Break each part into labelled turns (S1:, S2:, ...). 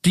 S1: Do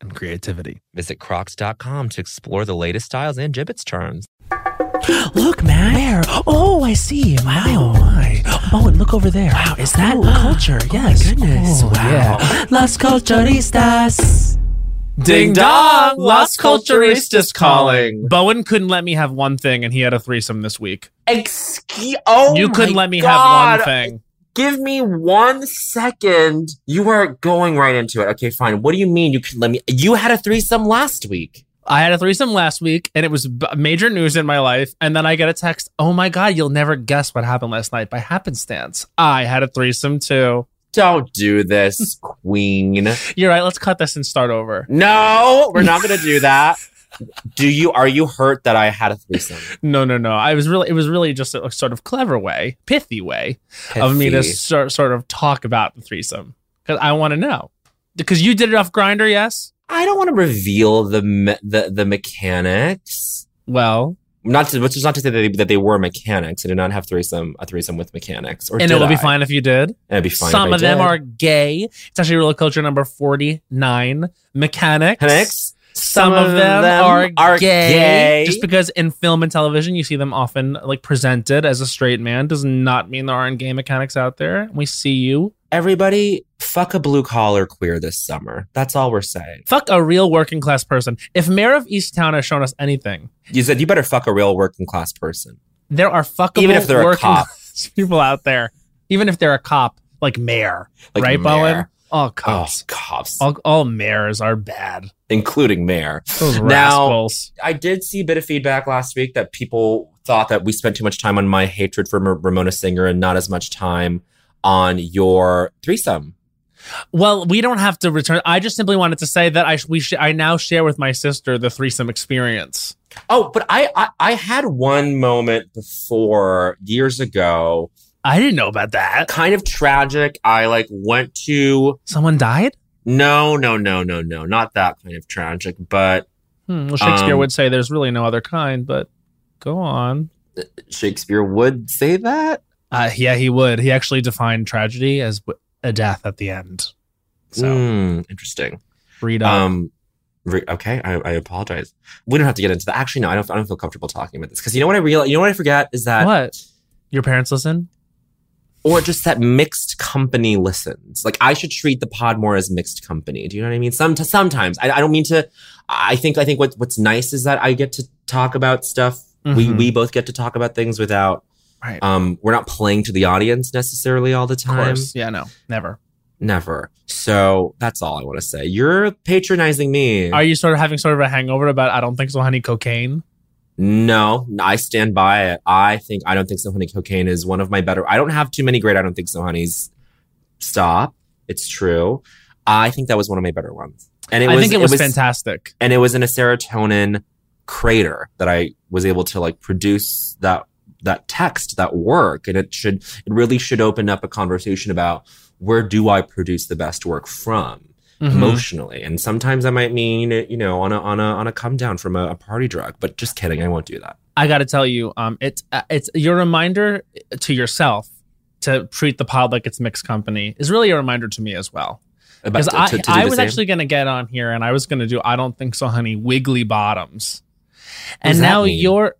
S1: and creativity.
S2: Visit crocs.com to explore the latest styles and gibbets charms.
S3: Look, man.
S4: Where? Oh, I see. Wow.
S3: Oh my.
S4: Oh, and look over there.
S3: Wow, is that
S4: Ooh.
S3: culture?
S4: Oh,
S3: yes.
S4: My goodness.
S3: Oh,
S4: wow.
S3: yeah.
S4: Las culturistas.
S1: Ding
S3: dong, Las Culturistas calling.
S1: Bowen couldn't let me have one thing, and he had a threesome this week.
S3: Excuse. Oh,
S1: you couldn't
S3: my
S1: let me
S3: God.
S1: have one thing.
S3: Give me one second.
S2: You are going right into it. Okay, fine. What do you mean you can let me? You had a threesome last week.
S1: I had a threesome last week, and it was b- major news in my life. And then I get a text. Oh my god, you'll never guess what happened last night by happenstance. I had a threesome too.
S2: Don't do this, queen.
S1: You're right. Let's cut this and start over.
S2: No, we're not going to do that. Do you are you hurt that I had a threesome?
S1: No, no, no. I was really. It was really just a sort of clever way, pithy way of me to
S2: Pithy.
S1: sort sort of talk about the threesome because I want to know. Because you did it off Grinder, yes.
S2: I don't want to reveal the me- the the mechanics.
S1: Well,
S2: Not to, which is not to say that they, that they were mechanics. I did not have threesome a threesome with mechanics. Or
S1: and
S2: did
S1: it would be
S2: I?
S1: fine if you did.
S2: And it'd be fine. if
S1: Some
S2: I
S1: of them
S2: did.
S1: are gay. It's actually real culture number 49, mechanics.
S2: mechanics.
S1: Some, of them, are, gay.
S2: gay.
S1: Just because in film and television you see them often like presented as a straight man does not mean there aren't gay mechanics out there. We see you.
S2: Everybody, fuck a blue collar queer this summer. That's all we're saying.
S1: Fuck a real working class person. If Mayor of Easttown has shown us anything,
S2: You said you better fuck a real working class person.
S1: there are fuckable
S2: Even if they're a
S1: working
S2: cop.
S1: class people out there. Even if they're a cop, like mayor.
S2: Like
S1: right,
S2: mayor.
S1: Bowen? All
S2: Oh,
S1: cops.
S2: cops,
S1: All, all mayors are bad.
S2: including mayor.
S1: Those
S2: Now-
S1: rascals.
S2: I did see a bit of feedback last week that people thought that we spent too much time on my hatred for Ra- Ramona Singer and not as much time on your threesome.
S1: Well, we don't have to return. I just simply wanted to say that I sh- we sh- I now share with my sister the threesome experience.
S2: Oh, but I, I I had one moment before years ago,
S1: I didn't know about that.
S2: kind of tragic. I like went to
S1: Someone died.
S2: no no no no no not that kind of tragic, but
S1: Hmm, well, Shakespeare
S2: Um,
S1: would say there's really no other kind, but go on.
S2: Shakespeare would say that.
S1: Uh, yeah, he would. He actually defined tragedy as w- a death at the end. So
S2: Mm, interesting.
S1: read on.
S2: Um, re- okay, I, I apologize. We don't have to get into that. Actually, no, I don't. I don't feel comfortable talking about this because you know what I realize. You know what I forget is that,
S1: what? Your parents listen?
S2: or just that mixed company listens. Like I should treat the pod more as mixed company. Do you know what I mean? Some sometimes I, I don't mean to. I think I think what what's nice is that I get to talk about stuff. We
S1: Mhm.
S2: we both get to talk about things without.
S1: Right.
S2: Um, we're not playing to the audience necessarily all the
S1: Of
S2: time.
S1: course. Yeah, no, never.
S2: Never. So that's all I want to say. You're patronizing me.
S1: Are you sort of having sort of a hangover about I don't think so, honey, cocaine?
S2: no, I stand by it. I think I don't think so, honey. Cocaine is one of my better. I don't have too many great. I don't think so, honeys. Stop. It's true. I think that was one of my better ones. And it
S1: I
S2: was.
S1: think it was, fantastic.
S2: and it was in a serotonin crater that I was able to like produce that that text that work and it should it really should open up a conversation about where do I produce the best work from
S1: Mhm.
S2: emotionally and sometimes that might mean you know on a on a on a come down from a, a party drug but just kidding I won't do that
S1: I got to tell you, um, it's uh, it's your reminder to yourself to treat the pod like it's mixed company is really a reminder to me as well.
S2: About-
S1: Because
S2: to-
S1: I,
S2: to- to do
S1: I
S2: the
S1: was
S2: same.
S1: actually going to get on here and I was going to do I don't think so, honey, wiggly bottoms.
S2: does
S1: And
S2: that
S1: now
S2: mean?
S1: you're.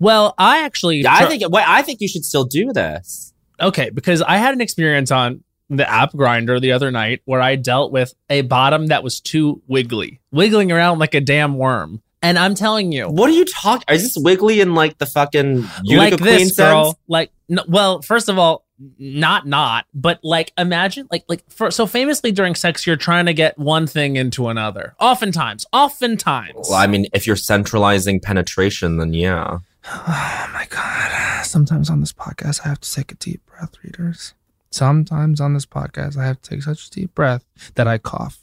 S1: Well, I actually.
S2: Yeah, I
S1: tr-
S2: think wait, I think you should still do this
S1: okay, because I had an experience on the app grinder the other night where I dealt with a bottom that was too wiggly, wiggling around like a damn worm. And I'm telling you,
S2: what are you talking is this wiggly in like the fucking Utica
S1: like this
S2: Queen sense?
S1: girl, like no, well, first of all, not not, but like imagine like like for, so famously during sex you're trying to get one thing into another. Oftentimes, oftentimes.
S2: well I mean if you're centralizing penetration then yeah
S1: Oh my God. Sometimes on this podcast, I have to take a deep breath, readers. Sometimes on this podcast, I have to take such a deep breath that I cough.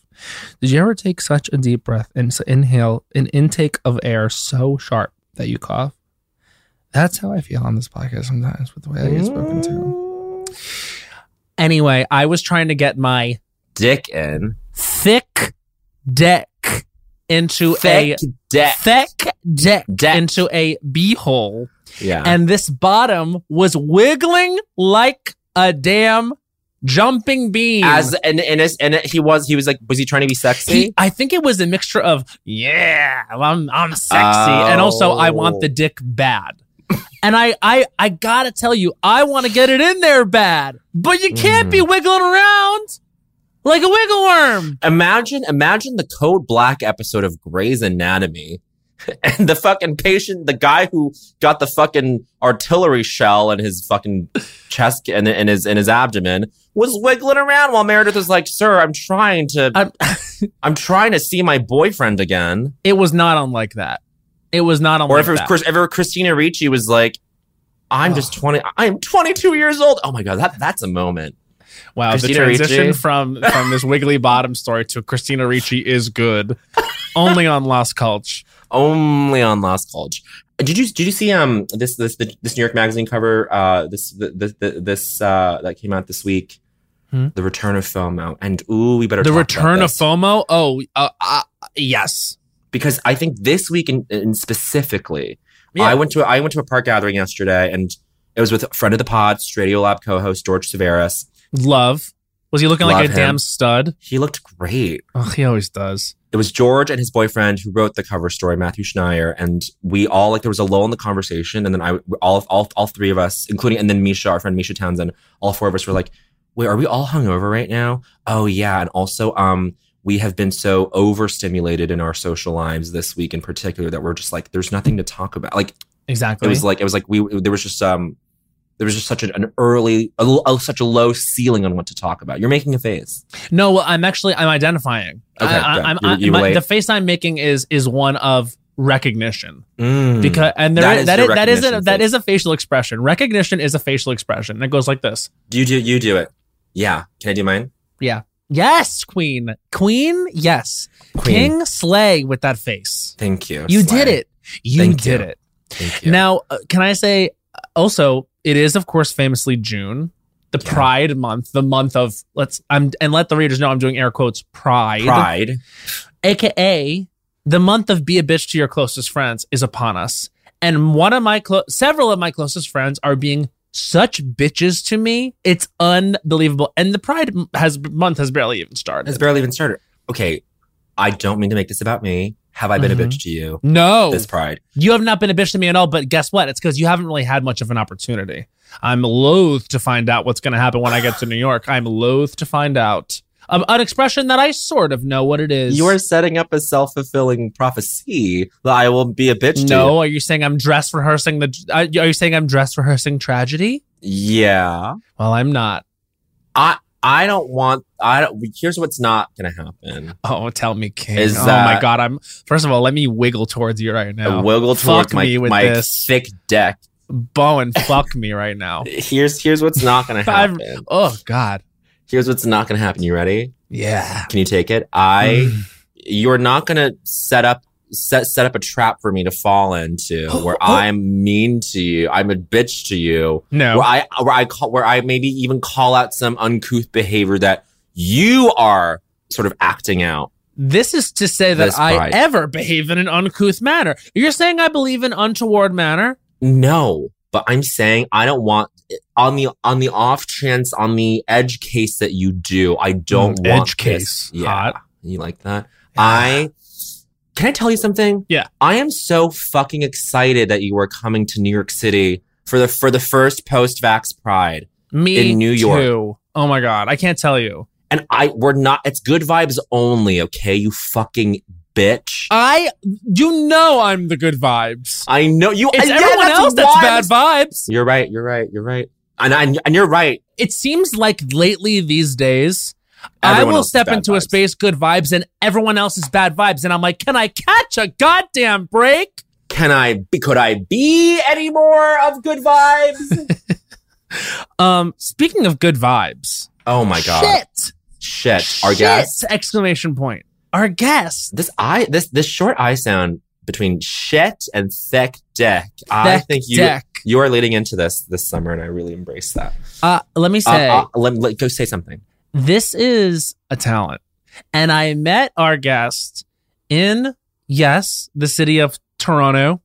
S1: Did you ever take such a deep breath and s- inhale an intake of air so sharp that you cough? That's how I feel on this podcast sometimes with the way I get spoken
S5: Mm,
S1: to. Mm. Anyway, I was trying to get my
S2: dick in
S1: thick deck into
S2: Thick
S1: a
S2: deck.
S1: thick deck
S2: Deck. Uh.
S1: into a beehole
S2: Yeah.
S1: and this bottom was wiggling like a damn jumping bean.
S2: as and and, as, and he was he was like was he trying to be sexy?
S1: he, I think it was a mixture of yeah, I'm I'm sexy, and also I want
S2: Oh.
S1: the dick bad. and I I I gotta tell you, I want to get it in there bad, but you can't
S2: Mm-hmm.
S1: be wiggling around like a wiggle worm.
S2: imagine imagine the Code Black episode of Grey's Anatomy. And the fucking patient, the guy who got the fucking artillery shell in his fucking chest and in his in his abdomen was wiggling around while Meredith was like, "Sir, I'm trying to,
S1: I'm-
S2: I'm trying to see my boyfriend again."
S1: It was not unlike that. It was not unlike
S2: Or if it was
S1: that.
S2: Chris, ever Christina Ricci was like, "I'm just 20, I'm 22 years old." Oh my god, that that's a moment.
S1: Wow,
S2: Christina
S1: the transition
S2: Ricci.
S1: from from this wiggly bottom story to Christina Ricci is good, only on Lost Culture.
S2: only on Lost College. Did you did you see um this this the, this New York Magazine cover uh this the, the, the, this uh that came out this week,
S1: Hmm.
S2: the return of FOMO and ooh we better
S1: The
S2: talk about
S1: return of
S2: this.
S1: FOMO. Oh, uh, uh, yes,
S2: because I think this week in, in specifically
S1: Yeah.
S2: I went to I went to a park gathering yesterday and it was with a friend of the pod Stradio Lab co-host George Severis.
S1: love. Was he looking like
S2: Love
S1: a
S2: him.
S1: damn stud?
S2: He looked great.
S1: Oh, he always does.
S2: it was George and his boyfriend who wrote the cover story, Matthew Schneier, and we all like there was a lull in the conversation, and then I all all all three of us, including and then Misha, our friend Misha Townsend, all four of us were like, "Wait, are we all hungover right now?" Oh yeah, and also um we have been so overstimulated in our social lives this week in particular that we're just like there's nothing to talk about. Like it
S1: Exactly.
S2: was like it was like we there was just um there was just such an, an early a, l- a- such a low ceiling on what to talk about. You're making a face.
S1: no, well, I'm actually I'm identifying.
S2: Okay,
S1: I,
S2: good.
S1: I, am
S2: You- you
S1: my,
S2: relate.
S1: the face I'm making is is one of recognition because and there
S2: Hmm. That
S1: is-
S2: is
S1: that
S2: your
S1: is that is a,
S2: recognition
S1: that
S2: face.
S1: is a facial expression. Recognition is a facial expression. And it goes like this.
S2: you do you do it. Yeah. Can I do mine?
S1: Yes, queen, queen, yes,
S2: Queen.
S1: king, slay with that face.
S2: Thank you.
S1: You
S2: Slay.
S1: did it. You
S2: Thank
S1: did
S2: you.
S1: it.
S2: Thank you.
S1: Now, uh, can I say uh, also, it is, of course, famously June, the
S2: Yeah.
S1: Pride month, the month of let's, I'm, and let the readers know I'm doing air quotes pride,
S2: pride.
S1: AKA the month of be a bitch to your closest friends is upon us. And one of my, clo- several of my closest friends are being such bitches to me. It's unbelievable. And the Pride m- has month has barely even started.
S2: It's barely even started. Okay, I don't mean to make this about me. Have I been
S1: Mhm.
S2: a bitch to you?
S1: No.
S2: This pride.
S1: You have not been a bitch to me at all, but guess what? It's because you haven't really had much of an opportunity. I'm loath to find out what's going to happen when I get to New York. I'm loath to find out. Um, an expression that I sort of know what it is.
S2: You are setting up a self fulfilling prophecy that I will be a bitch to
S1: no. Are you saying I'm dress rehearsing the? Are you saying I'm dress rehearsing tragedy?
S2: you. Yeah.
S1: Well, I'm not.
S2: I don't want. I don't. Here's what's not going to happen.
S1: Oh, tell me, King.
S2: Is
S1: oh
S2: that-
S1: my God, I'm. First of all, let me wiggle towards you right
S2: I
S1: now.
S2: wiggle
S1: Fuck
S2: towards my
S1: me with
S2: my
S1: this.
S2: thick deck.
S1: Bowen, fuck me right now.
S2: Here's here's what's not going to
S1: I've-
S2: happen.
S1: Oh God.
S2: Here's what's not going to happen. You ready?
S1: Yeah. Mm.
S2: Can you take it?
S1: Mm-hmm.
S2: I you're not gonna set up set set up a trap for me to fall into
S1: Oh,
S2: where I'm mean to you. I'm a bitch to you.
S1: No.
S2: Where I where I call where I maybe even call out some uncouth behavior that you are sort of acting out.
S1: This is to say that
S2: This
S1: I
S2: pride.
S1: ever behave in an uncouth manner. You're saying I believe in untoward manner?
S2: No, but I'm saying I don't want on the on the off chance on the edge case that you do. I don't
S1: Mm,
S2: want
S1: edge
S2: this.
S1: case. Hot.
S2: you like that. I can I tell you something?
S1: Yeah.
S2: I am so fucking excited that you are coming to New York City for the for the first post vax pride.
S1: Me
S2: In New York.
S1: Too. Oh my God. I can't tell you.
S2: And I we're not it's good vibes only, okay, you fucking bitch.
S1: I, you know, I'm the good vibes.
S2: I know you
S1: It's
S2: Uh, yeah,
S1: everyone else that's
S2: why I'm
S1: bad vibes.
S2: You're right, you're right, you're right. And I, and you're right.
S1: It seems like lately these days, I
S2: Everyone
S1: will
S2: else is
S1: step
S2: bad
S1: into a
S2: vibes.
S1: space good vibes and everyone else is bad vibes. And I'm like, can I catch a goddamn break?
S2: can I be, could I be any more of good vibes?
S1: Um, speaking of good vibes,
S2: oh my god.
S1: shit.
S2: Shit. Our guest.
S1: Exclamation point. Our guest.
S2: This I this this short I sound between shit and thick deck. I
S1: Thick
S2: think you
S1: deck.
S2: you are leading into this this summer and I really embrace that.
S1: Uh, let me
S2: Uh,
S1: say,
S2: uh, let, let go say something.
S1: this is a talent. And I met our guest in, yes, the city of Toronto.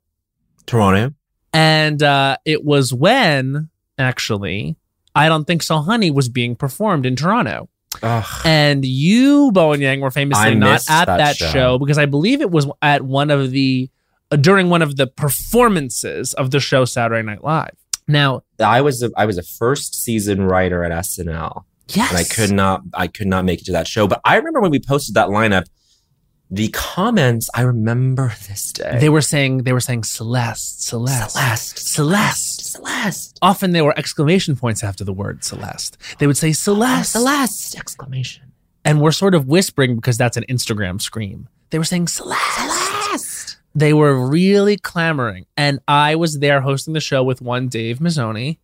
S2: Toronto.
S1: And uh, it was when, actually, I don't think so, honey, was being performed in Toronto.
S2: Ugh.
S1: And you, Bowen Yang, were famously
S2: I
S1: not
S2: missed
S1: at
S2: that
S1: that,
S2: show.
S1: show. because I believe it was at one of the, uh, during one of the performances of the show Saturday Night Live. Now,
S2: I was a, I was a first season writer at SNL
S1: yes.
S2: and I could not I could not make it to that show. But I remember when we posted that lineup, the comments I remember this day.
S1: They were saying they were saying Celeste, Celeste,
S2: Celeste,
S1: Celeste, Celeste. Often there were exclamation points after the word Celeste. They would say Celeste,
S2: Celeste exclamation.
S1: and we're sort of whispering because that's an Instagram scream. They were saying Celeste. Celeste. They were really clamoring, and I was there hosting the show with one Dave Mazzoni,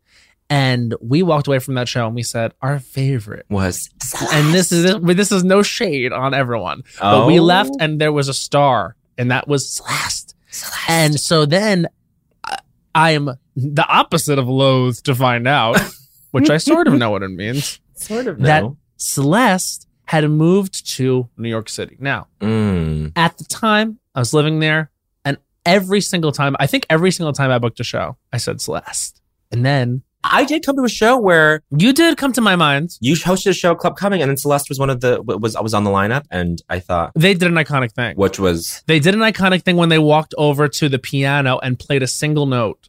S1: and we walked away from that show and we said our favorite.
S2: was
S1: And this is this is no shade on everyone.
S2: oh.
S1: But we left and there was a star, and that was Celeste. And so then I- I am the opposite of loath to find out, which I sort of know what it means.
S2: sort of
S1: that-
S2: no.
S1: Celeste had moved to New York City. Now,
S2: Mm.
S1: at the time, I was living there, and every single time, I think every single time I booked a show, I said Celeste. And then
S2: I did come to a show where
S1: you did come to my mind.
S2: you hosted a show Club Coming, and then Celeste was one of the was I was on the lineup, and I thought
S1: They did an iconic thing.
S2: which was
S1: They did an iconic thing when they walked over to the piano and played a single note.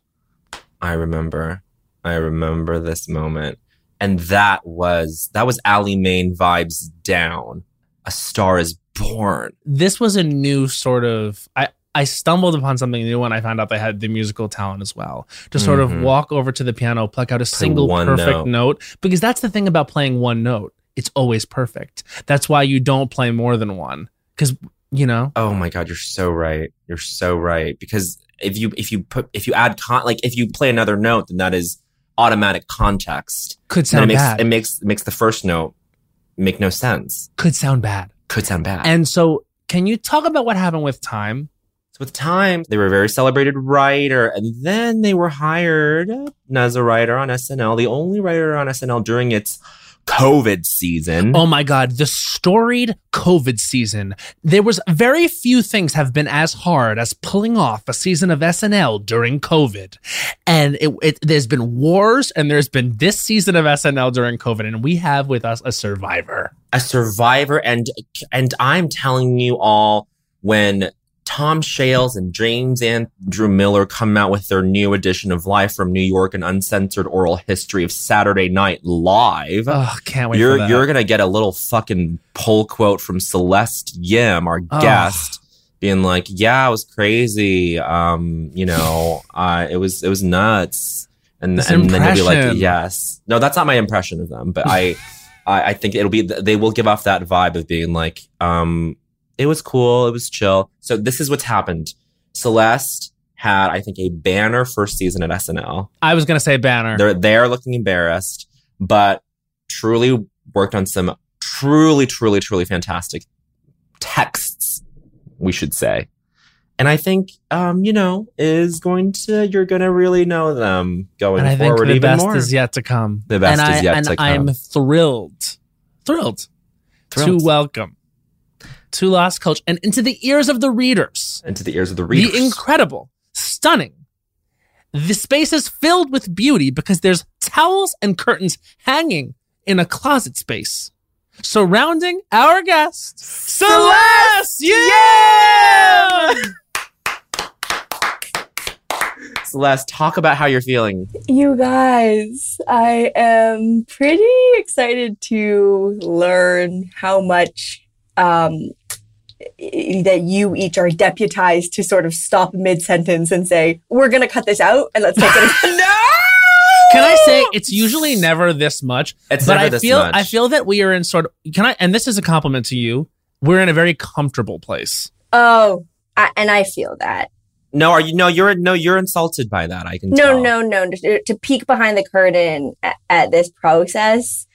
S2: I remember, I remember this moment, and that was that was Ally Main vibes down. A star is born.
S1: this was a new sort of I I stumbled upon something new when I found out they had the musical talent as well. To sort
S2: Mhm.
S1: of walk over to the piano, pluck out a single
S2: one
S1: perfect
S2: note.
S1: note. because that's the thing about playing one note. It's always perfect. That's why you don't play more than one cuz you know.
S2: Oh my god, you're so right. You're so right because if you if you put if you add con like if you play another note, then that is automatic context.
S1: Could
S2: And it
S1: sound
S2: makes
S1: bad.
S2: it makes makes the first note make no sense.
S1: could sound bad.
S2: Could sound bad.
S1: And so can you talk about what happened with time?
S2: so with time, they were a very celebrated writer, and then they were hired as a writer on SNL, the only writer on SNL during its COVID season.
S1: Oh my God, the storied COVID season. There was very few things have been as hard as pulling off a season of SNL during COVID. And it, it, there's been wars and there's been this season of SNL during COVID. And we have with us a survivor.
S2: A survivor, and and I'm telling you all when. Tom Shales and James and Drew Miller come out with their new edition of Live from New York, an uncensored oral history of Saturday Night Live.
S1: Oh, can't wait.
S2: you're
S1: for that.
S2: you're gonna get a little fucking poll quote from Celeste Yim, our
S1: Ugh.
S2: guest, being like, "Yeah, I was crazy. Um, you know, uh, it was it was nuts." And
S1: This
S2: and then you'll be like,
S1: impression.
S2: "Yes, no, that's not my impression of them, but I." I, I think it'll be they will give off that vibe of being like, um, it was cool, it was chill. So this is what's happened. Celeste had, I think, a banner first season at SNL.
S1: I was gonna say banner.
S2: They're they're looking embarrassed, but truly worked on some truly, truly, truly fantastic texts, we should say. And I think um, you know, is going to you're gonna really know them going
S1: and I think
S2: forward
S1: the
S2: even
S1: best
S2: more.
S1: is yet to come.
S2: The best
S1: and
S2: is
S1: I,
S2: yet
S1: and
S2: to
S1: I'm
S2: come.
S1: thrilled, thrilled,
S2: Thrilled.
S1: to welcome to Lost Coach and into the ears of the readers,
S2: into the ears of the readers.
S1: the incredible, stunning. The space is filled with beauty because there's towels and curtains hanging in a closet space surrounding our guest, Celeste. Yeah!
S2: Celeste, talk about how you're feeling.
S5: You guys, I am pretty excited to learn how much um, i- that you each are deputized to sort of stop mid sentence and say, "We're going to cut this out and let's take it." no.
S1: Can I say it's usually never this much?
S2: It's
S1: but
S2: never
S1: I
S2: this
S1: feel
S2: much.
S1: I feel that we are in sort of can I and this is a compliment to you. We're in a very comfortable place.
S5: Oh, I, and I feel that.
S2: No, are you no, you're no, you're insulted by that. I can tell.
S5: No, no, no. To, to peek behind the curtain at, at this process,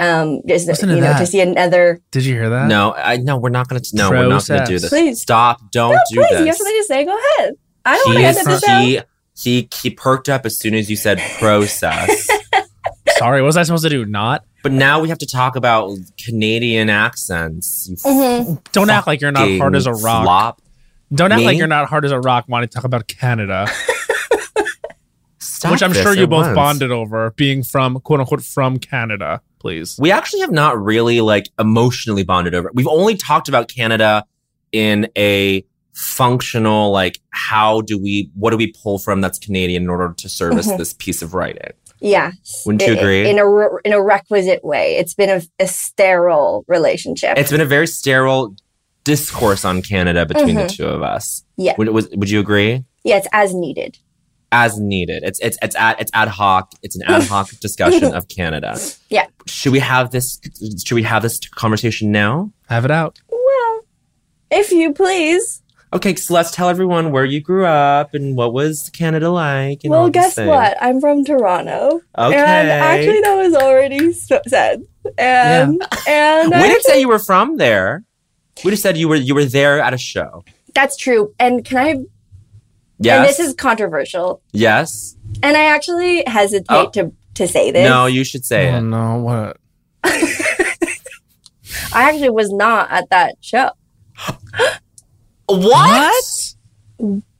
S5: um, just
S1: Listen to
S5: you know,
S1: that.
S5: to see another.
S1: Did you hear that?
S2: No, I no, we're not gonna no, we're not gonna do
S1: Process.
S2: this.
S5: Please.
S2: Stop, don't
S5: no,
S2: do
S5: Oh, please.
S2: this.
S5: You have something to say? Go ahead. I don't want
S2: he,
S5: to edit this
S2: is,
S5: out.
S2: he, he he perked up as soon as you said process.
S1: Sorry, what was I supposed to do? Not?
S2: but now we have to talk about Canadian accents. You
S5: Mhm.
S1: Don't act like you're not
S2: fucking
S1: hard as a rock.
S2: Flop.
S1: Don't act
S2: Me?
S1: like you're not hard as a rock wanting to talk about Canada,
S2: Stop
S1: which I'm
S2: this
S1: sure you
S2: at
S1: both
S2: once.
S1: bonded over being from quote unquote from Canada, please.
S2: We actually have not really like emotionally bonded over. it. We've only talked about Canada in a functional like how do we what do we pull from that's Canadian in order to service
S5: Mhm.
S2: this piece of writing.
S5: Yes.
S2: Wouldn't you
S5: I-
S2: agree?
S5: In a re- in a requisite way, it's been a, a sterile relationship.
S2: It's been a very sterile discourse on Canada between the two of us.
S5: Mm-hmm. Yeah.
S2: Would, was, would you agree?
S5: yeah, it's as needed.
S2: As needed. It's it's it's ad it's ad hoc. It's an ad hoc discussion of Canada.
S5: Yeah.
S2: Should we have this should we have this conversation now?
S1: Have it out.
S5: Well, if you please.
S2: Okay, Celeste, tell everyone where you grew up and what was Canada like. And all
S5: well,
S2: these
S5: guess
S2: things.
S5: what? I'm from Toronto,
S2: Okay.
S5: and actually, that was already so- said. And and
S2: we
S5: I
S2: didn't say you were from there. We just said you were you were there at a show.
S5: that's true. And can I?
S2: Yes.
S5: And this is controversial.
S2: yes.
S5: And I actually hesitate
S2: Oh.
S5: to to say this.
S2: No, you should say it.
S1: Oh, no, what?
S5: I actually was not at that show.
S1: What?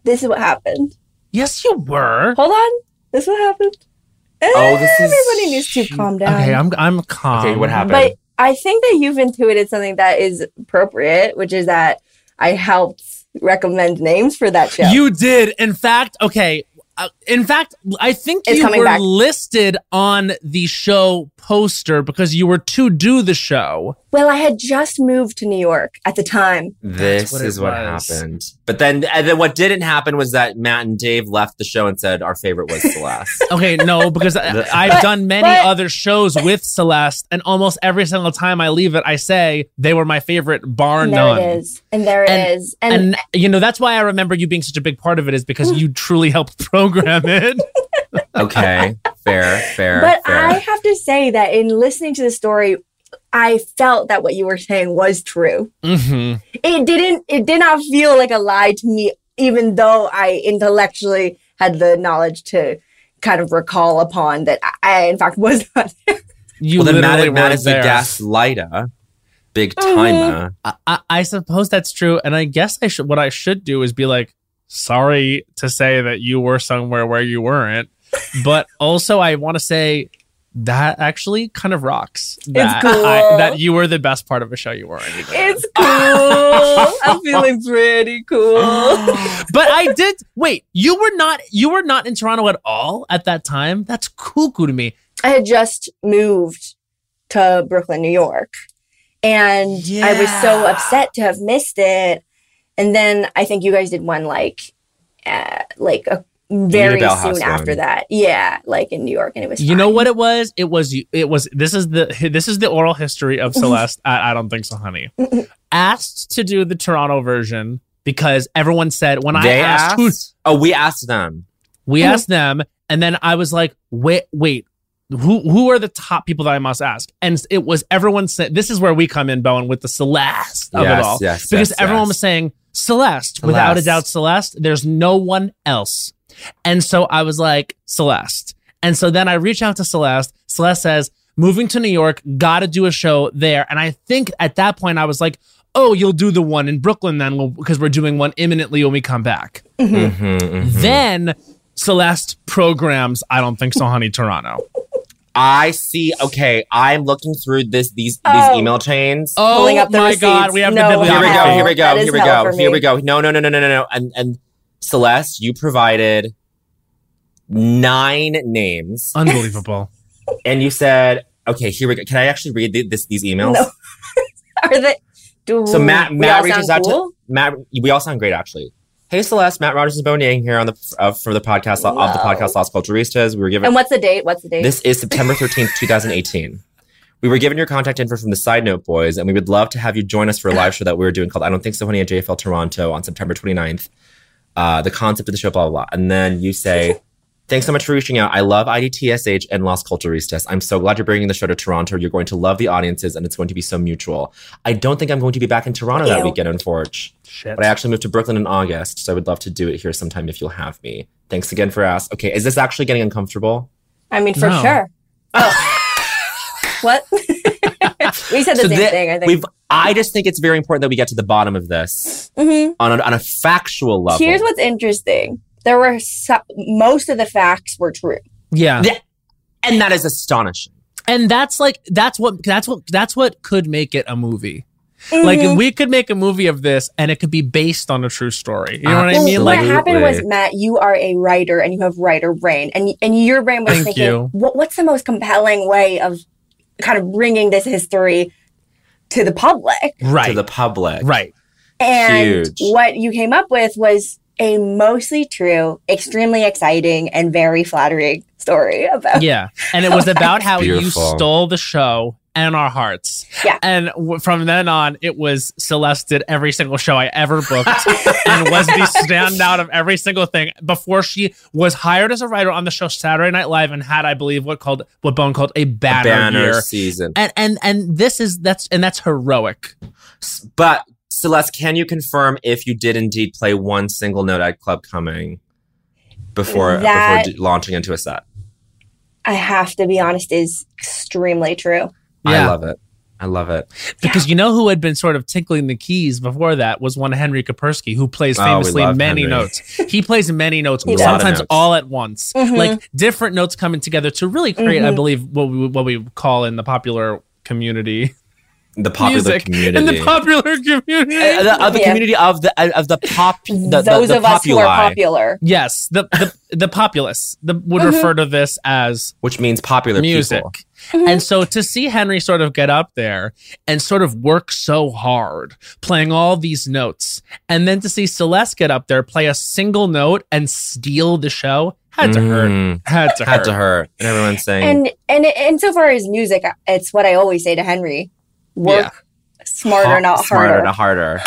S5: This is what happened.
S1: Yes, you were.
S5: Hold on. This is what happened.
S2: Oh, this is-
S5: Everybody needs to calm down.
S1: Okay, I'm I'm calm.
S2: Okay, what happened?
S5: But I think that you've intuited something that is appropriate, which is that I helped recommend names for that show.
S1: You did. In fact, okay. uh, in fact, I think
S5: It's
S1: you
S5: coming
S1: were
S5: back.
S1: listed on the show poster because you were to do the show.
S5: well, I had just moved to New York at the time.
S2: This
S1: what it
S2: is what
S1: was.
S2: happened. But then, and then what didn't happen was that Matt and Dave left the show and said our favorite was Celeste.
S1: Okay, no, because I,
S2: The-
S1: I've
S5: But-
S1: done many
S5: but-
S1: other shows with Celeste, and almost every single time I leave it, I say they were my favorite, bar
S5: and there
S1: none.
S5: it is. And there it
S1: And-
S5: is. And,
S1: And you know that's why I remember you being such a big part of it is because you truly helped program it.
S2: okay, fair, fair,
S5: but
S2: fair.
S5: I have to say that in listening to the story, I felt that what you were saying was true.
S1: hmm
S2: Mm-hmm.
S5: It didn't it did not feel like a lie to me, even though I intellectually had the knowledge to kind of recall upon that I, I in fact was not
S1: You
S2: well, then Matt,
S1: literally
S2: Matt
S1: were
S2: is the
S1: there.
S2: gaslighter, big
S1: Mm-hmm.
S2: timer.
S1: I- I, I suppose that's true, and I guess I should. What I should do is be like, sorry to say that you were somewhere where you weren't, but also I want to say that actually kind of rocks. That
S5: cool.
S1: that you were the best part of a show you were. in.
S5: It's cool. I'm feeling pretty cool.
S1: But I did wait. You were not. You were not in Toronto at all at that time. That's cuckoo to me.
S5: I had just moved to Brooklyn, New York. And I was so upset to have missed it. And then I think you guys did one like uh, like a, very
S1: Bell
S5: soon
S1: House
S5: after
S1: one.
S5: that. Yeah, like in New York, and it was.
S1: You know what it was? It was it was this is the this is the oral history of Celeste. I, I don't think so, honey. asked to do the Toronto version because everyone said when I
S2: They
S1: asked, who-
S2: oh, we asked them.
S1: we
S2: Mhm.
S1: asked them, and then I was like, wait, wait. Who who are the top people that I must ask? And it was everyone said this is where we come in, Bowen, with the Celeste of
S2: Yes,
S1: it all.
S2: yes,
S1: because
S2: yes,
S1: everyone
S2: yes.
S1: was saying Celeste, without a
S2: Celeste.
S1: doubt, Celeste. There's no one else. And so I was like, Celeste. And so then I reach out to Celeste. Celeste says, moving to New York, gotta do a show there. And I think at that point I was like, oh, you'll do the one in Brooklyn then because we're doing one imminently when we come back. hmm.
S2: Mm-hmm,
S1: Then Celeste programs, I don't think so, honey, Toronto.
S2: I see. Okay, I'm looking through this these
S1: Oh.
S2: these email chains.
S1: Oh Pulling up the my God, receipts. we have the No, bibliography.
S2: Here we go. Here
S1: hell.
S2: we go.
S1: That
S2: Here
S1: is
S2: we
S1: hell
S2: go.
S1: for
S2: Here
S1: me.
S2: we go. No, no, no, no, no, no, no. And and Celeste, you provided nine names.
S1: Oh. Unbelievable.
S2: and you said, okay, here we go. Can I actually read the, this these emails?
S5: No. Are they? Do
S2: So Matt
S5: we
S2: Matt
S5: all
S2: reaches
S5: sound
S2: out
S5: cool?
S2: to Matt. We all sound great, actually. Hey Celeste, Matt Rogers and Boning here on the uh, for the podcast of the podcast Lost Culturistas. We were given
S5: And what's the date? What's the date?
S2: This is September 13th, 2018. We were given your contact info from the Side Note Boys, and we would love to have you join us for a live show that we were doing called I Don't Think So Honey at JFL Toronto on September 29th. Uh, the concept of the show, blah, blah, blah. And then you say, Thanks so much for reaching out. I love IDTSH and Lost Culturistas. I'm so glad you're bringing the show to Toronto. You're going to love the audiences, and it's going to be so mutual. I don't think I'm going to be back in Toronto that
S1: Ew.
S2: weekend, unfortunately.
S1: Shit.
S2: But I actually moved to Brooklyn in August, so I would love to do it here sometime if you'll have me. Thanks again for asking. Okay, is this actually getting uncomfortable?
S5: I mean, for
S2: No.
S5: sure. Oh. what? we said the
S2: So
S5: same
S2: that-
S5: thing. I think.
S2: We've, I just think it's very important that we get to the bottom of this
S5: Mhm.
S2: on, a, on a factual level.
S5: Here's what's interesting. There were so- most of the facts were true.
S1: Yeah.
S2: and that is astonishing.
S1: And that's like that's what that's what that's what could make it a movie.
S5: Mhm.
S1: Like we could make a movie of this and it could be based on a true story. You know what I
S5: Uh-huh. Well,
S1: mean? Like
S5: what happened was, Matt, you are a writer and you have writer brain, and and your brain was
S1: Thank
S5: thinking,
S1: you.
S5: What, what's the most compelling way of kind of bringing this history to the public?
S1: right
S2: to the public,
S1: right?
S5: And
S2: Huge.
S5: what you came up with was a mostly true, extremely exciting, and very flattering story about.
S1: Yeah. And it was about how you
S2: Beautiful.
S1: stole the show and our hearts.
S5: Yeah.
S1: And w- from then on, it was Celeste did every single show I ever booked and was the standout of every single thing before she was hired as a writer on the show Saturday Night Live and had, I believe, what called what Bone called a banner,
S2: banner
S1: year.
S2: season.
S1: And and and this is that's and that's heroic.
S2: But Celeste, can you confirm if you did indeed play one single note at Club Coming before
S5: That-
S2: before d- launching into a set?
S5: I have to be honest, is extremely true.
S2: I love it. I love it.
S1: Because you know who had been sort of tinkling the keys before that was one Henry Kapersky, who plays
S2: Oh, we
S1: famously
S2: love
S1: many
S2: Henry.
S1: notes. He plays many notes,
S2: He does. A lot of
S1: sometimes
S2: notes.
S1: all at once,
S2: Mhm.
S1: like different notes coming together to really create, I
S2: Mhm.
S1: believe, what we what we call in the popular community.
S2: The popular
S1: Music.
S2: community.
S1: In the popular community.
S2: Uh, the, of the community of the uh, of the pop the, the,
S1: Those
S2: the
S1: of us who are
S2: populi.
S5: popular.
S1: Yes, the the, the populace the, would
S2: Mhm.
S1: refer to this as
S2: which means popular
S1: music.
S2: people.
S1: And so to see Henry sort of get up there and sort of work so hard playing all these notes, and then to see Celeste get up there play a single note and steal the show had to hurt. Had to
S2: Mm. had
S1: hurt.
S2: to hurt. And everyone's saying
S5: And and insofar as music, it's what I always say to Henry: work smarter,
S2: har-
S5: not
S2: smarter,
S5: harder.
S2: not harder.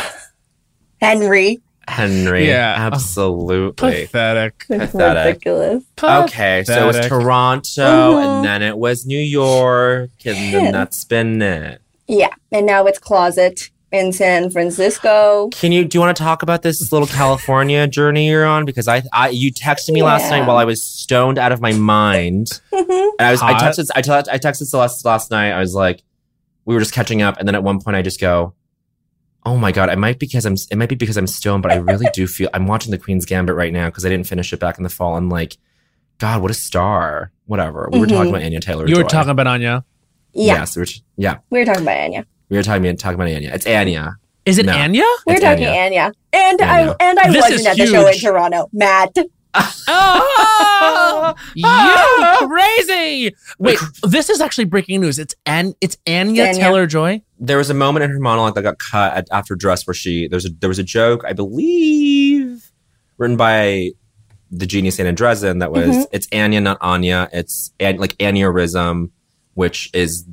S5: Henry,
S2: Henry.
S1: Yeah.
S2: Absolutely.
S1: Pathetic.
S2: Pathetic.
S5: ridiculous.
S2: Okay, so it was
S1: Pathetic.
S2: Toronto,
S5: Mhm.
S2: and then it was New York, and
S5: Yeah.
S2: then that's been it.
S5: Yeah, and now it's closet in San Francisco.
S2: Can you do you want to talk about this little California journey you're on? Because I, I you texted me last
S5: Yeah.
S2: night while I was stoned out of my mind,
S5: Mhm.
S2: and I was
S1: Hot.
S2: I texted I, te- I texted Celeste last night. I was like, we were just catching up, and then at one point I just go, oh my god, it might because I'm it might be because I'm stoned, but I really do feel I'm watching the Queen's Gambit right now because I didn't finish it back in the fall. I'm like, God, what a star! Whatever. We were
S5: Mhm.
S2: talking about Anya Taylor.
S1: You were talking about Anya.
S5: Yeah.
S2: Yes, we were, yeah.
S5: We were talking about Anya.
S2: We were talking, talking about Anya. It's Anya.
S1: Is it
S2: No.
S1: Anya?
S5: We were
S2: It's
S5: talking
S2: Anya.
S5: Anya, and
S2: Anya.
S5: I and I
S2: This is
S5: wasn't at the show in
S2: huge.
S5: Toronto. Matt,
S2: Oh! Ah!
S1: You crazy! Wait, this is actually breaking news. It's An it's Anya,
S2: It's Anya.
S1: Taylor Joy.
S2: There was a moment in her monologue that got cut at, after dress where she there's a there was a joke I believe written by the Genie St. Dresden that was
S5: Mhm.
S2: it's Anya, not Anya. It's an, like aneurysm, which is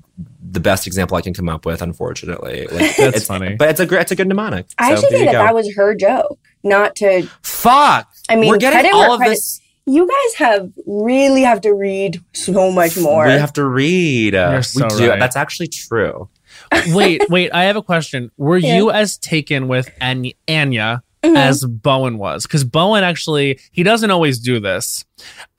S2: the best example I can come up with, unfortunately. Like,
S6: That's
S2: it's,
S6: funny.
S2: But it's a great, it's a good mnemonic.
S5: I
S2: So
S5: actually
S2: there
S5: think
S2: you
S5: that
S2: go.
S5: that was her joke, not to.
S2: Fuck.
S5: I mean,
S2: We're getting
S5: credit
S2: all
S5: where
S2: of
S5: credit-
S2: this-
S5: You guys have really have to read so much more.
S2: We have to read.
S1: You're
S2: we
S1: so
S2: do.
S1: right.
S2: That's actually true.
S1: wait, wait. I have a question. Were
S5: Yeah.
S1: you as taken with An- Anya
S5: Mhm.
S1: as Bowen was? Because Bowen actually he doesn't always do this,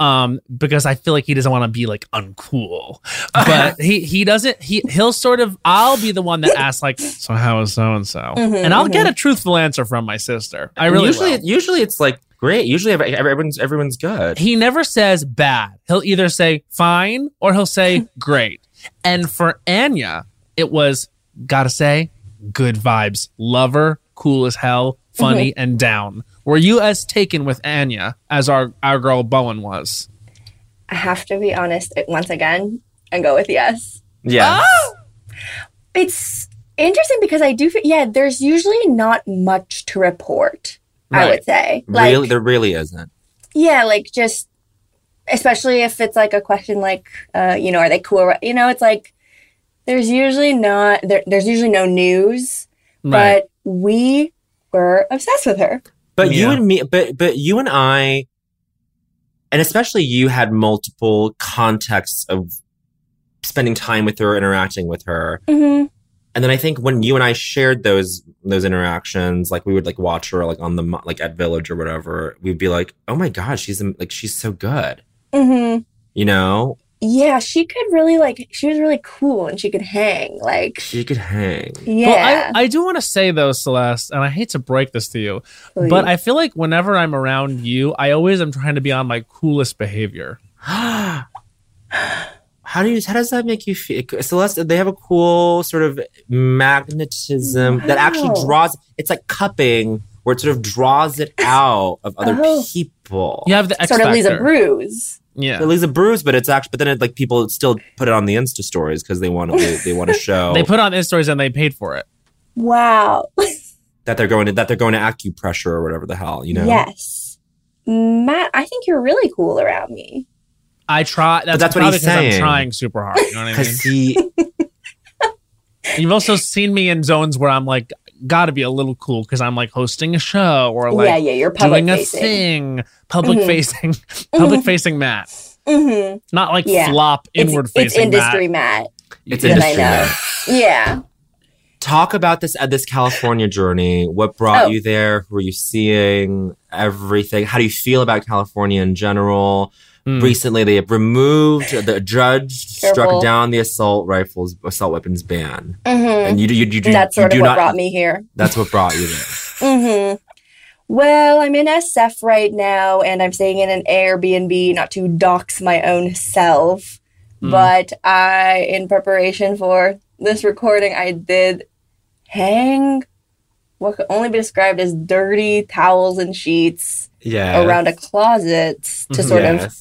S1: um, because I feel like he doesn't want to be like uncool. But he he doesn't he he'll sort of I'll be the one that asks like so how is so and so,
S5: Mhm,
S1: and I'll
S5: mhm.
S1: get a truthful answer from my sister. I really
S2: usually
S1: will.
S2: usually it's like great. Usually every- everyone's everyone's good.
S1: he never says bad. He'll either say fine or he'll say great. And for Anya, it was gotta say good vibes, lover, cool as hell, funny
S5: Mm-hmm.
S1: and down. Were you as taken with Anya as our our girl Bowen was?
S5: I have to be honest once again and go with yes.
S2: Yeah.
S5: Oh! It's interesting because I do. fe- Yeah, there's usually not much to report. I
S1: Right.
S5: would say,
S2: really, there really isn't.
S5: yeah, like just especially if it's like a question like, uh, you know, are they cool? Or, you know, it's like there's usually not there, there's usually no news, but we were obsessed with her.
S2: But you
S1: Yeah.
S2: and me, but but you and I, and especially you had multiple contexts of spending time with her, interacting with her,
S5: Mm-hmm.
S2: and then I think when you and I shared those those interactions, like we would like watch her like on the mo- like at Village or whatever, we'd be like, oh my god, she's am- like she's so good,
S5: Mm-hmm.
S2: you know,
S5: Yeah, she could really like she was really cool and she could hang. Like,
S2: she could hang.
S5: yeah,
S1: Well, I, I do want to say though, Celeste, and I hate to break this to you, but I feel like whenever I'm around you, I always am trying to be on my coolest behavior.
S2: how do you how does that make you feel celeste they have a cool sort of magnetism that actually
S5: Wow.
S2: draws it's like cupping where it sort of draws it out of other
S5: Oh.
S2: people
S1: You have the X
S5: sort of leaves a
S1: factor.
S5: bruise.
S1: Yeah.
S2: it leaves a bruise but it's actually but then it like people still put it on the insta stories because they want to they, they want to show
S1: They put on Insta stories and they paid for it.
S5: Wow.
S2: that they're going to that they're going to acupressure or whatever the hell you know
S5: Yes. Matt, I think you're really cool around me.
S1: I try. That's,
S2: that's what
S1: probably
S2: he's
S1: because I'm
S2: saying.
S1: trying super hard. You know what I mean?
S2: because he
S1: You've also seen me in zones where I'm like, got to be a little cool because I'm like hosting a show or like
S5: yeah, yeah, you're public
S1: doing a
S5: facing.
S1: thing, public
S5: Mhm.
S1: facing, public facing Matt,
S5: Mm-hmm.
S1: not like
S5: Yeah.
S1: flop inward
S5: it's, it's
S1: facing
S5: industry, Matt.
S2: it's
S5: Then I
S2: industry
S5: know.
S2: now.
S5: Yeah.
S2: talk about this uh, this California journey. What brought
S5: Oh.
S2: you there? Who are you seeing? Everything. How do you feel about California in general?
S1: Matt. Mm.
S2: Recently, they have removed the judge
S5: Hmm. Careful.
S2: struck down the assault rifles assault weapons ban,
S5: Mm-hmm.
S2: and you do you, you, do-
S5: That's
S2: you
S5: sort
S2: do
S5: of what
S2: not.
S5: brought me here.
S2: That's what brought you there.
S5: Mm-hmm. Well, I'm in SF right now, and I'm staying in an Airbnb, not to dox my own self,
S1: Mm.
S5: but I, in preparation for this recording, I did hang what could only be described as dirty towels and sheets
S2: Yeah.
S5: around a closet
S2: Mm-hmm.
S5: to
S1: Mhm.
S5: sort of.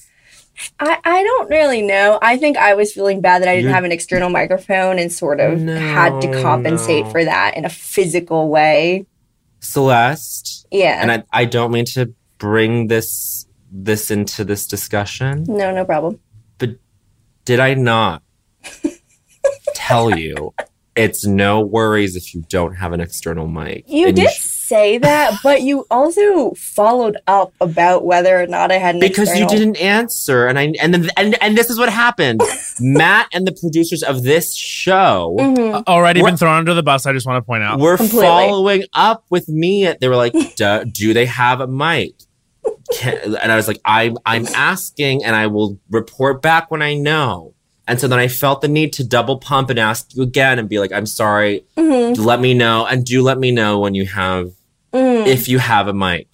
S5: I, I don't really know. I think I was feeling bad that I didn't
S2: You're-
S5: have an external microphone and sort of had
S2: No,
S5: to compensate
S2: no.
S5: for that in a physical way.
S2: Celeste,
S5: Yeah.
S2: and I, I don't mean to bring this this into this discussion.
S5: no, no problem.
S2: Did I not tell you? It's no worries if you don't have an external mic.
S5: You
S2: and
S5: did
S2: you
S5: say that, but you also followed up about whether or not I had an
S2: because you
S5: external-
S2: didn't answer and i and then and, and this is what happened matt and the producers of this show
S5: Mhm.
S1: already
S2: We're-
S1: been thrown under the bus. I just want to point out.
S2: were
S5: Completely.
S2: following up with me they were like Duh, do they have a mic Can, and i was like i'm i'm asking and i will report back when i know and so then i felt the need to double pump and ask you again and be like i'm sorry
S5: Mhm.
S2: let me know and do let me know when you have
S5: Mhm.
S2: if you have a mic.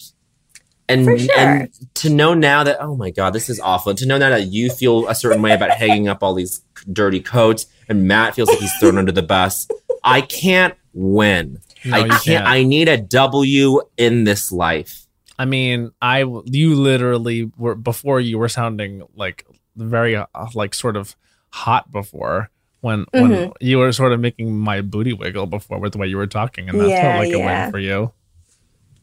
S2: And,
S5: For sure.
S2: and to know now that oh my god this is awful and to know now that you feel a certain way about hanging up all these dirty coats and Matt feels like he's thrown under the bus I can't win
S1: No,
S2: I
S1: you
S2: can't,
S1: can't. I,
S2: I need a W in this life
S1: mean, I you literally were before you were sounding like very uh, like sort of hot before. When, when
S5: Mhm.
S1: you were sort of making my booty wiggle before with the way you were talking, and that
S5: Yeah,
S1: felt like
S5: yeah.
S1: a win for you.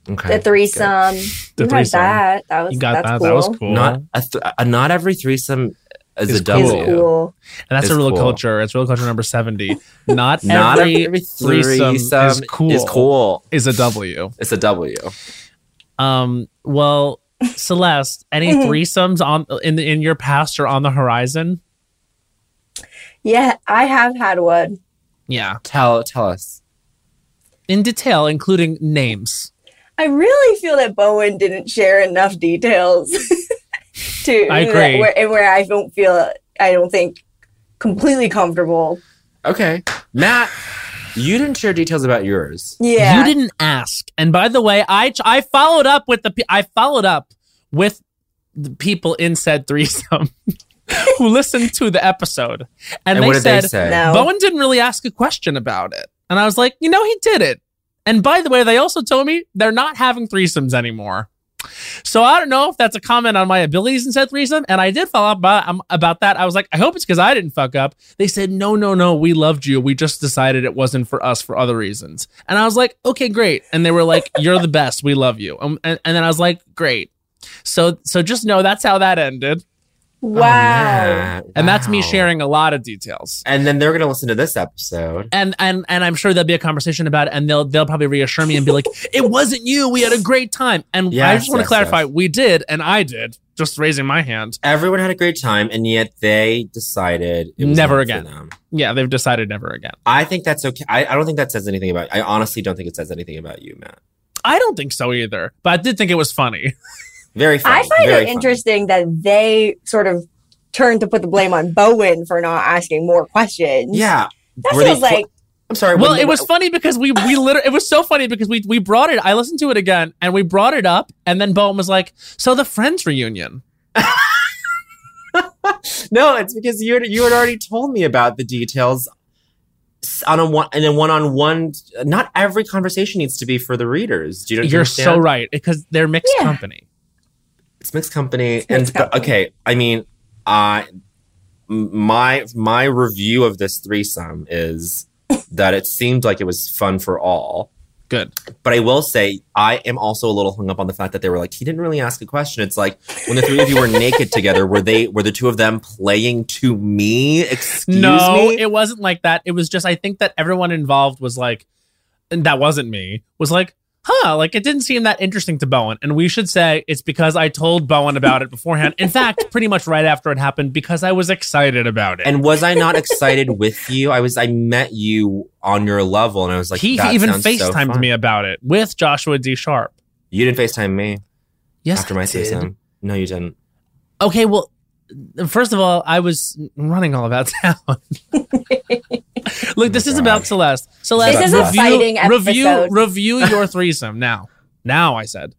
S2: Okay.
S5: the threesome.
S2: The
S5: you had
S2: threesome.
S5: that. That was that's cool.
S2: Not a th- a, not every threesome is,
S5: Is
S2: a double.
S5: cool. Is cool.
S1: And that's
S2: Is
S1: a real
S2: cool.
S1: culture. It's real culture number 70. Not,
S2: Not
S1: every,
S2: every
S1: threesome,
S2: threesome
S1: is cool.
S2: is cool.
S1: Is a W.
S2: It's a W.
S1: Um, well, Celeste, any
S5: Mm-hmm.
S1: threesomes on in the, in your past or on the horizon?
S5: Yeah, I have had one.
S1: Yeah.
S2: Tell tell us.
S1: In detail, including names.
S5: I really feel that Bowen didn't share enough details to
S1: I agree.
S5: where, and where I don't feel I don't think completely comfortable.
S2: Okay. Matt, you didn't share details about yours.
S5: Yeah.
S1: You didn't ask. And by the way, I I followed up with the pe- I followed up with the people in said threesome who listened to the episode, and,
S2: And
S1: they
S2: what did they
S1: said
S2: say? No.
S1: Bowen didn't really ask a question about it, and I was like, you know, he did it. And by the way, they also told me they're not having threesomes anymore. So I don't know if that's a comment on my abilities in said threesome. And I did follow up about, um, about that. I was like, I hope it's because I didn't fuck up. They said, no, no, no, we loved you. We just decided it wasn't for us for other reasons. And I was like, okay, great. And they were like, you're the best. We love you. Um, and, and then I was like, great. So so just know that's how that ended.
S2: Oh,
S5: Wow.
S1: "Oh, And that's me sharing a lot of details.
S2: And then they're gonna listen to this episode.
S1: And and and I'm sure there'll be a conversation about it, and they'll they'll probably reassure me and be like, "It wasn't you. We had a great time." And I
S2: Yes,
S1: just want to
S2: yes,
S1: clarify,
S2: yes.
S1: we did, and I did. Just raising my hand.
S2: Everyone had a great time, and yet they decided it was
S1: Never
S2: not for
S1: again.
S2: them.
S1: Yeah, they've decided never again.
S2: I think that's okay. I, I don't think that says anything about. I honestly don't think it says anything about you, Matt.
S1: I don't think so either, but I did think it was funny.
S2: Very funny.
S5: I find
S2: very
S5: it
S2: funny.
S5: interesting that they sort of turned to put the blame on Bowen for not asking more questions.
S2: Yeah.
S5: That
S2: Were they
S5: feels
S2: fl-
S5: like
S2: I'm sorry.
S1: Well,
S2: when-
S1: it was funny because we we literally it was so funny because we we brought it. I listened to it again and we brought it up, and then Bowen was like, "So the Friends reunion."
S2: No, it's because you had, you had already told me about the details s- on a one and a one on one. Not every conversation needs to be for the readers. Do you? do you
S1: You're so
S2: understand?
S1: right because they're mixed company.
S2: It's mixed company, and but, okay. I mean, I m- my my review of this threesome is that it seemed like it was fun for all.
S1: Good,
S2: but I will say I am also a little hung up on the fact that they were like he didn't really ask a question. It's like when the three of you were naked together, were they were the two of them playing to me? Excuse
S1: no,
S2: me.
S1: it wasn't like that. It was just I think that everyone involved was like, and that wasn't me. Was like, huh? Like it didn't seem that interesting to Bowen, and we should say it's because I told Bowen about it beforehand. In fact, pretty much right after it happened because I was excited about it.
S2: And was I not excited with you? I was. I met you on your level, and I was like,
S1: he
S2: that
S1: even
S2: sounds so
S1: FaceTimed
S2: fun.
S1: me about it with Joshua D. Sharp.
S2: You didn't Facetime me.
S1: Yes,
S2: after my
S1: I did.
S2: threesome. No, you didn't.
S1: Okay, well, first of all, I was running all about town. Look, this is about Celeste. Celeste,
S5: This is a fighting
S1: review,
S5: episode.
S1: review your threesome now. Now, I said.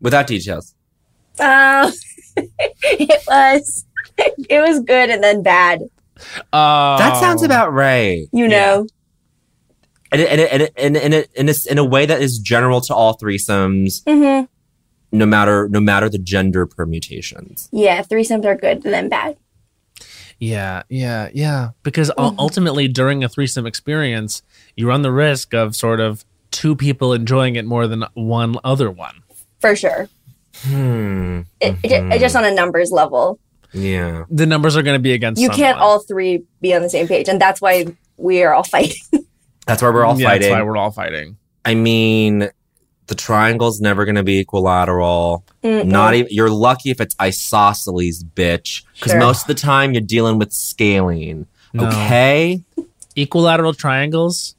S2: Without details.
S5: Um, it was it was good and then bad.
S1: Uh,
S2: That sounds about right.
S5: You know,
S2: And it, and it, and it, and it, and it, and it's in a way that is general to all threesomes,
S5: hmm
S2: no matter no matter the gender permutations.
S5: yeah, threesomes are good and then bad.
S1: Yeah, yeah, yeah. Because u-
S5: Mm-hmm.
S1: ultimately, during a threesome experience, you run the risk of sort of two people enjoying it more than one other one.
S5: for sure.
S2: Hmm.
S5: It, it- it just
S2: Mm-hmm.
S5: on a numbers level,
S2: Yeah.
S1: The numbers are going to be against.
S5: you
S1: someone.
S5: can't all three be on the same page, and that's why we are all fighting.
S2: That's why we're all
S1: Yeah,
S2: fighting.
S1: That's why we're all fighting.
S2: I mean, the triangle's never going to be equilateral.
S5: Mm-mm.
S2: Not even you're lucky if it's isosceles, bitch. Because
S5: Sure.
S2: most of the time you're dealing with scaling.
S1: No.
S2: Okay,
S1: Equilateral triangles,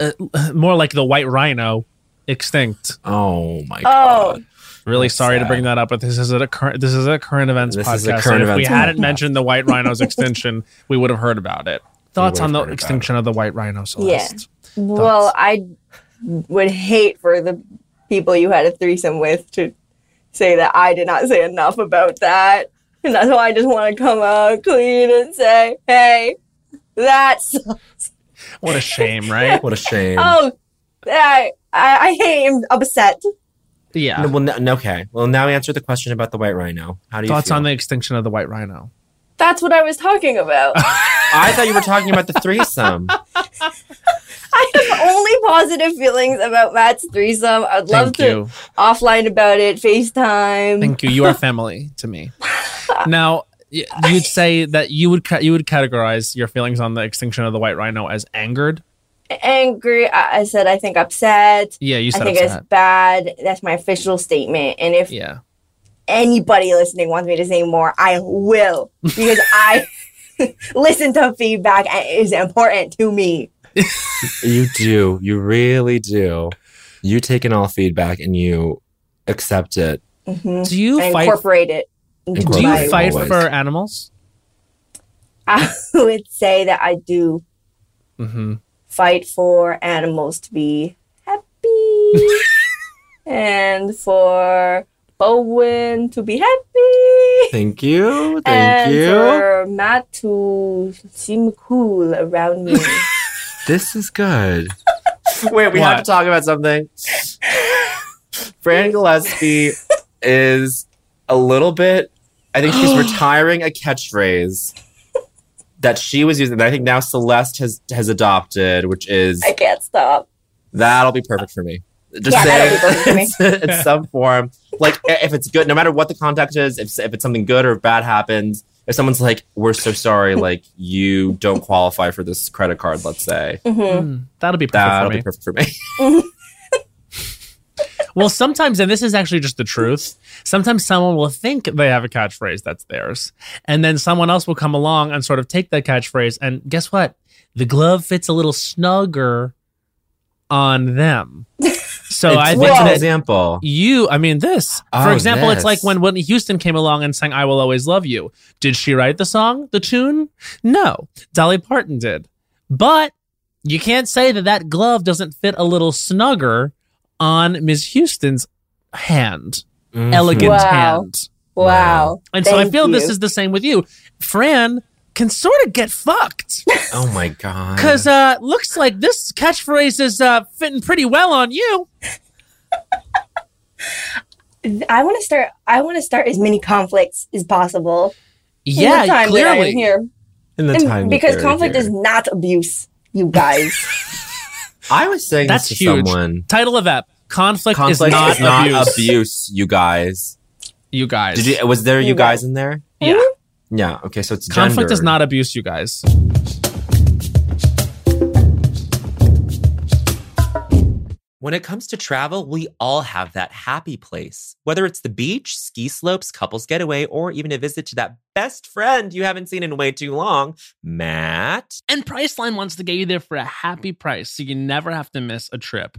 S1: uh, more like the white rhino, extinct.
S2: Oh my
S5: oh,
S1: Really sorry to bring that up, but this is a current this is a current events
S2: This
S1: podcast.
S2: is a
S1: so
S2: current
S1: if we
S2: events
S1: hadn't
S2: podcast.
S1: mentioned the white rhino's extinction, we would have heard about it. Thoughts
S2: would've
S1: on the
S2: heard about
S1: extinction of the white rhino, Celeste?
S5: well, I would hate for the people you had a threesome with to say that I did not say enough about that, and that's why I just want to come out clean and say, hey, that's
S1: What a shame, right?
S2: what a shame.
S5: oh, I I, I hate him upset.
S1: yeah.
S2: No, well, no- no, okay. Well, now answer the question about the white rhino. How do you
S1: Thoughts
S2: feel?
S1: on the extinction of the white rhino?
S5: That's what I was talking about.
S2: I thought you were talking about the threesome.
S5: I I have only positive feelings about Matt's threesome. I'd love
S1: Thank
S5: to
S1: you.
S5: offline about it, FaceTime.
S1: Thank you. You are family to me. Now, y- you'd say that you would ca- you would categorize your feelings on the extinction of the white rhino as angered.
S5: Angry. I, I said I think upset.
S1: Yeah, you said
S5: I think
S1: upset.
S5: it's bad. That's my official statement. And if
S1: Yeah.
S5: anybody listening wants me to say more, I will because I listen to feedback. It is important to me.
S2: You do. You really do. You take in all feedback and you accept it.
S5: Mhm.
S1: Do you
S5: I
S1: fight-
S5: incorporate it? into
S1: Do
S5: my-
S1: you fight
S2: always.
S1: for animals?
S5: I would say that I do
S1: Mm-hmm.
S5: fight for animals to be happy and for Bowen to be happy.
S2: Thank you. Thank
S5: and
S2: you.
S5: for Matt to seem cool around me.
S2: This is good. Wait, we have to talk about something. Fran Gillespie is a little bit, I think she's retiring a catchphrase that she was using that I think now Celeste has has adopted, which is
S5: I can't stop.
S2: that'll be perfect for me. Just
S5: Yeah, that'll be
S2: saying
S5: perfect for me.
S2: in some form. Like i- if it's good, no matter what the context is, if, if it's something good or bad happens, if someone's like, we're so sorry, like you don't qualify for this credit card, let's say.
S5: Mhm.
S1: That'll be perfect
S2: That'll
S1: for me.
S2: be perfect for me.
S1: Well, sometimes, and this is actually just the truth, sometimes someone will think they have a catchphrase that's theirs. And then someone else will come along and sort of take that catchphrase. And guess what? The glove fits a little snugger on them. So
S2: It's-
S1: I
S2: what's
S1: think
S2: an
S1: that
S2: example?
S1: you, I mean, this. For
S2: Oh,
S1: example, it's like
S2: this.
S1: when Whitney Houston came along and sang I Will Always Love You. Did she write the song, the tune? No, Dolly Parton did. But you can't say that that glove doesn't fit a little snugger on Miss Houston's hand,
S2: Mm-hmm.
S1: elegant
S5: Wow.
S1: hand.
S5: Wow.
S1: And so I
S5: Thank
S1: feel this
S5: you.
S1: is the same with you. Fran can sort of get fucked
S2: Oh my god.
S1: because uh, looks like this catchphrase is uh, fitting pretty well on you.
S5: I want to start. I want to start as many conflicts as possible. in the
S1: Yeah,
S5: time that I'm
S1: clearly.
S5: here,
S2: in the
S5: And
S2: time
S5: because
S2: period
S5: conflict
S2: here.
S5: is not abuse, you guys.
S2: I was saying
S1: That's
S2: this to
S1: huge.
S2: someone.
S1: Title of app. Conflict,
S2: Conflict
S1: is not, abuse.
S2: you guys.
S1: You guys.
S2: Did you was there you,
S5: You
S2: guys,
S5: guys.
S2: in there?
S1: yeah.
S2: Yeah. Okay, so it's
S1: Conflict is
S2: gendered.
S1: not abuse, you guys.
S2: When it comes to travel, we all have that happy place. Whether it's the beach, ski slopes, couples getaway, or even a visit to that best friend you haven't seen in way too long, Matt.
S1: And Priceline wants to get you there for a happy price so you never have to miss a trip.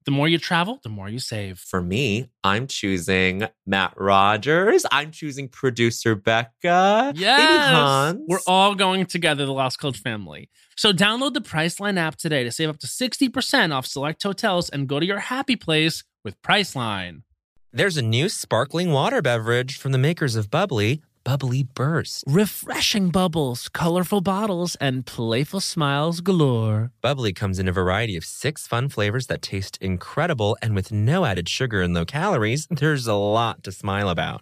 S1: The more you travel, the more you save.
S2: For me, I'm choosing Matt Rogers. I'm choosing producer Becca. Lady
S1: Yes,
S2: Uh, Hans.
S1: we're all going together, the Lost Coach family. So download the Priceline app today to save up to 60% off select hotels and go to your happy place with Priceline.
S2: There's a new sparkling water beverage from the makers of Bubbly, Bubbly Burst.
S1: Refreshing bubbles, colorful bottles, and playful smiles galore.
S2: Bubbly comes in a variety of six fun flavors that taste incredible, and with no added sugar and low calories, there's a lot to smile about.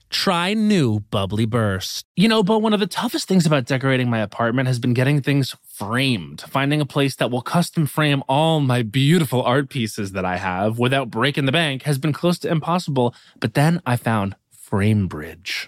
S1: try new Bubbly Burst. You know, but one of the toughest things about decorating my apartment has been getting things framed, finding a place that will custom frame all my beautiful art pieces that I have without breaking the bank has been close to impossible, but then I found Framebridge.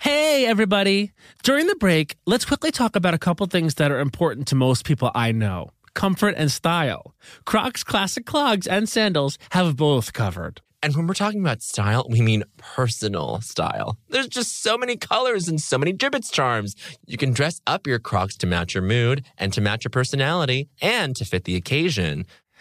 S1: Hey, everybody. During the break, let's quickly talk about a couple things that are important to most people I know comfort and style. Crocs classic clogs and sandals have both covered.
S2: And when we're talking about style, we mean personal style. There's just so many colors and so many gibbets charms. You can dress up your Crocs to match your mood and to match your personality and to fit the occasion.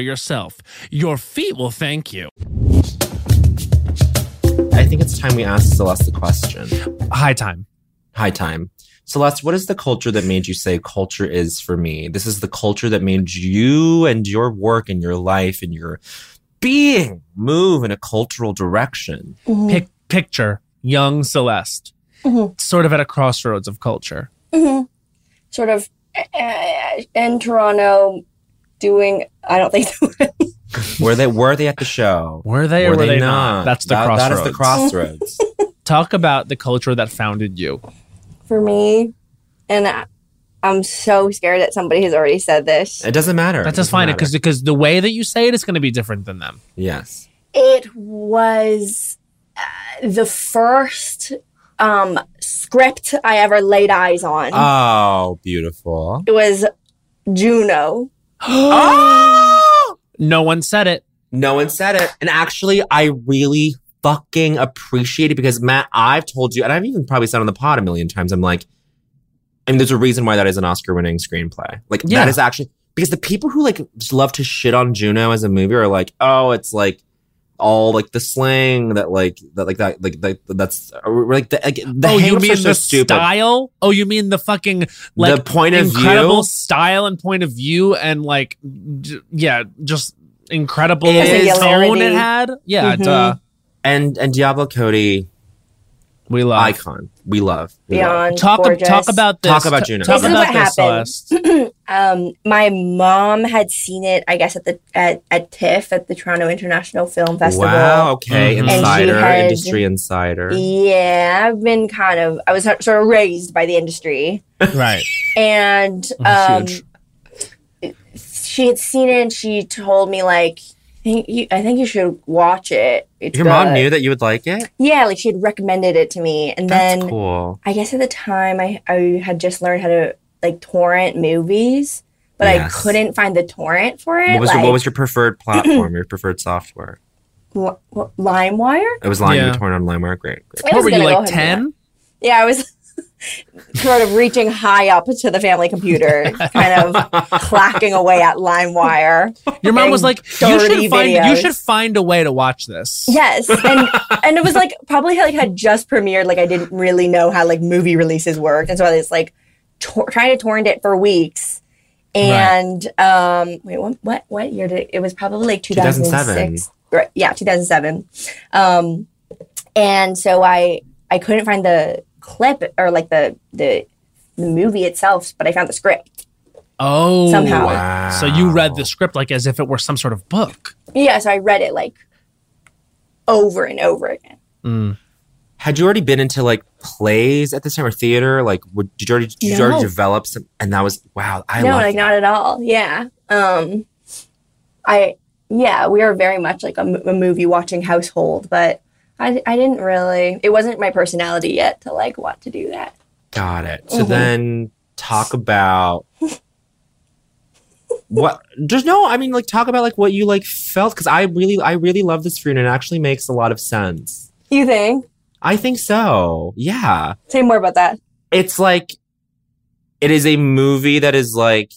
S1: yourself. Your feet will thank you.
S2: I think it's time we ask Celeste the question.
S1: High time.
S2: High time. Celeste, what is the culture that made you say culture is for me? This is the culture that made you and your work and your life and your being move in a cultural direction.
S7: Pic- picture young Celeste, sort of at a crossroads of culture.
S5: hmm Sort of uh, in Toronto, doing. I don't think.
S2: Were they were they at the show?
S7: Were they or were they not? That's the
S2: That- That is the
S7: crossroads.
S2: crossroads.
S7: Talk about the culture that founded you.
S5: for me, and I, I'm so scared that somebody has already said this.
S2: it doesn't matter.
S7: That's just fine because because the way that you say it is going to be different than them.
S2: Yes.
S5: It was uh, the first um, script I ever laid eyes on.
S7: Ah.
S2: Oh, beautiful.
S5: it was Juno.
S7: No one said it.
S2: No one said it. And actually, I really fucking appreciate it because Matt, I've told you, and I've even probably said on the pod a million times, I'm like, I mean, there's a reason why that is an Oscar winning screenplay. Like,
S7: Yeah.
S2: that is actually because the people who like just love to shit on Juno as a movie are like, oh, it's like all like the slang that like that like that like that, that's or, like the like, the
S7: oh, you
S2: hangups are
S7: mean
S2: so
S7: the
S2: stupid.
S7: style? Oh, you mean the fucking like
S2: the point of
S7: incredible
S2: view
S7: style and point of view and like j- yeah, just incredible
S2: It is-
S7: tone it had. Yeah,
S5: Mhm.
S7: duh.
S2: and and Diablo Cody
S7: We love.
S2: icon. We love. We love.
S5: Beyond
S7: Talk
S5: gorgeous.
S7: talk about this.
S2: Talk about
S7: T-
S2: Juno.
S7: Talk
S5: This is
S7: about
S5: what
S7: this,
S5: happened.
S7: Celeste.
S5: um, my mom had seen it, I guess, at the at, at TIFF at the Toronto International Film Festival.
S2: Wow. Okay.
S7: Mhm. And
S5: she
S2: Insider,
S5: had-
S2: industry insider.
S5: Yeah, I've been kind of I was sort of raised by the industry,
S7: Right.
S5: and
S7: Oh,
S5: um,
S7: huge.
S5: she had seen it and she told me like, I think you, I think you should watch it. It's
S2: Your mom
S5: good."
S2: knew that you would like it.
S5: Yeah, like she had recommended it to me, and
S2: That's
S5: then
S2: cool.
S5: I guess at the time I I had just learned how to like torrent movies, but
S2: Yes.
S5: I couldn't find the torrent for it.
S2: What was
S5: like,
S2: your, what was your preferred platform? your preferred software?
S5: Li- what, LimeWire?
S2: It was Lime. You
S7: Yeah.
S2: were torn on LimeWire. Great. great.
S5: I
S7: What
S5: was
S7: were you
S5: gonna go
S7: like
S5: ahead and do
S7: ten?
S5: that. Yeah, I was sort of reaching high up to the family computer, kind of clacking away at LimeWire.
S7: Your mom was
S5: Getting
S7: like, you
S5: dirty
S7: should find you
S5: videos.
S7: should find a way to watch this.
S5: Yes, and and it was like probably like had just premiered. Like I didn't really know how like movie releases worked, and so I was like tor- trying to torrent it for weeks. And um, wait, what, what what year did it, it was probably like
S2: 2007.
S5: 2006. Right, yeah, 2007. Um, and so I I couldn't find the clip or like the the, the movie itself, but I found the script.
S7: Oh,
S5: Somehow.
S2: Wow.
S7: So you read the script like as if it were some sort of book.
S5: Yeah, so I read it like over and over again.
S2: Mm. Had you already been into like plays at this time or theater? Like, would, did you already, did you already
S5: No.
S2: develop some? And that was wow. I
S5: no,
S2: love
S5: like not at all. Yeah. Um, I yeah, we are very much like a, m- a movie watching household, but I I didn't really. It wasn't my personality yet to like want to do that.
S2: Got it. So
S5: Mhm.
S2: then talk about what just no, I mean like talk about like what you like felt cuz I really I really love this fruit and it actually makes a lot of sense.
S5: You think?
S2: I think so. Yeah.
S5: Say more about that.
S2: It's like it is a movie that is like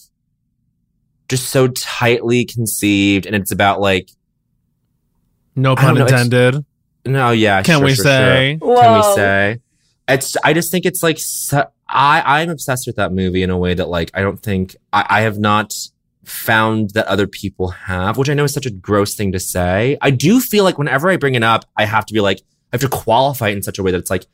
S2: just so tightly conceived and it's about like
S1: No
S2: I don't
S1: pun
S2: know, it's-
S1: intended.
S2: no, oh yeah.
S1: Can
S2: sure,
S1: we
S2: sure,
S1: say?
S2: sure. Can we
S5: Whoa.
S2: say? It's. I just think it's like. Su- I I'm obsessed with that movie in a way that like I don't think I, I have not found that other people have, which I know is such a gross thing to say. I do feel like whenever I bring it up, I have to be like I have to qualify it in such a way that it's like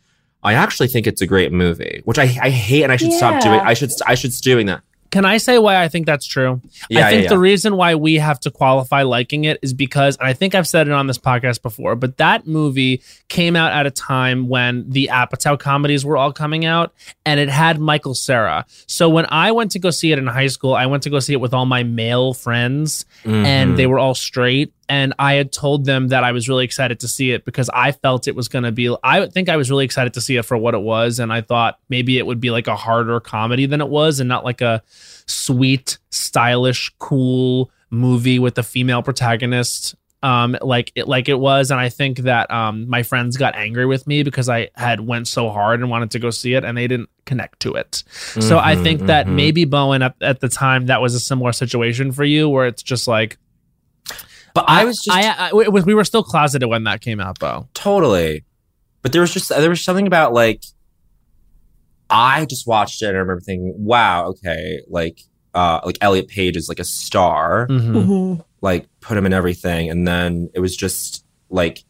S2: I actually think it's a great movie, which I I hate and I should stop doing.
S5: Yeah.
S2: I should I should doing that.
S1: Can I say why I think that's true?
S2: Yeah,
S1: I think
S2: yeah,
S1: the
S2: yeah.
S1: reason why we have to qualify liking it is because, and I think I've said it on this podcast before, but that movie came out at a time when the Apatow comedies were all coming out and it had Michael Sarah. So when I went to go see it in high school, I went to go see it with all my male friends and they were all straight. And I had told them that I was really excited to see it because I felt it was going to be, I would think I was really excited to see it for what it was. And I thought maybe it would be like a harder comedy than it was and not like a sweet, stylish, cool movie with a female protagonist. Um, like it, like it was, and I think that um, my friends got angry with me because I had went so hard and wanted to go see it, and they didn't connect to it. So I
S2: Mhm,
S1: think that
S2: mhm.
S1: maybe Bowen at, at the time that was a similar situation for you, where it's just like
S2: but I was just
S1: I, I, we- we were still closeted when that came out, though.
S2: Totally. But there was just there was something about like I just watched it and I remember thinking, wow, okay, like uh like Elliot Page is like a star.
S1: Mm-hmm.
S2: Like put him in everything. And then it was just like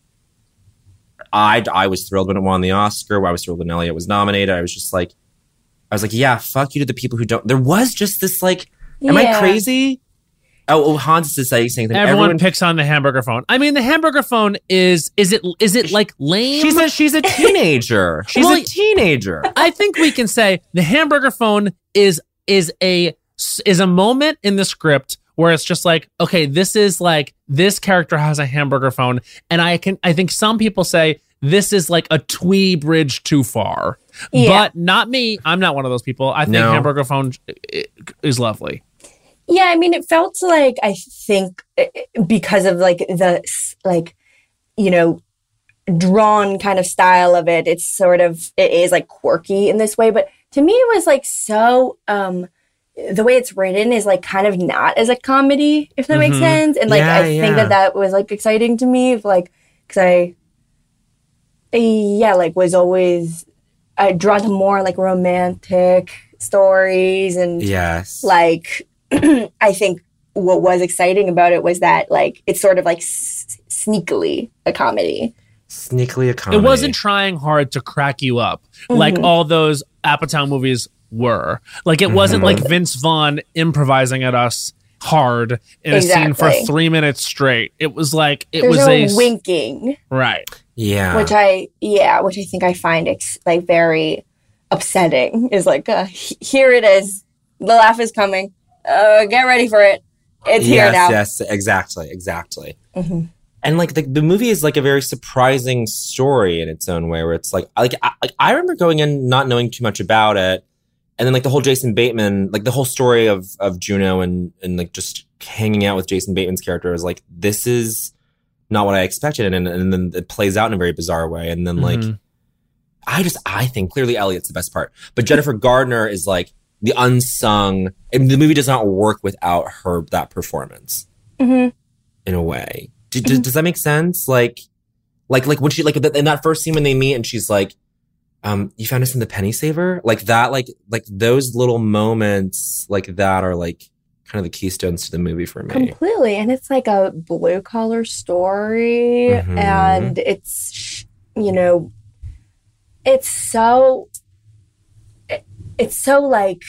S2: I I was thrilled when it won the Oscar. I was thrilled when Elliot was nominated. I was just like I was like, yeah, fuck you to the people who don't there was just this like am I
S5: Yeah.
S2: crazy? Oh, oh Hans is saying something.
S1: Everyone, picks on the hamburger phone. I mean, the hamburger phone is is it is it like lame?
S2: She's a she's a teenager. She's
S1: Well,
S2: a teenager.
S1: I think we can say the hamburger phone is is a is a moment in the script where it's just like okay this is like this character has a hamburger phone and I can I think some people say this is like a twee bridge too far.
S5: Yeah.
S1: But not me. I'm not one of those people. I think
S2: No.
S1: hamburger phone i- is lovely.
S5: Yeah, I mean, it felt like I think eh, eh, because of like the s- like you know drawn kind of style of it, it's sort of it is like quirky in this way. But to me, it was like so um the way it's written is like kind of not as a comedy, if that makes
S1: Mhm.
S5: sense. And like I
S2: Yeah,
S5: think
S2: yeah.
S5: that that was like exciting to me, of, like because I yeah like was always I drawn to more like romantic stories and
S2: Yes.
S5: like I think what was exciting about it was that like it's sort of like s- sneakily a comedy.
S2: sneakily a comedy.
S1: It wasn't trying hard to crack you up like
S5: Mhm.
S1: all those Apatow movies were. Like it wasn't
S2: Mhm.
S1: like Vince Vaughn improvising at us hard in a scene for
S5: Exactly.
S1: three minutes straight. It was like it
S5: There's
S1: was
S5: no
S1: a s- Ah.
S5: winking,
S1: right.
S2: Yeah.
S5: which I yeah, which I think I find ex- like very upsetting. Is like uh, he- here it is, the laugh is coming. Uh, get ready for it. It's here
S2: yes,
S5: now.
S2: Yes, exactly, exactly.
S5: Mhm.
S2: And like the, the movie is like a very surprising story in its own way, where it's like like I, like, I remember going in not knowing too much about it, and then like the whole Jason Bateman, like the whole story of of Juno and and like just hanging out with Jason Bateman's character is like this is not what I expected, and and then it plays out in a very bizarre way, and then like
S1: Mhm.
S2: I just I think clearly Elliot's the best part, but Jennifer Gardner is like the unsung. And the movie does not work without her that performance
S5: Mhm.
S2: in a way. Do, do- does that make sense? Like, like, like when she like in that first scene when they meet and she's like, um, "You found us in the penny saver," like that, like like those little moments like that are like kind of the keystones to the movie for me.
S5: Completely, and it's like a blue collar story,
S2: Mhm.
S5: and it's you know, it's so, it- it's so like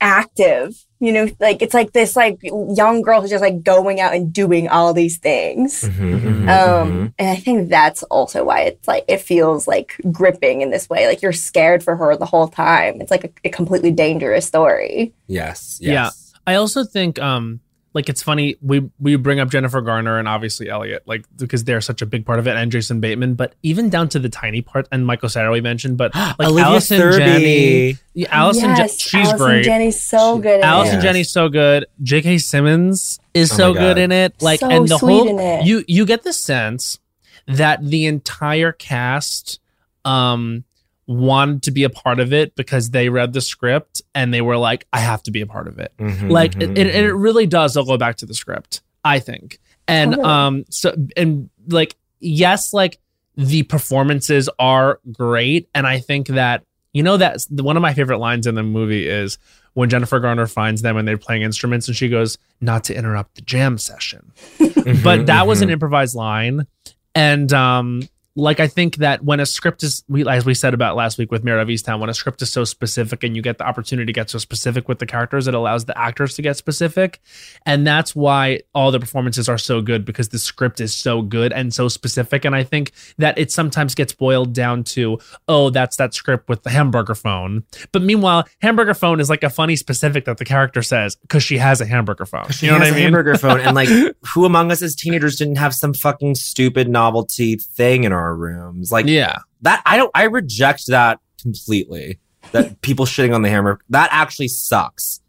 S5: active. You know, like it's like this like young girl who's just like going out and doing all these things.
S2: Mm-hmm,
S5: Um, and I think that's also why it's like it feels like gripping in this way. Like you're scared for her the whole time. It's like a, a completely dangerous story.
S2: Yes.
S1: Yeah. I also think um like it's funny we we bring up Jennifer Garner and obviously Elliot like because they're such a big part of it and Jason Bateman but even down to the tiny part and Michael Sarah mentioned but like
S2: Olivia
S1: Allison
S2: Thirby.
S1: Janney yeah, Allison Ja-
S5: yes,
S1: she's
S5: Allison
S1: great
S5: Jenny's so good. At
S1: Allison
S5: it.
S2: Yes.
S1: Jenny's so good J.K. Simmons is
S2: Oh
S1: so
S2: my
S1: good
S2: God.
S1: in it like
S5: So
S1: and the
S5: sweet
S1: whole
S5: in it.
S1: you you get the sense that the entire cast um wanted to be a part of it because they read the script and they were like I have to be a part of it
S2: Mm-hmm,
S1: like it, it, it really does all go back to the script i think and
S5: Totally.
S1: um so and like yes like the performances are great and i think that you know that one of my favorite lines in the movie is when jennifer garner finds them and they're playing instruments and she goes not to interrupt the jam session
S2: Mm-hmm,
S1: but that was an improvised line and um like i think that when a script is we as we said about last week with mayor of easttown when a script is so specific and you get the opportunity to get so specific with the characters it allows the actors to get specific and that's why all the performances are so good because the script is so good and so specific and i think that it sometimes gets boiled down to oh that's that script with the hamburger phone but meanwhile hamburger phone is like a funny specific that the character says because she has a hamburger phone
S2: She
S1: you know
S2: has
S1: what i
S2: a
S1: mean
S2: hamburger phone, and like, who among us as teenagers didn't have some fucking stupid novelty thing in our rooms? Like
S1: yeah
S2: that, I don't. I reject that completely. That people shitting on the hamburger that actually sucks.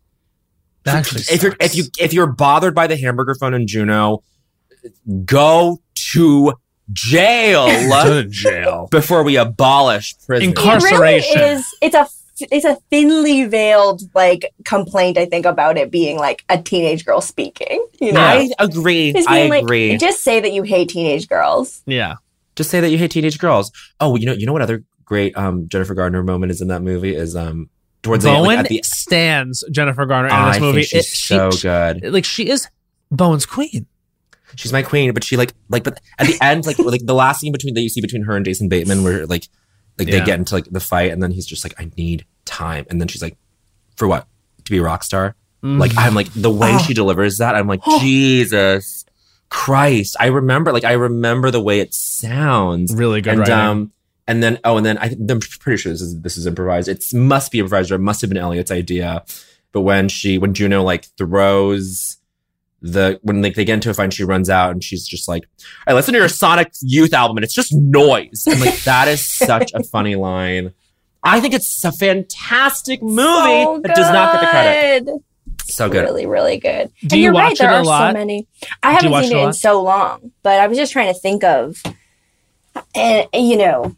S1: That actually
S2: if you're if
S1: sucks.
S2: you if you're bothered by the hamburger phone in Juno, go to jail
S1: to jail
S2: before we abolish prison.
S1: Incar- Incarceration.
S5: It really is. It's a it's a thinly veiled like complaint. I think about it being like a teenage girl speaking. You know,
S2: I agree.
S5: Just
S2: I
S5: being, like,
S2: agree.
S5: Just say that you hate teenage girls.
S1: yeah
S2: just say that you hate teenage girls. Oh, you know, you know what other great um, Jennifer Gardner moment is in that movie is um towards the end, like,
S1: Bowen
S2: at the
S1: stands Jennifer Garner in
S2: I
S1: this
S2: think
S1: movie. It-
S2: she's
S1: she-
S2: so
S1: she-
S2: good.
S1: Like she is Bowen's queen.
S2: She's my queen, but she like like but at the end like like the last scene between that you see between her and Jason Bateman where like like
S1: Yeah.
S2: they get into like the fight and then he's just like I need time and then she's like for what to be a rock star
S1: Mm-hmm.
S2: like I'm like the way she delivers that I'm like Jesus Christ I remember like I remember the way it sounds
S1: really good.
S2: and
S1: writing.
S2: um and then oh and then I think I'm pretty sure this is this is improvised. It must be improvised or it must have been Elliot's idea. But when she when Juno like throws the when like they get into a fight and she runs out and she's just like, I listen to your Sonic Youth album and it's just noise. I'm like, that is such a funny line. I think it's a fantastic movie
S5: So
S2: that does not get the credit.
S5: good.
S2: So good.
S5: Really, really good.
S1: Do
S5: and
S1: you
S5: you're
S1: watch
S5: right, there
S1: it a
S5: are
S1: lot?
S5: so many. I
S1: Do you
S5: haven't
S1: watch
S5: seen
S1: it a
S5: it in
S1: lot?
S5: so long, but I was just trying to think of, and you know,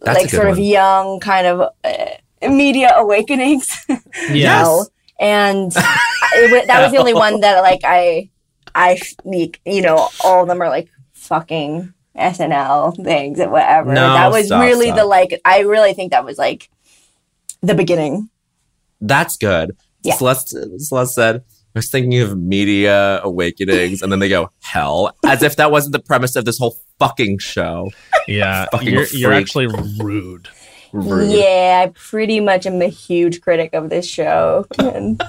S2: That's a
S5: like
S2: good
S5: sort of
S2: one.
S5: young kind of uh, media awakenings.
S1: Yes.
S5: No. And it, wa- that was the only one that like I, I like, you know, all of them are like fucking SNL things and whatever.
S2: No,
S5: that was
S2: stop,
S5: really
S2: stop.
S5: the like. I really think that was like the beginning.
S2: That's good.
S5: Yeah.
S2: Celeste, Celeste said, I was thinking of media awakenings, and then they go, hell, as if that wasn't the premise of this whole fucking show.
S1: yeah,
S2: Fucking
S1: you're, you're
S2: freak.
S1: actually rude.
S2: Rude.
S5: Yeah, I pretty much am a huge critic of this show and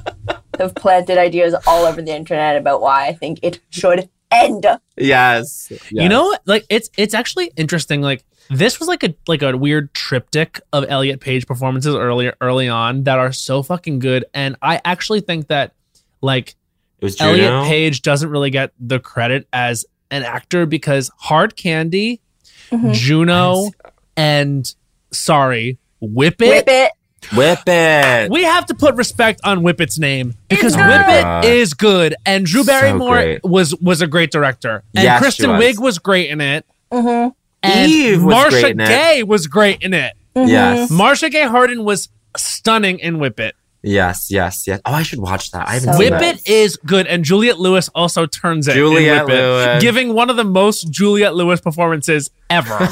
S5: have planted ideas all over the internet about why I think it should end.
S2: Yes.
S1: You know, like it's it's actually interesting. Like this was like a like a weird triptych of Elliot Page performances earlier early on that are so fucking good. And I actually think that like
S2: it was
S1: Elliot Page doesn't really get the credit as an actor because Hard Candy, Mm-hmm.
S5: Mhm.
S1: Juno, and sorry, Whip It.
S5: Whip it.
S2: Whip it.
S1: We have to put respect on Whippet's name because
S5: It's good.
S1: Whippet
S2: God.
S1: is good, and Drew
S2: Ah. So
S1: Barrymore
S2: great.
S1: was was a great director, and
S2: Yes, she
S1: Kristen
S2: was.
S1: Wiig was great in it,
S5: Mhm,
S1: and
S2: Eve was
S1: Marcia
S2: great in it.
S1: Gay was great in it.
S5: mhm.
S2: Yes.
S1: Marsha Gay Harden was stunning in Whippet.
S2: Yes, yes, yes. Oh, I should watch that. I haven't
S5: So
S2: seen
S5: good.
S2: that.
S1: Whippet is good, and Juliet Lewis also turns it. in
S2: Juliette
S1: Whip It,
S2: Lewis.
S1: giving one of the most Juliet Lewis performances ever.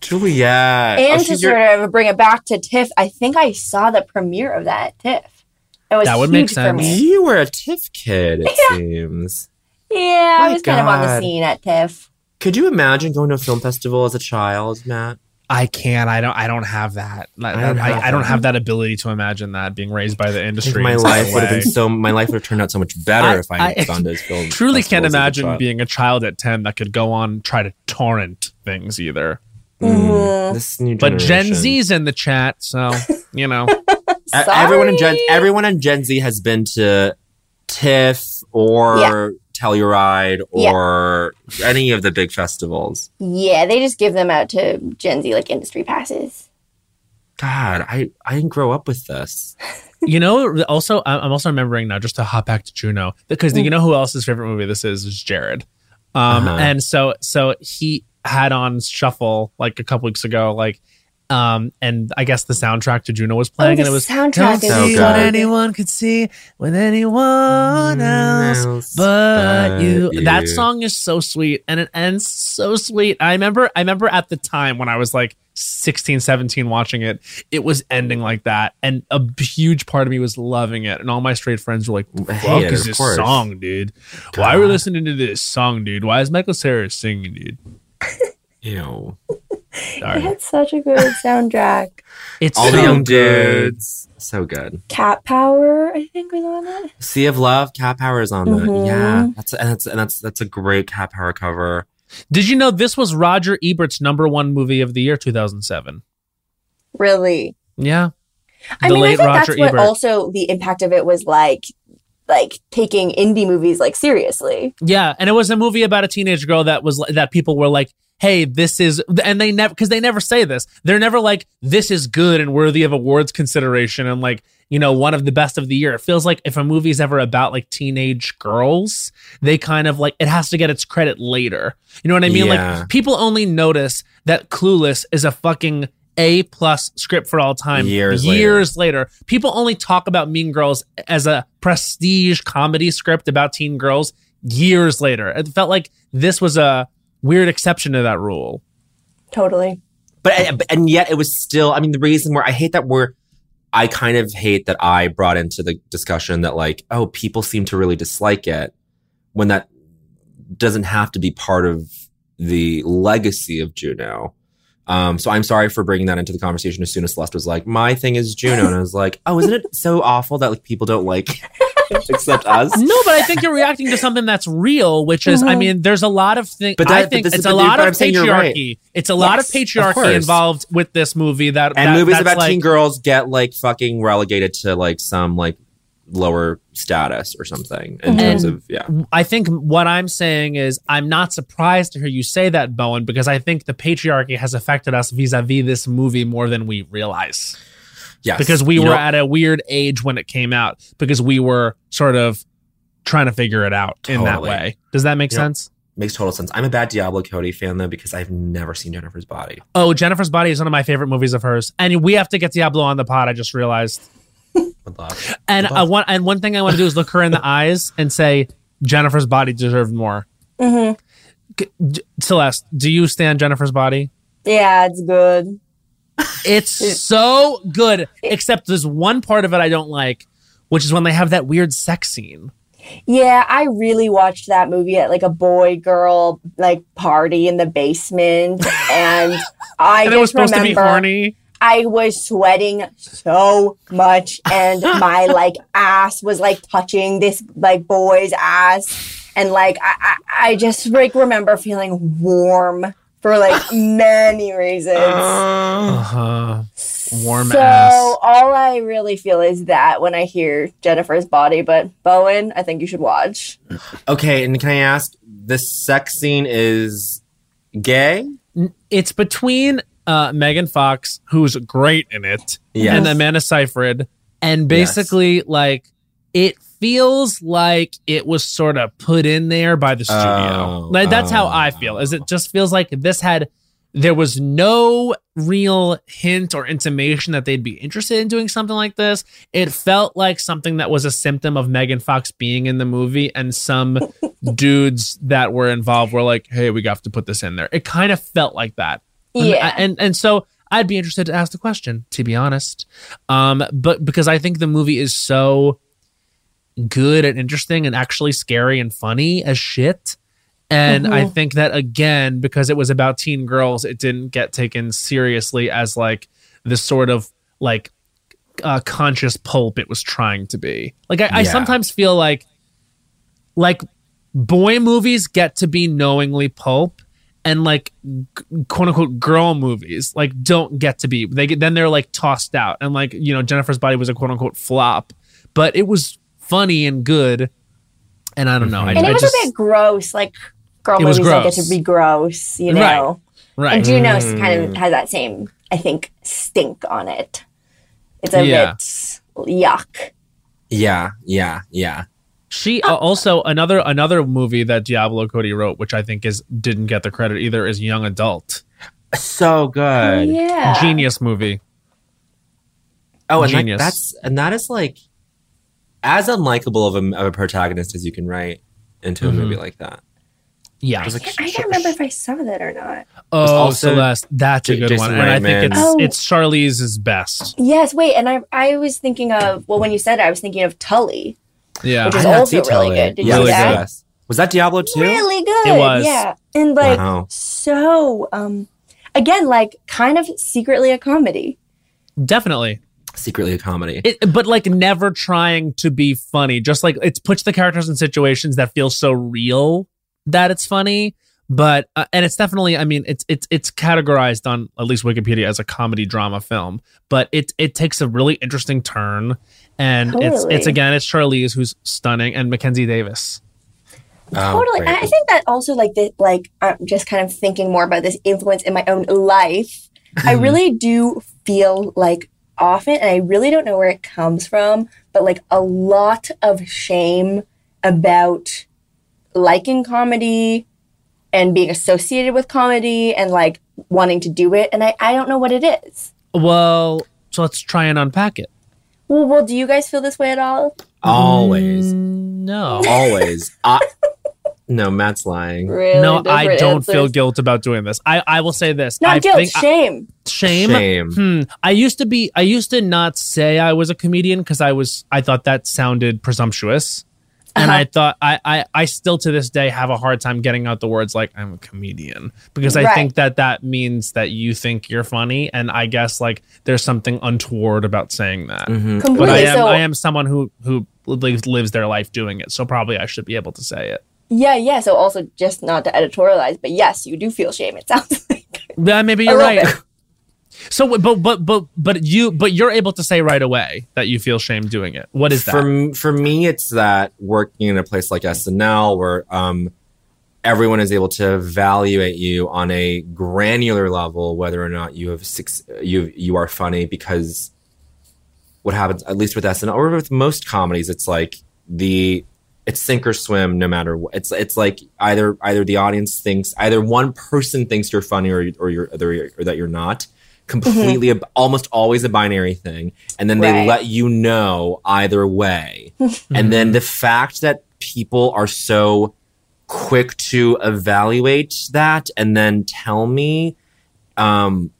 S2: Juliet.
S5: And
S2: oh,
S5: to
S2: she's your-
S5: sort of bring it back to TIFF, I think I saw the premiere of that at TIFF. It was
S1: That would make
S5: huge for me.
S2: you were a TIFF kid, it seems.
S5: Yeah, I
S2: My
S5: was kind of on the
S2: God.
S5: scene at TIFF.
S2: Could you imagine going to a film festival as a child, Matt?
S1: I can't. I don't. I don't have that. I, I, I
S2: don't
S1: don't,
S2: have
S1: have
S2: that.
S1: that ability to imagine that being raised by the
S2: I think
S1: industry.
S2: my
S1: in some
S2: life would have been
S1: way.
S2: so. My life would have turned out so much better
S1: I-
S2: if I
S1: I
S2: had gone to those film.
S1: Truly
S2: festivals
S1: can't
S2: as a
S1: imagine
S2: child.
S1: being a child at ten that could go on and try to torrent things either.
S5: Mm-hmm.
S2: Mm, this new
S1: But Gen
S2: generation.
S1: Z's in the chat, so you know.
S2: E- Everyone in Gen everyone in Gen Z has been to TIFF or
S5: Yeah.
S2: Telluride
S5: Yeah.
S2: or any of the big festivals.
S5: Yeah, they just give them out to Gen Z like industry passes.
S2: God, I I didn't grow up with this.
S1: you know, also I- I'm also remembering now just to hop back to Juno because you know who else's favorite movie this is is Jared, um,
S2: Uh-huh.
S1: and so so he had on Shuffle like a couple weeks ago, like, um, and I guess the soundtrack to Juno was
S5: Oh,
S1: playing,
S8: the
S1: and it was
S8: soundtrack is
S1: "Don't see
S8: so
S1: what
S8: good."
S1: anyone could see with anyone
S2: Mm,
S1: else but
S8: but
S1: you. That
S8: you.
S1: song is so sweet, and it ends so sweet. I remember, I remember at the time when I was like 16, 17 watching it, it was ending like that, and a huge part of me was loving it, and all my straight friends were like, "The
S2: hate
S1: fuck
S2: it,
S1: is
S2: of
S1: this
S2: course.
S1: song, dude? Why are we listening to this song, dude? Why is Michael Cera singing, dude?"
S2: Ew.
S5: It had such a good soundtrack.
S1: It's
S2: All
S1: so
S2: the young
S1: good.
S2: dudes. So good.
S5: Cat Power, I think, was on it.
S2: Sea of Love, Cat Power is on that.
S5: Mhm.
S2: Yeah, that's and that's and that's that's a great Cat Power cover.
S1: Did you know this was Roger Ebert's number one movie of the year, two thousand seven?
S5: Really?
S1: Yeah,
S5: I mean, I think that's what also the impact of it was like, like taking indie movies like seriously.
S1: Yeah, and it was a movie about a teenage girl that was that people were like, "Hey, this is," and they never because they never say this. They're never like, "This is good and worthy of awards consideration," and like you know, one of the best of the year. It feels like if a movie's ever about like teenage girls, they kind of like it has to get its credit later. You know what I mean?
S2: Yeah.
S1: Like people only notice that Clueless is a fucking. A plus script for all time
S2: Years later.
S1: years later. People only talk about Mean Girls as a prestige comedy script about teen girls years later. It felt like this was a weird exception to that rule.
S5: Totally.
S2: But and yet it was still. I mean, the reason where I hate that we're. I kind of hate that I brought into the discussion that like, oh, people seem to really dislike it, when that doesn't have to be part of the legacy of Juno. Um, so I'm sorry for bringing that into the conversation. As soon as Celeste was like, "My thing is Juno," and I was like, "Oh, isn't it so awful that like people don't like it except us?"
S1: No, but I think you're reacting to something that's real, which is, I
S2: Mhm.
S1: mean, there's a lot of things.
S2: But
S1: I
S2: that- but
S1: think
S2: this-
S1: it's
S2: but
S1: a
S2: you-
S1: lot
S2: but
S1: of
S2: I'm saying you're right.
S1: patriarchy. It's a lot of
S2: Yes, of
S1: patriarchy
S2: course.
S1: involved with this movie. That
S2: and
S1: that-
S2: movies
S1: that's
S2: about
S1: like,
S2: teen girls get like fucking relegated to like some like lower status or something in
S1: Mhm.
S2: terms
S1: And-
S2: of yeah
S1: I think what I'm saying is I'm not surprised to hear you say that, Bowen, because I think the patriarchy has affected us vis-a-vis this movie more than we realize.
S2: Yes.
S1: Because we
S2: You
S1: were
S2: know-
S1: at a weird age when it came out, because we were sort of trying to figure it out in that
S2: Totally.
S1: way. Does that make
S2: You know,
S1: sense?
S2: makes total sense i'm a bad diablo cody fan though because i've never seen jennifer's body
S1: Oh, Jennifer's Body is one of my favorite movies of hers. And we have to get Diablo on the pod, I just realized.
S2: Would love.
S1: And I want and one thing I want to do is look her in the eyes and say, Jennifer's body deserved more.
S5: hmm
S1: G- d- Celeste, do you stand Jennifer's body?
S5: Yeah, it's good.
S1: It's so good, except there's one part of it I don't like, which is when they have that weird sex scene.
S5: Yeah, I really watched that movie at like a boy girl like party in the basement, and I
S1: And it
S5: just
S1: was supposed to be
S5: remember
S1: horny?
S5: I was sweating so much, and my like ass was like touching this like boy's ass, and like I I, I just like remember feeling warm for like many reasons.
S1: Uh huh. Warm
S5: so
S1: ass.
S5: all I really feel is that when I hear Jennifer's body, but Bowen, I think you should watch.
S2: okay and can i ask this sex scene is gay
S1: It's between uh, Megan Fox, who's great in it,
S2: Yes.
S1: and Amanda Seyfried, and
S2: Yes.
S1: basically like it feels like it was sort of put in there by the studio.
S2: Oh,
S1: like that's how
S2: oh.
S1: I feel. Is it just feels like this had there was no real hint or intimation that they'd be interested in doing something like this. It felt like something that was a symptom of Megan Fox being in the movie and some dudes that were involved were like, "Hey, we have to put this in there." It kind of felt like that. And-
S8: Yeah.
S1: And and so I'd be interested to ask the question, to be honest. Um but because I think the movie is so good and interesting and actually scary and funny as shit And I
S9: Mhm.
S1: think that again, because it was about teen girls, it didn't get taken seriously as like this sort of like uh, conscious pulp it was trying to be. Like I, I
S9: Yeah.
S1: sometimes feel like like boy movies get to be knowingly pulp and like g- quote unquote girl movies like don't get to be they get then they're like tossed out and like you know jennifer's body was a quote unquote flop but it was funny and good and i don't know I,
S5: Mhm. and it
S1: I
S5: was
S1: just
S5: a bit gross. Like girl
S1: It was
S5: movies don't get
S1: gross.
S5: to be gross, you know.
S1: Right, right.
S5: And Juno s- kind of
S1: Mm.
S5: has that same, I think, stink on it. It's a
S1: Yeah.
S5: bit yuck.
S2: Yeah, yeah, yeah.
S1: she
S5: Oh.
S1: uh, also another another movie that diablo cody wrote which i think is didn't get the credit either is young adult
S2: so good
S5: Oh, Yeah.
S1: genius movie
S2: Oh, and like,
S1: Genius.
S2: that's and that is like as unlikable of a, of a protagonist as you can write into a
S1: Mhm.
S2: movie like that.
S1: yeah
S2: I was like,
S5: I can't remember if I saw that or not.
S2: It's
S1: oh
S2: also
S1: celeste that's a
S2: J-
S1: good
S2: Jason
S1: one and i think it's
S5: Reitman.
S1: it's charlie's best
S5: Yes, wait, and I I was thinking of well when you said it, I was thinking of Tully.
S1: yeah
S5: Which is I did also see really Tully. good. Did you see that?
S2: Was that Diablo too?
S5: Really good. Yeah. And like
S2: Wow.
S5: so um again, like kind of secretly a comedy.
S1: definitely
S2: secretly a comedy
S1: it, but like never trying to be funny just like it puts the characters in situations that feel so real that it's funny but uh, and it's definitely i mean it's it's it's categorized on at least wikipedia as a comedy drama film but it it takes a really interesting turn and it's it's
S5: Totally.
S1: again it's charlize who's stunning and mackenzie davis
S2: Oh,
S5: totally. And I think that also like this like I'm just kind of thinking more about this influence in my own life. I
S1: Mhm.
S5: really do feel like often and I really don't know where it comes from, but like a lot of shame about liking comedy and being associated with comedy and like wanting to do it and I, I don't know what it is.
S1: well so let's try and unpack it
S5: Well, well, do you guys feel this way at all?
S2: Always.
S5: Mm.
S1: no
S2: Always. I, no, Matt's lying.
S5: Really
S1: no i
S5: different
S1: don't feel
S5: answers.
S1: guilt about doing this i i will say this
S5: Not
S1: I
S5: guilt,
S1: think I-
S5: shame.
S1: shame.
S2: Shame.
S1: Hmm. I used to be. I used to not say I was a comedian because I was. I thought that sounded presumptuous, and
S5: Uh-huh.
S1: I thought I, I. I still to this day have a hard time getting out the words like I'm a comedian because I
S9: Right.
S1: think that that means that you think you're funny, and I guess like there's something untoward about saying that.
S5: Mm-hmm.
S1: But I
S5: Completely,
S1: am.
S5: so-
S1: I am someone who who lives lives their life doing it, so probably I should be able to say it.
S5: Yeah, yeah. So also just not to editorialize, but yes, you do feel shame. It sounds
S1: Yeah, maybe
S5: A
S1: you're
S5: little
S1: right. So, but but but but you but you're able to say right away that you feel shame doing it. What is that?
S2: For m- for me, it's that working in a place like SNL where um everyone is able to evaluate you on a granular level whether or not you have six you you are funny because what happens at least with SNL or with most comedies it's like the it's sink or swim no matter what it's it's like either either the audience thinks either one person thinks you're funny or you- or you're or, you're- or that you're not completely a- almost always a binary thing and then they
S9: Right.
S2: let you know either way and then the fact that people are so quick to evaluate that and then tell me um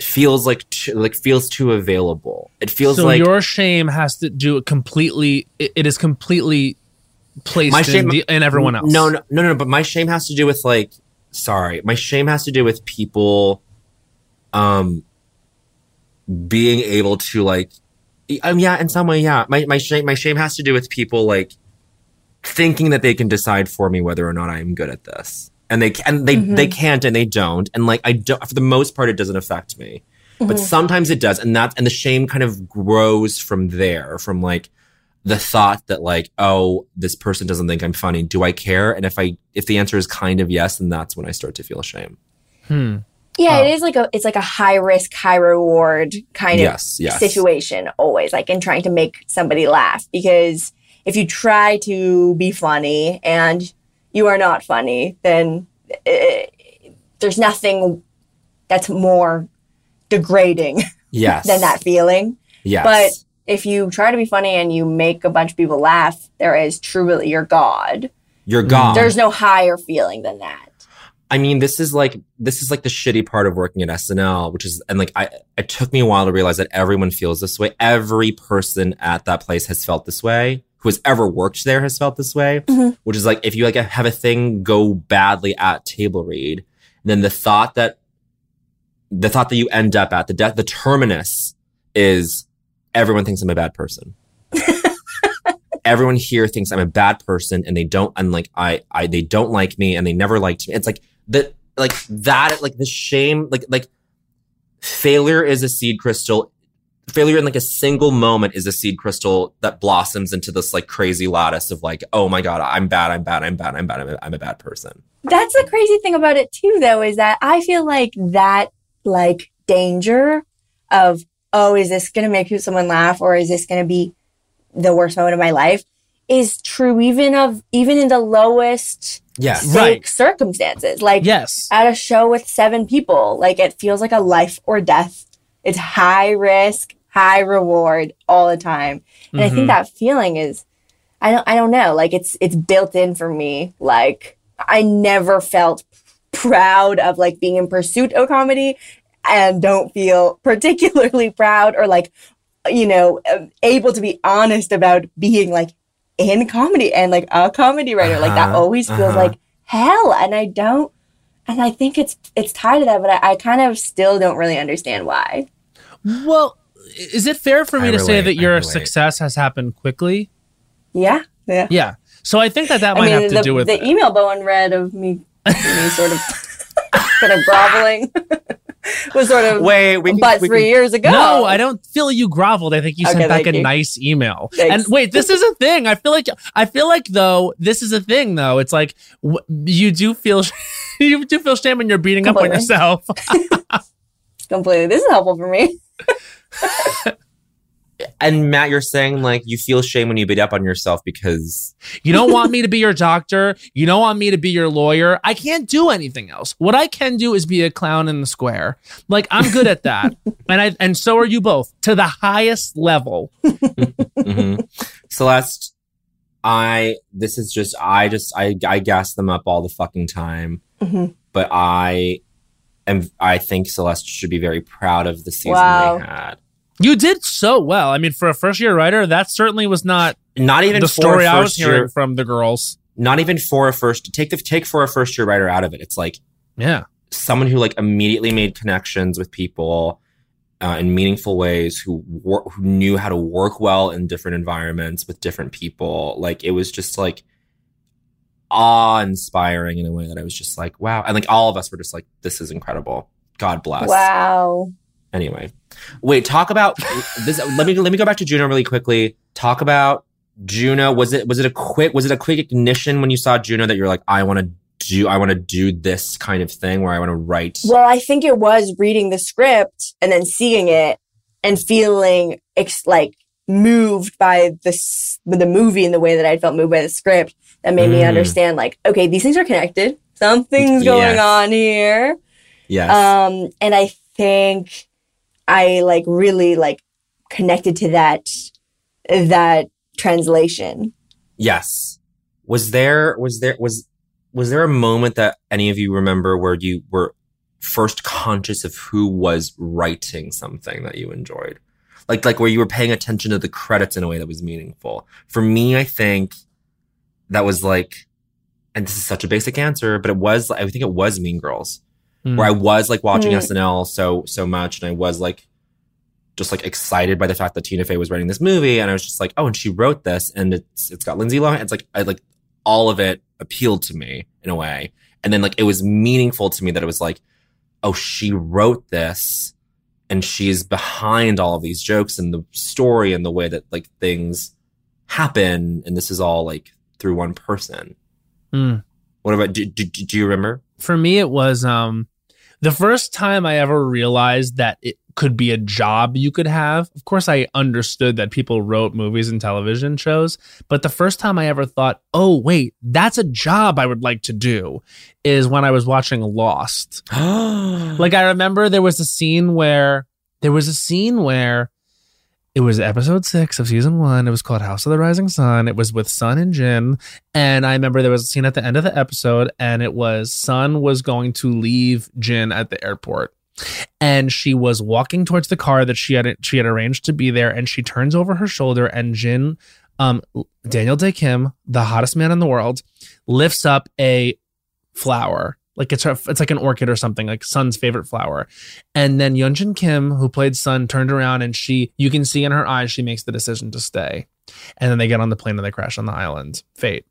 S2: feels like too, like feels too available it feels
S1: so
S2: like
S1: your shame has to do it completely. It, it is completely placed in, the, in everyone else.
S2: No, no, no, no. But my shame has to do with like, sorry, my shame has to do with people, um, being able to like, um, yeah, in some way, yeah. My my shame, my shame has to do with people like thinking that they can decide for me whether or not I am good at this, and they and they
S9: Mhm.
S2: they can't, and they don't, and like I don't. For the most part, it doesn't affect me. But
S9: Mhm.
S2: sometimes it does, and that's and the shame kind of grows from there, from like the thought that like oh this person doesn't think i'm funny do i care and if i if the answer is kind of yes then that's when i start to feel shame
S1: Hmm.
S5: Yeah,
S2: Um,
S5: it is like a it's like a high risk, high reward kind
S2: Yes,
S5: of
S2: yes.
S5: situation always, like in trying to make somebody laugh. Because if you try to be funny and you are not funny, then eh, there's nothing that's more degrading
S2: Yes.
S5: than that feeling.
S2: Yes.
S5: But if you try to be funny and you make a bunch of people laugh, there is truly your God.
S2: you're gone
S5: There's no higher feeling than that.
S2: I mean, this is like this is like the shitty part of working at SNL, which is and like I it took me a while to realize that everyone feels this way. Every person at that place has felt this way who has ever worked there has felt this way,
S3: Mhm.
S2: which is like if you like have a thing go badly at table read, then the thought that the thought that you end up at the de- the terminus is everyone thinks I'm a bad person. everyone here thinks I'm a bad person and they don't unlike I I they don't like me and they never liked me. It's like the like that like the shame like like failure is a seed crystal. Failure in like a single moment is a seed crystal that blossoms into this like crazy lattice of like, oh my god, I'm bad, I'm bad, I'm bad, I'm bad, I'm a, I'm a bad person.
S5: That's the crazy thing about it too, though, is that I feel like that like danger of oh, is this gonna make someone laugh or is this gonna be the worst moment of my life is true even of even in the lowest
S2: Yes.
S5: stake
S2: Right.
S5: circumstances. Like
S2: Uh,
S1: Yes.
S5: at a show with seven people, like it feels like a life or death. It's high risk, high reward all the time. And I
S10: Mhm.
S5: think that feeling is I don't I don't know. Like it's it's built in for me. Like I never felt proud of like being in pursuit of comedy and don't feel particularly proud or like you know um, able to be honest about being like in comedy and like a comedy writer like that
S10: Uh-huh,
S5: always feels
S10: uh-huh.
S5: like hell and i don't and i think it's it's tied to that but i, I kind of still don't really understand why
S1: well Is it fair for me
S5: I
S1: to say
S5: relate,
S1: that
S5: I
S1: your
S5: relate.
S1: success has happened quickly?
S5: yeah yeah
S1: Yeah. So I think that that might have to
S5: the,
S1: do with
S5: the email Bowen read of me, me sort of sort of groveling was sort of
S2: wait, we
S5: but three years ago.
S1: No, I don't feel you groveled. I think you sent
S5: Okay,
S1: back
S5: thank
S1: a
S5: you.
S1: nice email.
S5: Thanks.
S1: And wait, this is a thing. I feel like I feel like though this is a thing though. It's like w- you do feel you do feel shame when you're beating up on
S5: Completely.
S1: yourself.
S5: completely. This is helpful for me.
S2: And Matt, you're saying like you feel shame when you beat up on yourself because
S1: You don't want me to be your doctor. You don't want me to be your lawyer. I can't do anything else. What I can do is be a clown in the square. Like I'm good at that. and I and so are you both to the highest level.
S2: Mhm. Celeste, I this is just I just I I gas them up all the fucking time.
S5: Mhm.
S2: But I am I think Celeste should be very proud of the season
S1: Wow.
S2: they had.
S1: You did so well. I mean, for a first year writer, that certainly was not
S2: Not even
S1: the
S2: for
S1: story
S2: a
S1: I was
S2: first year-
S1: hearing from the girls.
S2: Not even for a first take the take for a first year writer out of it. It's like
S1: Yeah.
S2: someone who like immediately made connections with people uh, in meaningful ways who wor- who knew how to work well in different environments with different people like it was just like awe inspiring in a way that i was just like wow and like all of us were just like this is incredible god bless
S5: Wow.
S2: anyway wait talk about this let me let me go back to juno really quickly talk about juno was it was it a quick was it a quick ignition when you saw juno that you're like i want to do i want to do this kind of thing where i want to write
S5: Well, I think it was reading the script and then seeing it and feeling ex- like moved by this the movie in the way that I felt moved by the script that made me
S10: Mm.
S5: understand like okay, these things are connected. Something's going
S10: Yes.
S5: on here.
S2: Yes.
S5: Um, and I think I like really like connected to that that translation.
S2: Yes. Was there was there was was there a moment that any of you remember where you were first conscious of who was writing something that you enjoyed? Like like where you were paying attention to the credits in a way that was meaningful. For me, I think that was like and this is such a basic answer, but it was I think it was Mean Girls.
S3: Mm.
S2: Where I was like watching
S3: Mm.
S2: SNL so so much and I was like just like excited by the fact that Tina Fey was writing this movie, and I was just like, oh, and she wrote this, and it's it's got Lindsay Lohan. It's like I like all of it appealed to me in a way, and then like it was meaningful to me that it was like, oh, she wrote this, and she's behind all of these jokes and the story and the way that like things happen, and this is all like through one person.
S1: Mm.
S2: What about do, do, do you remember?
S1: for me it was um the first time i ever realized that it could be a job you could have of course i understood that people wrote movies and television shows but the first time i ever thought oh wait that's a job i would like to do is when i was watching lost like i remember there was a scene where there was a scene where it was episode six of season one. It was called House of the Rising Sun. It was with Sun and Jin. And I remember there was a scene at the end of the episode, and it was Sun was going to leave Jin at the airport. And she was walking towards the car that she had she had arranged to be there, and she turns over her shoulder, and Jin Um, Daniel Day Kim, the hottest man in the world, lifts up a flower. Like it's her, it's like an orchid or something, like Sun's favorite flower. And then Yunjin Kim, who played Sun, turned around and she, you can see in her eyes, she makes the decision to stay. And then they get on the plane and they crash on the island. Fate.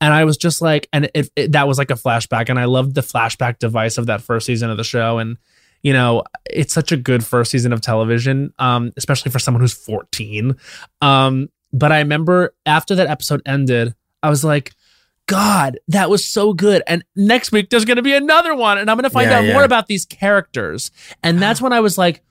S1: And I was just like, and it, it, that was like a flashback. And I loved the flashback device of that first season of the show. And, you know, it's such a good first season of television, um, especially for someone who's 14. Um, but I remember after that episode ended, I was like, God, that was so good. And next week there's going to be another one. And I'm going to find
S2: Yeah,
S1: out
S2: yeah.
S1: more about these characters. And that's when I was like,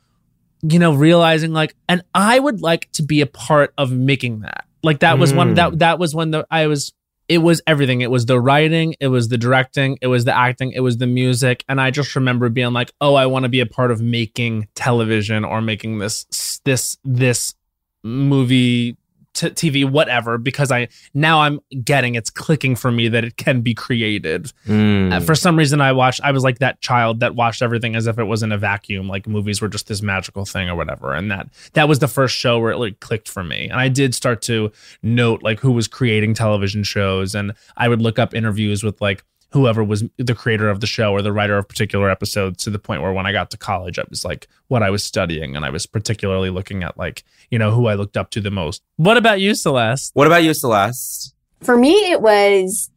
S1: you know, realizing like, and I would like to be a part of making that. Like that was one
S2: Mm.
S1: that that was when the I was it was everything. It was the writing, it was the directing, it was the acting, it was the music, and I just remember being like, oh, I want to be a part of making television or making this this this movie. T- TV, whatever, because I now I'm getting it's clicking for me that it can be created. Uh,
S2: Mm.
S1: For some reason, I watched. I was like that child that watched everything as if it was in a vacuum. Like movies were just this magical thing or whatever. And that that was the first show where it like clicked for me. And I did start to note like who was creating television shows, and I would look up interviews with like whoever was the creator of the show or the writer of particular episodes. To the point where when I got to college, it was like what I was studying, and I was particularly looking at like you know who I looked up to the most. What about you, Celeste?
S2: What about you, Celeste?
S5: for me it was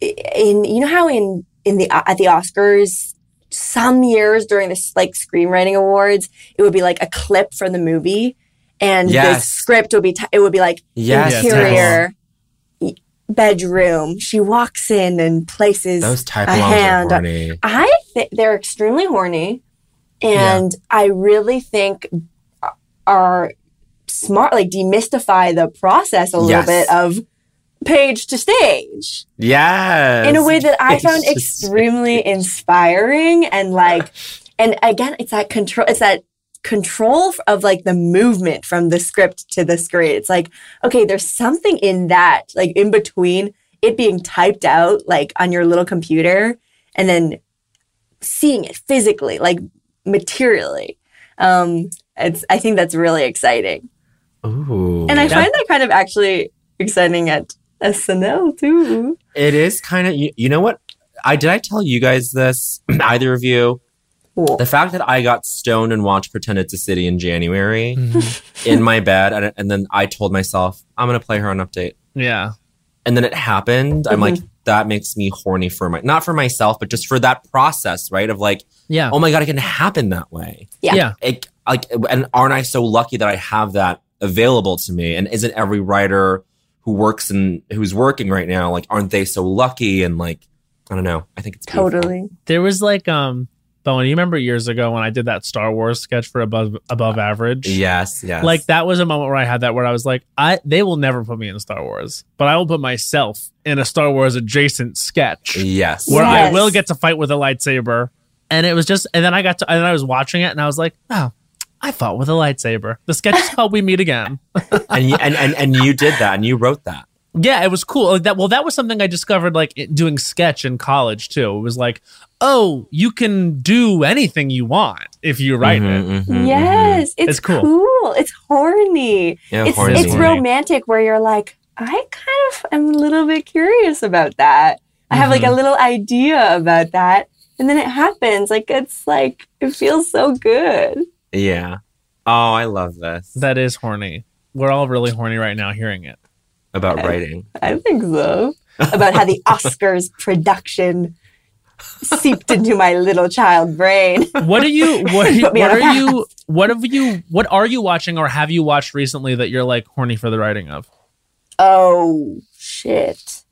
S5: in you know how in in the at the oscars some years during this like screenwriting awards it would be like a clip from the movie and the
S2: Yes.
S5: script would be t- it would be like
S2: Yes,
S5: interior y- bedroom she walks in and places
S2: Those type
S5: a
S2: of are
S5: hand
S2: horny.
S5: I think they're extremely horny, and I really think are smart, like demystify the process a little
S2: Yes.
S5: bit of page to stage
S2: Yes.
S5: in a way that I found
S2: It's just-
S5: extremely inspiring and like, and again, it's that control, it's that control f- of like the movement from the script to the screen. It's like, okay, there's something in that, like in between it being typed out, like on your little computer and then seeing it physically, like materially. Um, it's, I think that's really exciting.
S2: Ooh.
S5: And I find that kind of actually exciting at SNL too.
S2: It is kind of you, you know what? I did I tell you guys this either of you?
S5: Cool.
S2: The fact that I got stoned and watched Pretend It's a City in January
S1: Mm-hmm.
S2: in my bed, and, and then I told myself I'm gonna play her on update,
S1: Yeah,
S2: and then it happened. I'm
S1: Mm-hmm.
S2: like, that makes me horny for my not for myself, but just for that process, right? Of like,
S1: yeah,
S2: oh my god, it can happen that way.
S5: Yeah.
S1: yeah.
S2: It, like, and aren't I so lucky that I have that available to me? And isn't every writer who works and who's working right now like, aren't they so lucky? And like, I don't know. I think it's beautiful.
S5: Totally.
S1: There was like um Bowen, you remember years ago when I did that Star Wars sketch for above above average?
S2: Yes, yes.
S1: Like that was a moment where I had that where I was like, I they will never put me in Star Wars, but I will put myself in a Star Wars adjacent sketch
S2: Yes.
S1: where I
S5: Yes.
S1: will get to fight with a lightsaber. And it was just and then I got to and then I was watching it and I was like, wow, I fought with a lightsaber. The sketch is called We Meet Again.
S2: and, you, and and and you did that and you wrote that.
S1: Yeah, it was cool. Like that well, that was something I discovered like it- doing sketch in college too. It was like, oh, you can do anything you want if you write it.
S2: Mhm,
S5: mm-hmm,
S2: mhm, mhm.
S5: Yes, it's,
S1: It's cool.
S5: cool. It's horny.
S2: Yeah,
S5: it's
S2: horny.
S5: it's romantic where you're like, I kind of am a little bit curious about that. I have like a little idea about that. And then it happens. Like it's like it feels so good.
S2: Yeah. Oh, I love this
S1: Mm-hmm. That is horny. We're all really horny right now hearing it.
S2: about
S5: uh,
S2: writing.
S5: I think so. About how the Oscars production seeped into my little child brain.
S1: What are you what are you
S5: Put me
S1: what
S5: on a
S1: are you what have you what are you watching or have you watched recently that you're like horny for the writing of?
S5: Oh shit.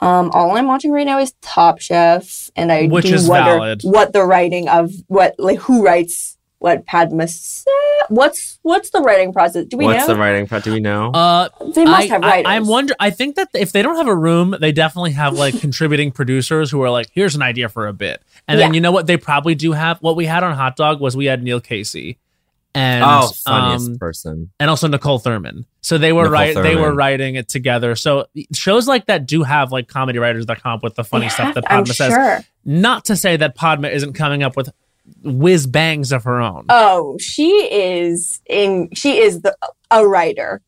S5: Um, all I'm watching right now is Top Chef, and I
S1: Which
S5: do
S1: is
S5: wonder
S1: valid.
S5: what the writing of what like who writes what Padma said. What's what's the writing process? Do we
S2: What's
S5: know?
S2: the writing part? Do we know?
S1: Uh
S5: they must
S1: I,
S5: have writers.
S1: am wonder I think that if they don't have a room, they definitely have like contributing producers who are like, here's an idea for a bit. And then
S5: Yeah.
S1: you know what they probably do have what we had on Hot Dog was we had Neil Casey and
S2: oh, funniest
S1: um,
S2: person.
S1: and also Nicole Thurman. So they were
S2: Nicole
S1: right they were
S2: Thurman.
S1: writing it together. So e, shows like that do have like comedy writers that come up with the funny
S5: They
S1: stuff
S5: have-
S1: that
S5: I'm
S1: Padma says.
S5: sure.
S1: Not to say that Padma isn't coming up with whiz bangs of her own.
S5: Oh, she is in. She is the a writer.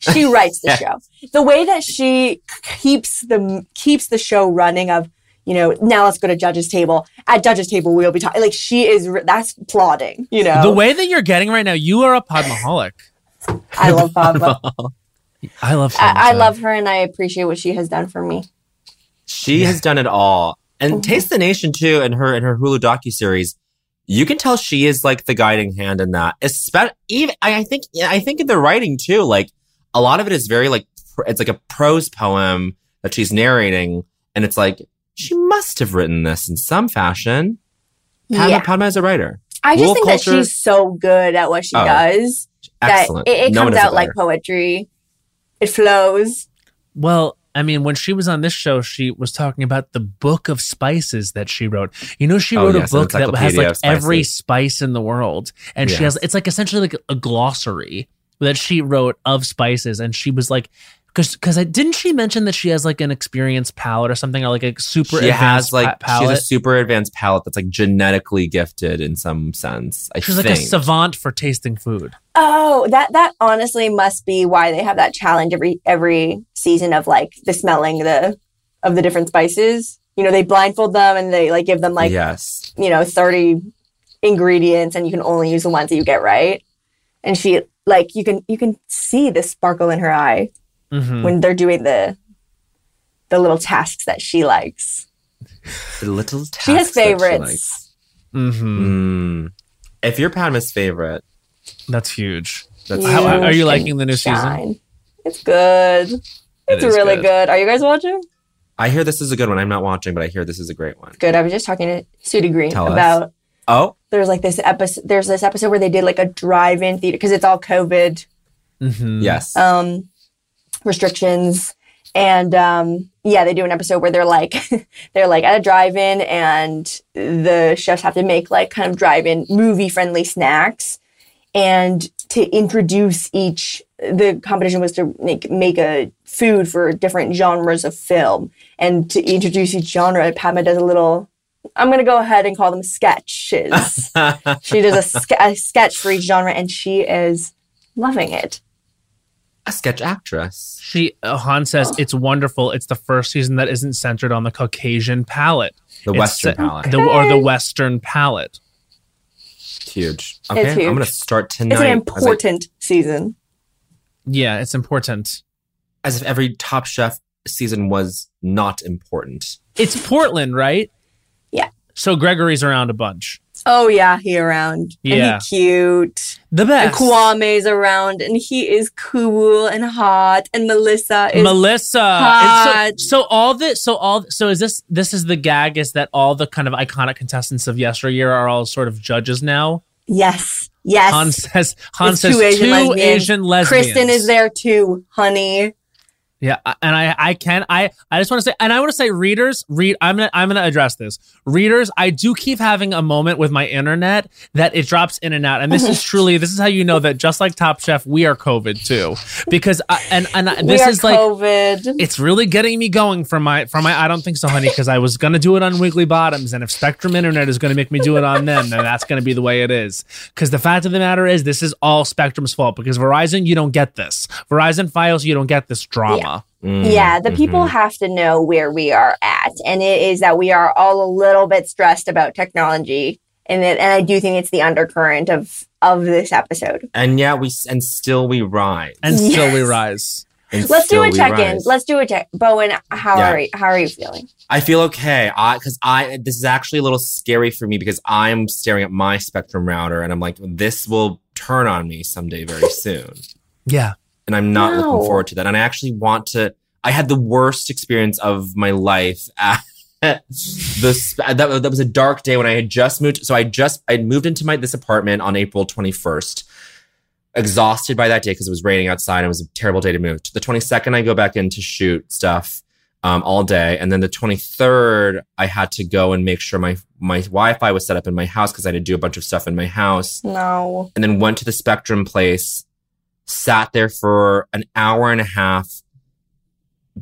S5: She writes the
S11: Yeah.
S5: show. The way that she keeps the keeps the show running of you know now let's go to judges table. At judges table we'll be talking like she is re- that's plotting. You know
S1: The way that you're getting right now, you are a podmaholic.
S5: I love Pablo.
S1: I love.
S5: I, I love her and I appreciate what she has done for me.
S2: She has done it all. And
S5: Oh.
S2: Taste the Nation too, and her and her Hulu docu series, you can tell she is like the guiding hand in that. Especially, even I I think I think in the writing too, like a lot of it is very like pr- it's like a prose poem that she's narrating, and it's like she must have written this in some fashion. Padma,
S5: Yeah.
S2: Padma is a writer.
S5: I just
S2: Wolf
S5: think that
S2: culture-
S5: she's so good at what she
S2: Oh,
S5: does that
S1: excellent.
S5: it, it
S1: No one
S5: comes
S1: does it
S5: out like
S1: better.
S5: poetry. It flows.
S1: Well, I mean, when she was on this show, she was talking about the book of spices that she wrote. You know, she
S2: Oh,
S1: wrote
S2: yes,
S1: a
S2: an
S1: book that has
S2: encyclopedia
S1: like
S2: of spices.
S1: every spice in the world, and she has
S2: Yes.
S1: it's like essentially like a glossary that she wrote of spices, and she was like. Because, because I didn't she mention that she has like an experienced palate or something, or like a super
S2: She
S1: advanced
S2: has like
S1: pa-
S2: she
S1: palate?
S2: has a super advanced palate that's like genetically gifted in some sense. I
S1: She's like
S2: think.
S1: a savant for tasting food.
S5: Oh, that that honestly must be why they have that challenge every every season of like the smelling the of the different spices. You know, they blindfold them and they like give them like
S2: yes.
S5: you know 30 ingredients and you can only use the ones that you get right. And she like you can you can see the sparkle in her eye
S1: Mm-hmm. Hmm.
S5: when they're doing the the little tasks that she likes.
S2: The little
S5: She has
S2: tasks that
S5: favorites.
S2: likes.
S1: Mhm.
S2: Mm. If you're Padma's favorite,
S1: that's huge.
S2: That's
S1: How-
S2: huge.
S1: are you liking the new
S5: shine.
S1: season?
S5: It's good. It's
S2: is
S5: really
S2: good.
S5: good. Are you guys watching?
S2: I hear this is a good one. I'm not watching, but I hear this is a great one.
S5: Good. I was just talking to Sudie Green
S2: Tell us.
S5: about
S2: Oh,
S5: there's like this episode there's this episode where they did like a drive-in theater because it's all COVID
S1: Mm-hmm.
S2: yes.
S5: um restrictions. And um yeah, they do an episode where they're like they're like at a drive-in and the chefs have to make like kind of drive-in movie friendly snacks. and to introduce each the competition was to make make a food for different genres of film and to introduce each genre padma does a little i'm going to go ahead and call them sketches she does a, ske- a sketch for each genre and she is loving it
S2: a sketch actress.
S1: She uh, Han says it's wonderful. It's the first season that isn't centered on the Caucasian palate,
S2: The
S1: It's
S2: Western
S1: se-
S2: palate.
S1: the, or the Western palate.
S2: Huge. Okay,
S5: huge.
S2: I'm gonna start tonight.
S5: it's an
S2: I was like-
S5: important season
S1: yeah, it's important.
S2: As if every Top Chef season was not important.
S1: It's Portland, right?
S5: Yeah.
S1: So Gregory's around a bunch.
S5: oh yeah he around
S1: Yeah.
S5: and he cute
S1: The best.
S5: and kwame's around and he is cool and hot and melissa is
S1: Melissa.
S5: hot.
S1: And So, so all the so all so is this this is the gag is that all the kind of iconic contestants of yesteryear are all sort of judges now.
S5: Yes. Yes.
S1: Han says Han
S5: It's
S1: says two Asian lesbians.
S5: Kristen is there too, honey.
S1: Yeah, I- and I I can I I just want to say and I want to say readers read I'm gonna I'm gonna address this readers I do keep having a moment with my internet that it drops in and out and this is truly this is how you know that just like Top Chef we are COVID too because I, and and I,
S5: We
S1: this
S5: are
S1: is like Mm-hmm.
S5: COVID.
S1: it's really getting me going from my from my I don't think so honey because I was gonna do it on Wiggly Bottoms and if Spectrum Internet is gonna make me do it on them then that's gonna be the way it is because the fact of the matter is this is all Spectrum's fault because Verizon you don't get this Verizon files you don't get this drama.
S2: Mm.
S5: yeah,
S2: Mm-hmm.
S1: Mm-hmm.
S5: the people have to know where we are at, and it is that we are all a little bit stressed about technology, and it, and I do think it's the undercurrent of of this episode.
S2: And yeah, we s- and still we rise.
S5: And still we Yes.
S1: rise.
S5: Let's do a check in. Let's do a check. Bowen, how
S2: Yeah.
S5: are you, how are you feeling?
S2: I feel okay. I because I this is actually a little scary for me because I'm staring at my Spectrum router and I'm like, this will turn on me someday very soon.
S1: Yeah.
S2: and I'm not
S1: No.
S2: looking forward to that. And I actually want to. I had the worst experience of my life. this that, that was a dark day when I had just moved. So I just I moved into my this apartment on April 21st. Exhausted by that day because it was raining outside. and It was a terrible day to move. To the 22nd, I go back in to shoot stuff um, all day, and then the 23rd, I had to go and make sure my my Wi-Fi was set up in my house because I had to do a bunch of stuff in my house
S5: No.
S2: and then went to the Spectrum place, sat there for an hour and a half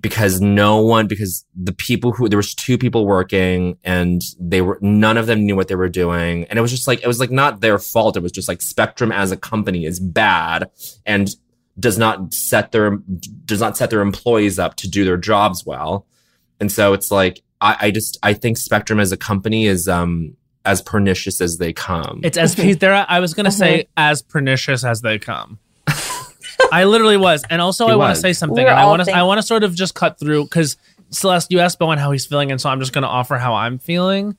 S2: because no one because the people who there was two people working and they were none of them knew what they were doing and it was just like it was like not their fault it was just like Spectrum as a company is bad and does not set their does not set their employees up to do their jobs well. And so it's like I, I just I think Spectrum as a company is um as pernicious as they come.
S1: It's as there. I was gonna say
S2: Uh-huh.
S1: as pernicious as they come. I literally was, and also
S2: He
S1: I want to
S2: was.
S1: say something.
S2: We're
S1: and I
S2: all
S1: want to.
S2: think-
S1: I want to sort of just cut through because Celeste, you asked Bowen how he's feeling, and so I'm just gonna offer how I'm feeling.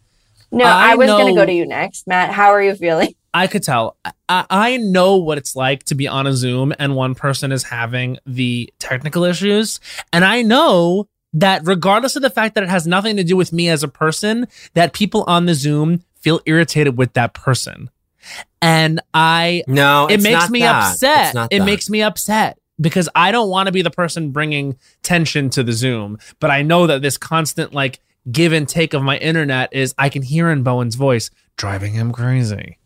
S5: No, I, was going to
S1: know-
S5: go to you next, Matt. How are you feeling?
S1: I could tell. I- I, I know what it's like to be on a Zoom and one person is having the technical issues. And I know that regardless of the fact that it has nothing to do with me as a person, that people on the Zoom feel irritated with that person. And I
S2: no,
S1: it
S2: it's
S1: makes
S2: not
S1: me
S2: that.
S1: upset.
S2: It's not
S1: It
S2: that.
S1: makes me upset because I don't want to be the person bringing tension to the Zoom, but I know that this constant like give and take of my internet is I can hear in Bowen's voice driving him crazy.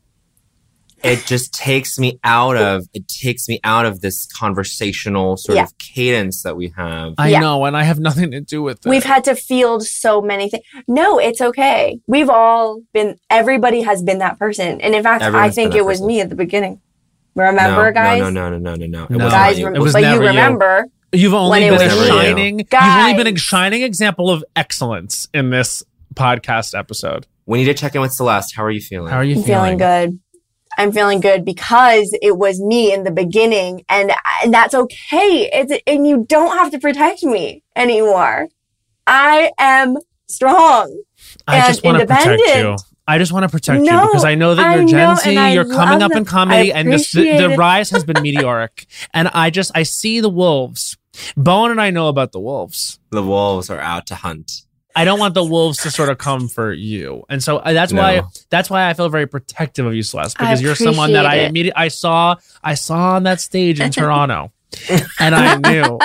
S2: it just takes me out of it takes me out of this conversational sort
S5: Yeah. Uh,
S2: of cadence that we have.
S1: I
S5: Yeah.
S1: know, and I have nothing to do with it.
S5: We've had to field so many things. No, it's okay. We've all been, everybody has been that person. And in fact, I
S2: Everyone's
S5: think
S2: been
S5: it
S2: that
S5: was me at the beginning. Remember,
S2: no,
S5: guys?
S2: No, no, no, no, no, no. It
S1: No.
S2: wasn't
S1: Guys,
S2: you.
S1: rem-
S5: But
S1: It was
S5: you
S1: never you.
S5: remember.
S1: You've only
S5: When it
S1: been a
S2: you.
S5: was
S1: shining. You've only been a shining example of excellence in this podcast episode.
S2: We need to check in with Celeste. How are you feeling?
S1: How are you
S5: I'm feeling good. I'm feeling good because it was me in the beginning, and and that's okay. It's and you don't have to protect me anymore. I am strong.
S1: I
S5: and
S1: just want to protect you.
S5: independent.
S1: I just want to protect
S5: No,
S1: you because I know that
S5: I
S1: you're
S5: know,
S1: Gen
S5: and
S1: Z,
S5: I
S1: you're coming
S5: love
S1: up in
S5: that. I
S1: comedy, and this, the, the
S5: appreciate it.
S1: rise has been meteoric. And I just I see the wolves. Bowen and I know about the wolves.
S2: The wolves are out to hunt.
S1: I don't want the wolves to sort of come for you, and so uh, that's why
S2: No.
S1: that's why I feel very protective of you, Celeste,
S4: I
S1: because you're someone that I
S4: appreciate it.
S1: immediately I saw I saw on that stage in Toronto, and I knew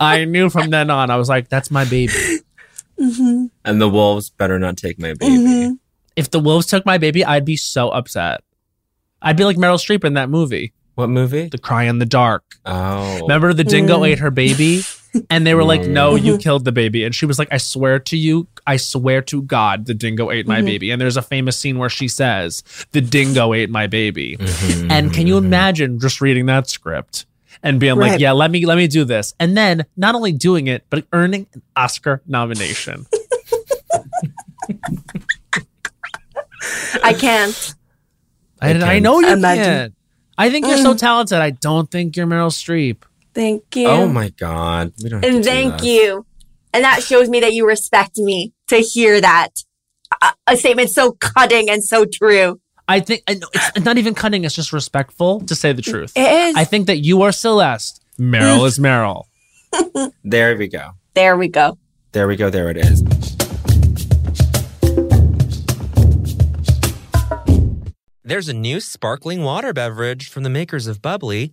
S1: I knew from then on I was like that's my baby.
S5: Mm-hmm.
S2: And the wolves better not take my baby.
S1: If the wolves took my baby, I'd be so upset. I'd be like Meryl Streep in that movie.
S2: What movie?
S1: The Cry in the Dark.
S2: Oh.
S1: Remember the dingo
S4: Mm.
S1: ate her baby? And they were like,
S4: Mm.
S1: no, you killed the baby. And she was like, I swear to you, I swear to God, the dingo ate my
S4: Mhm.
S1: baby. And there's a famous scene where she says, the dingo ate my baby. And can you imagine just reading that script and being like,
S4: Right.
S1: yeah, let me, let me do this. And then not only doing it, but earning an Oscar nomination.
S5: I can't.
S1: I,
S5: I
S1: I know you
S5: Imagine.
S1: can't. I think you're so
S5: Mm.
S1: talented. I don't think you're Meryl Streep.
S5: Thank you.
S2: Oh my god. We don't have to
S5: And
S2: do
S5: thank
S2: that.
S5: you. And that shows me that you respect me to hear that a, a statement so cutting and so true.
S1: I think I know, it's it's not even cutting. It's just respectful to say the truth.
S5: It is.
S1: I think that you are Celeste. Meryl is Meryl.
S2: There we go.
S5: There we go.
S2: There we go. There it is. There's a new sparkling water beverage from the makers of Bubbly,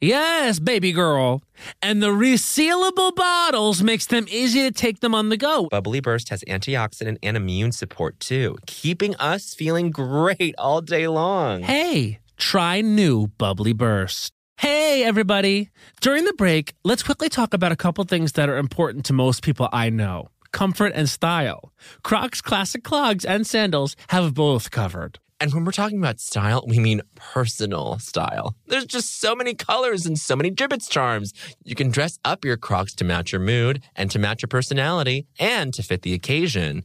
S1: Yes, baby girl. And the resealable bottles makes them easy to take them on the go.
S2: Bubbly Burst has antioxidant and immune support too, keeping us feeling great all day long.
S1: Hey, try new Bubbly Burst. Hey, everybody. During the break, let's quickly talk about a couple things that are important to most people I know comfort and style. Crocs classic clogs and sandals have both covered.
S2: And when we're talking about style, we mean personal style. There's just so many colors and so many gibbets charms. You can dress up your crocs to match your mood and to match your personality and to fit the occasion.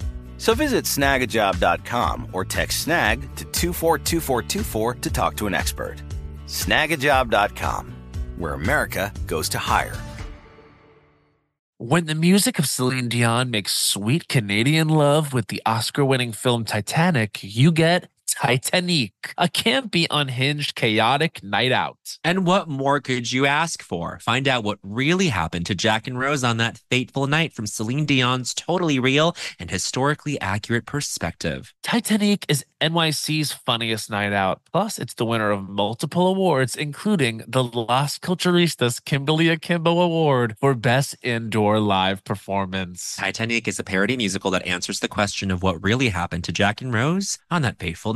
S12: So visit snagajob.com or text snag to 242424 to talk to an expert. Snagajob.com, where America goes to hire.
S9: When the music of Celine Dion makes sweet Canadian love with the Oscar winning film Titanic, you get Titanic, a campy, unhinged, chaotic night out.
S13: And what more could you ask for? Find out what really happened to Jack and Rose on that fateful night from Celine Dion's totally real and historically accurate perspective.
S9: Titanic is NYC's funniest night out. Plus, it's the winner of multiple awards, including the Las Culturistas Kimberly Akimbo Award for Best Indoor Live Performance.
S13: Titanic is a parody musical that answers the question of what really happened to Jack and Rose on that fateful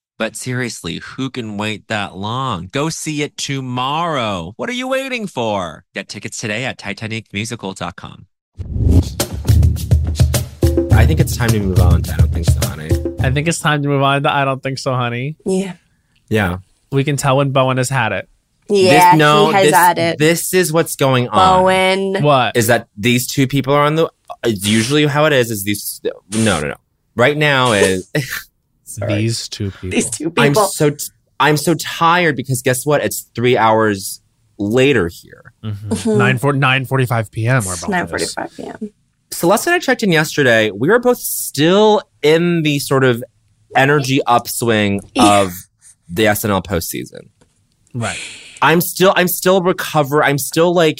S13: But seriously, who can wait that long? Go see it tomorrow. What are you waiting for? Get tickets today at TitanicMusical.com.
S2: I think it's time to move on to I don't think so, honey.
S1: I think it's time to move on to I don't think so, honey.
S5: Yeah.
S2: Yeah.
S1: We can tell when Bowen has had it.
S5: Yeah,
S2: this, no,
S5: he has
S2: this,
S5: had it.
S2: This is what's going on.
S5: Bowen.
S1: What
S2: is that? These two people are on the. It's usually how it is. Is these? No, no, no. Right now is
S1: these two people.
S5: These two
S2: I'm
S5: people.
S2: so t- I'm so tired because guess what? It's three hours later here.
S5: Mhm.
S1: 9 four- 9:45 p.m. We're
S5: It's
S1: about to this.
S5: 9:45 p.m.
S2: Celeste and I checked in yesterday. We were both still in the sort of energy upswing of the SNL postseason.
S1: Right.
S2: I'm still I'm still recover. I'm still like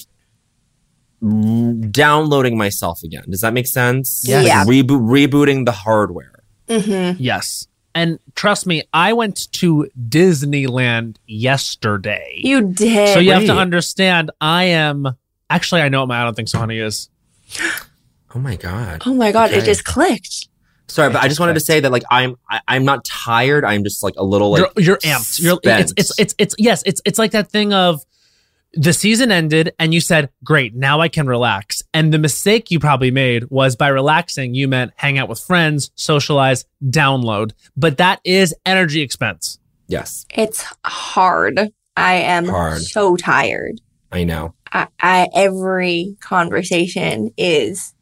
S2: downloading myself again. Does that make sense?
S1: Yes. Yeah.
S2: Like reboot rebooting the hardware.
S5: Mm-hmm.
S1: Yes. And trust me, I went to Disneyland yesterday.
S5: You did.
S1: So you have to understand, I am actually I know what my I don't think so honey is.
S2: Oh my god.
S5: Oh my god, it
S2: Okay.
S5: just clicked.
S2: Sorry, but I just wanted to say that like I'm I, I'm not tired. I'm just like a little like
S1: you're, you're amped. You're it's,
S2: spent.
S1: it's it's it's yes, it's it's like that thing of the season ended and you said, "Great, now I can relax." And the mistake you probably made was by relaxing, you meant hang out with friends, socialize, download. But that is energy expense.
S2: yes,
S5: It's hard. I am
S2: Hard.
S5: so tired.
S2: I know.
S5: I, I every conversation is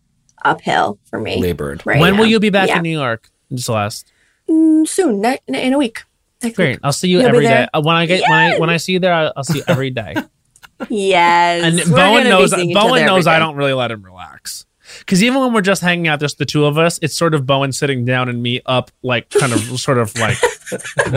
S5: uphill for me.
S2: Labored.
S5: Right
S1: when will
S5: now.
S1: you be back
S5: Yeah.
S1: in New York? Celeste?
S5: Mm, soon, ne- ne- in a week. Next
S1: Great. I'll see you
S5: You'll be
S1: every day.
S5: there?
S1: Uh, When I get when I when I see you there, I'll, I'll see you every day.
S5: Week. Yes.
S1: and
S5: we're gonna
S1: Bowen
S5: be
S1: knows
S5: seeing each
S1: Bowen
S5: other
S1: knows I
S5: every day.
S1: don't really let him relax. Because even when we're just hanging out, just the two of us, it's sort of Bowen sitting down and me up, like kind of, sort of like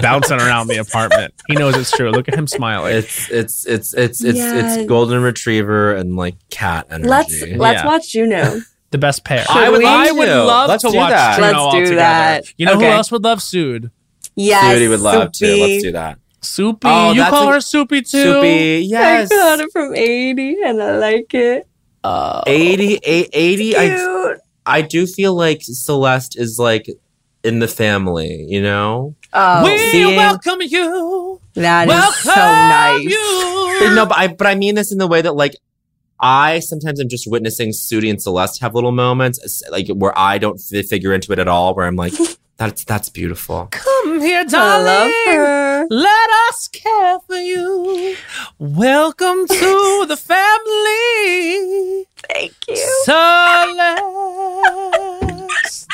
S1: bouncing around the apartment. He knows it's true. Look at him smiling.
S2: It's it's it's it's it's
S5: Yes.
S2: it's golden retriever and like cat energy.
S5: Let's let's
S1: Yeah.
S5: watch Juno.
S1: the best pair.
S5: I would
S1: I
S5: love
S1: would
S2: to.
S1: love
S2: Let's
S1: to
S2: do
S1: watch
S2: that.
S1: Juno
S5: Let's do
S1: all together.
S5: that.
S1: You know who
S5: Okay.
S1: else would love Sood?
S5: yes.
S2: Sudie would love to. Let's do that.
S1: Soupy.
S2: Oh,
S1: you
S2: that's
S1: call
S2: a-
S1: her Soupy too.
S2: Soupy, yes.
S5: I got it from 80 and I like it. Oh,
S2: 80, eight- 80 I,
S5: cute.
S2: I do feel like Celeste is like in the family, you know?
S5: Oh,
S1: We
S2: Seeing-
S1: welcome you.
S5: that is so
S1: Welcome
S5: nice.
S1: you.
S2: But no, but I but I mean this in the way that like I sometimes am just witnessing Sudie and Celeste have little moments s- like where I don't fi- figure into it at all, where I'm like, that's that's beautiful.
S1: Come here,
S5: I
S1: darling.
S5: love her.
S1: Let us care for you. Welcome to the family.
S5: Thank you.
S1: Celeste.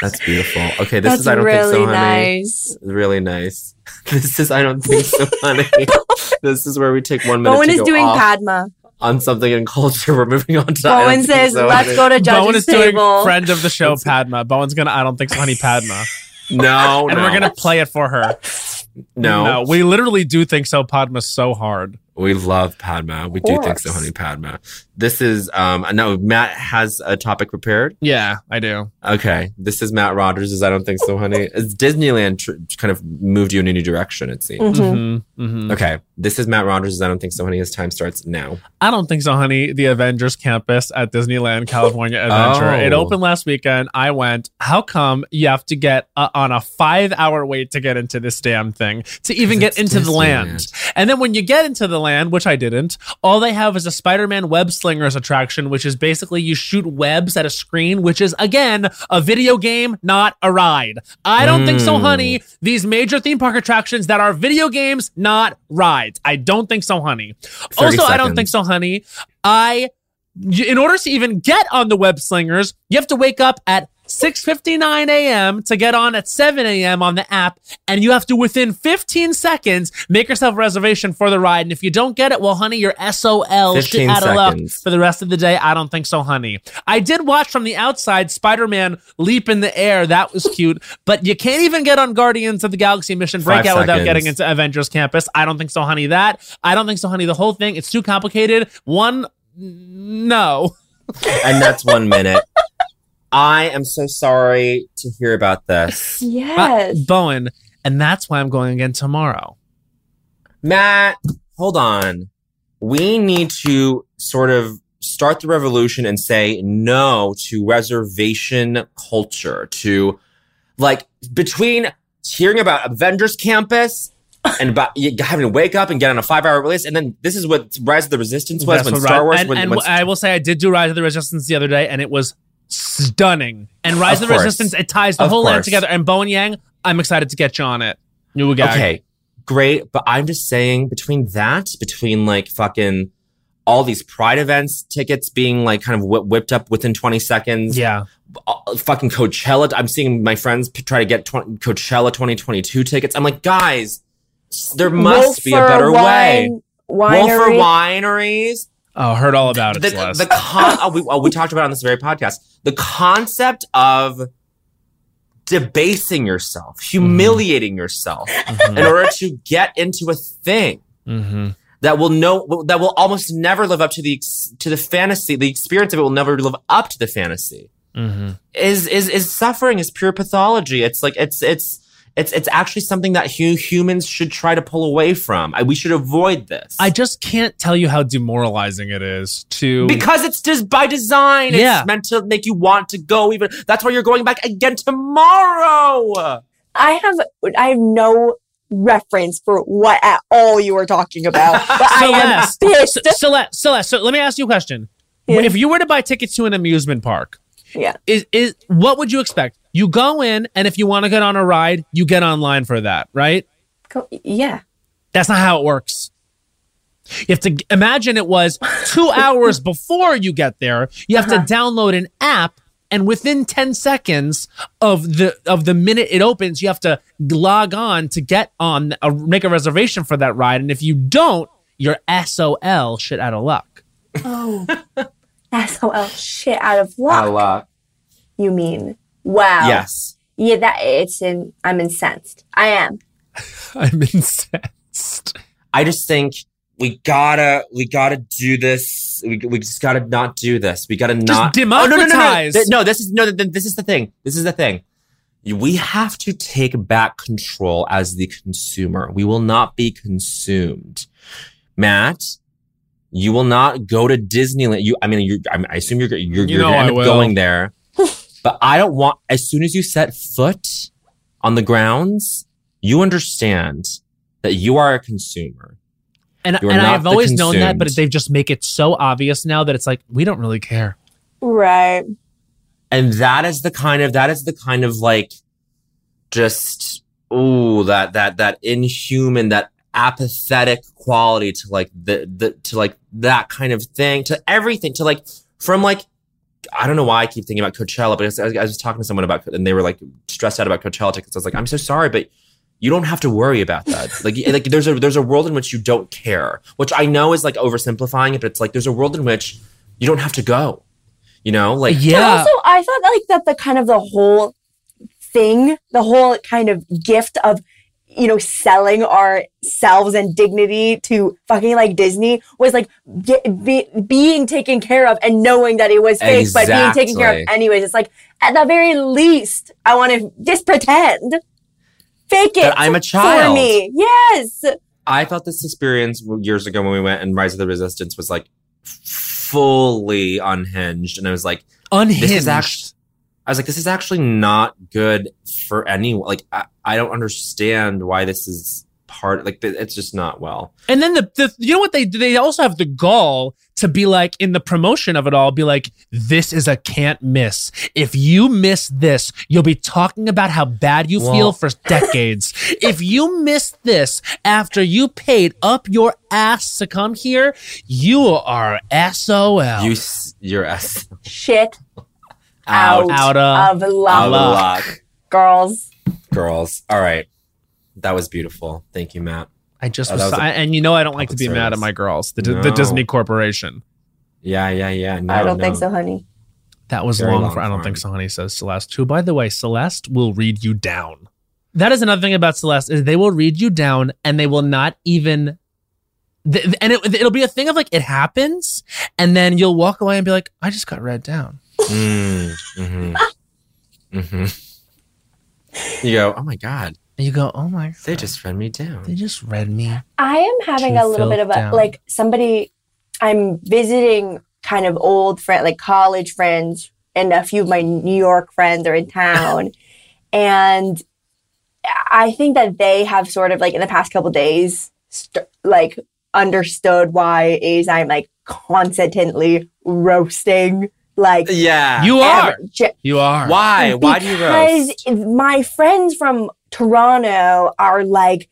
S2: That's beautiful. Okay, this
S5: That's
S2: is I don't
S5: really
S2: think so, honey.
S5: nice.
S2: Really nice. This is I don't think so, honey. this is where we take one minute.
S5: Bowen
S2: to
S5: is
S2: go
S5: doing
S2: off.
S5: Padma.
S9: on something in culture. We're moving on to I don't
S5: Bowen
S9: think
S5: says,
S9: so.
S5: "Let's go to judge's
S1: Bowen is
S5: table."
S1: doing friend of the show Padma. Bowen's gonna I don't think so, honey Padma.
S9: No,
S1: and
S9: no.
S1: we're gonna play it for her.
S9: No.
S1: we literally do think so Padma so hard.
S9: We love Padma. We do think so, honey Padma. This is um I know Matt has a topic prepared.
S1: Yeah, I do.
S9: Okay. This is Matt Rogers' is I don't think so, honey. It's Disneyland tr- kind of moved you in a new direction, it seems.
S5: Mm-hmm.
S1: Mhm. Mhm.
S9: Okay. This is Matt Rogers' is I don't think so, honey. His time starts now.
S1: I don't think so, honey. The Avengers campus at Disneyland California Adventure.
S9: Oh.
S1: It opened last weekend. I went. How come you have to get uh, on a five hour wait to get into this damn thing to even get into the land? And then when you get into the land, which I didn't, all they have is a Spider Man web slingers attraction, which is basically you shoot webs at a screen, which is again a video game, not a ride. I don't think so,
S9: Mm.
S1: honey. These major theme park attractions that are video games, not rides. I don't think so, honey.
S9: 30
S1: Also, I don't
S9: seconds.
S1: think so, honey. I, y- in order to even get on the web slingers, you have to wake up at 6:59 a.m. to get on at 7 a.m. on the app, and you have to within 15 seconds make yourself a reservation for the ride. And if you don't get it, well, honey, you're SOL, shit
S9: 15
S1: out of luck
S9: seconds.
S1: for the rest of the day. I don't think so, honey. I did watch from the outside Spider-Man leap in the air. That was cute, but you can't even get on Guardians of the Galaxy Mission
S9: Five
S1: Breakout without
S9: seconds.
S1: getting into into Avengers Campus. I don't think so, honey. That I don't think so, honey. The whole thing it's too complicated. One, n- no.
S9: and that's one minute. I am so sorry to hear about this.
S1: But- Uh, Bowen, and that's why I'm going again tomorrow.
S9: Matt, hold on. We need to sort of start the revolution and say no to reservation culture, to like between hearing about Avengers Campus. And about you having to wake up and get on a five-hour release, and then this is what Rise of the Resistance was
S1: That's
S9: when
S1: what
S9: Star
S1: Ri-
S9: Wars.
S1: and,
S9: when,
S1: and
S9: when-
S1: I will say I did do Rise of the Resistance the other day, and it was stunning. And Rise
S9: Of
S1: of, the
S9: course.
S1: Resistance it ties the
S9: Of
S1: whole land
S9: course.
S1: together. And Bowen Yang, I'm excited to get you on it. You will gag.
S9: Okay, great. But I'm just saying between that, between like fucking all these pride events tickets being like kind of whi- whipped up within 20 seconds.
S1: Yeah.
S9: Uh, fucking Coachella. I'm seeing my friends p- try to get 20, Coachella 2022 tickets. I'm like, guys, s- there must be a
S1: Wolfer
S9: better way.
S1: Wine-
S9: Wolfer
S1: Winery.
S9: wineries
S1: Oh, heard all about it.
S9: the,
S1: Celeste.
S9: the con- oh, we, oh, we talked about it on this very podcast the concept of debasing yourself
S1: Mm-hmm.
S9: humiliating yourself in order to get into a thing
S1: Mm-hmm.
S9: that will no that will almost never live up to the ex- to the fantasy the experience of it will never live up to the fantasy
S1: Mm-hmm.
S9: is is is suffering is pure pathology it's like it's it's it's it's actually something that hu- humans should try to pull away from I, we should avoid this
S1: I just can't tell you how demoralizing it is to
S9: because it's just by design.
S1: Yeah.
S9: It's meant to make you want to go. Even that's why you're going back again tomorrow.
S5: I have I have no reference for what at all you were talking about. But I
S1: Celeste,
S5: am pissed.
S1: Ce- Celeste, Celeste. So let me ask you a question.
S5: Yeah.
S1: If you were to buy tickets to an amusement park,
S5: Yeah.
S1: is is what would you expect? You go in, and if you want to get on a ride, you get online for that, right?
S5: Go- yeah.
S1: That's not how it works. You have to g- imagine it was two hours before you get there. You have
S9: Uh-huh.
S1: to download an app, and within ten seconds of the of the minute it opens, you have to log on to get on, uh, make a reservation for that ride. And if you don't, you're SOL, shit out of luck.
S5: Oh. SOL shit out of luck.
S9: luck.
S5: You mean. Wow.
S9: Yes.
S5: Yeah, that it's in I'm incensed. I am.
S1: I'm incensed.
S9: I just think we gotta we gotta do this. We, we just gotta not do this. We gotta not Oh, no, no, no, no,
S1: democratize.
S9: no. No, this is no. th- th- This is the thing. This is the thing. We have to take back control as the consumer. We will not be consumed. Matt, you will not go to Disneyland. You, I mean, you're, I'm- I assume you're you're,
S1: You
S9: you're
S1: know
S9: gonna
S1: I
S9: end up
S1: will.
S9: going there, but I don't want. As soon as you set foot on the grounds, you understand that you are a consumer.
S1: And
S9: You are
S1: and
S9: not
S1: I've
S9: the
S1: always known that, but
S9: consumed.
S1: they just make it so obvious now that it's like we don't really care.
S5: Right.
S9: and that is the kind of that is the kind of like just ooh that that that inhuman that apathetic quality to like the, the to like that kind of thing to everything to like from like I don't know why I keep thinking about Coachella, but I was, I was talking to someone about, and they were like stressed out about Coachella tickets. I was like, I'm so sorry, but You don't have to worry about that. Like, like there's a there's a world in which you don't care, which I know is like oversimplifying it, but it's like there's a world in which you don't have to go. You know, like
S5: But also, I thought like that the kind of the whole thing, the whole kind of gift of you know selling ourselves and dignity to fucking like Disney was like ge- be, being taken care of and knowing that it was fake, but being taken care of
S9: Exactly.
S5: anyways. It's like at the very least, I want to just pretend, fake it.
S9: That I'm a
S5: for
S9: child.
S5: me. Yes.
S9: I thought this experience w- years ago when we went and Rise of the Resistance was like fully unhinged, and I was like, This is
S1: Unhinged.
S9: actually, I was like, this is actually not good for anyone. Like, I, I don't understand why this is part. Like, th- it's just not well.
S1: And then the, the you know what they they also have the gall to be like in the promotion of it all be like this is a can't miss. If you miss this, you'll be talking about how bad you
S14: Well-
S1: feel for decades. if you miss this after you paid up your ass to come here, you are SOL.
S9: You, s- your ass
S5: Shit.
S9: Out.
S5: Out,
S9: Out
S1: of-
S5: of, luck,
S9: out of luck,
S5: girls.
S9: girls. All right, that was beautiful. Thank you, Matt.
S1: I just
S9: Oh,
S1: was,
S9: that was a
S1: I- and you know I don't like to be
S9: public
S1: mad at
S9: service.
S1: my girls, the, the
S9: No.
S1: Disney Corporation.
S9: Yeah, yeah, yeah. No,
S5: I don't think
S9: no.
S5: so, honey.
S1: That was
S9: Very
S1: long,
S9: long
S1: for I don't
S9: form.
S1: think so, honey, says Celeste. Who, by the way, Celeste will read you down. That is another thing about Celeste is they will read you down and they will not even th- th- and it, it'll be a thing of like it happens and then you'll walk away and be like I just got read down.
S9: Mm, mhm. Mhm. You go. Oh my god.
S1: And you go, "Oh my god.
S9: They just read me down.
S1: They just read me."
S5: I am having
S1: True
S5: a little bit of a
S1: filth down.
S5: like somebody I'm visiting kind of old friend like college friends and a few of my New York friends are in town and I think that they have sort of like in the past couple days st- like understood why it is I'm like constantly roasting like
S9: Yeah.
S1: You
S5: ever-
S1: are.
S5: ge-
S1: you are.
S9: Uh, Why? Why do you roast?
S5: because my friends from Toronto are like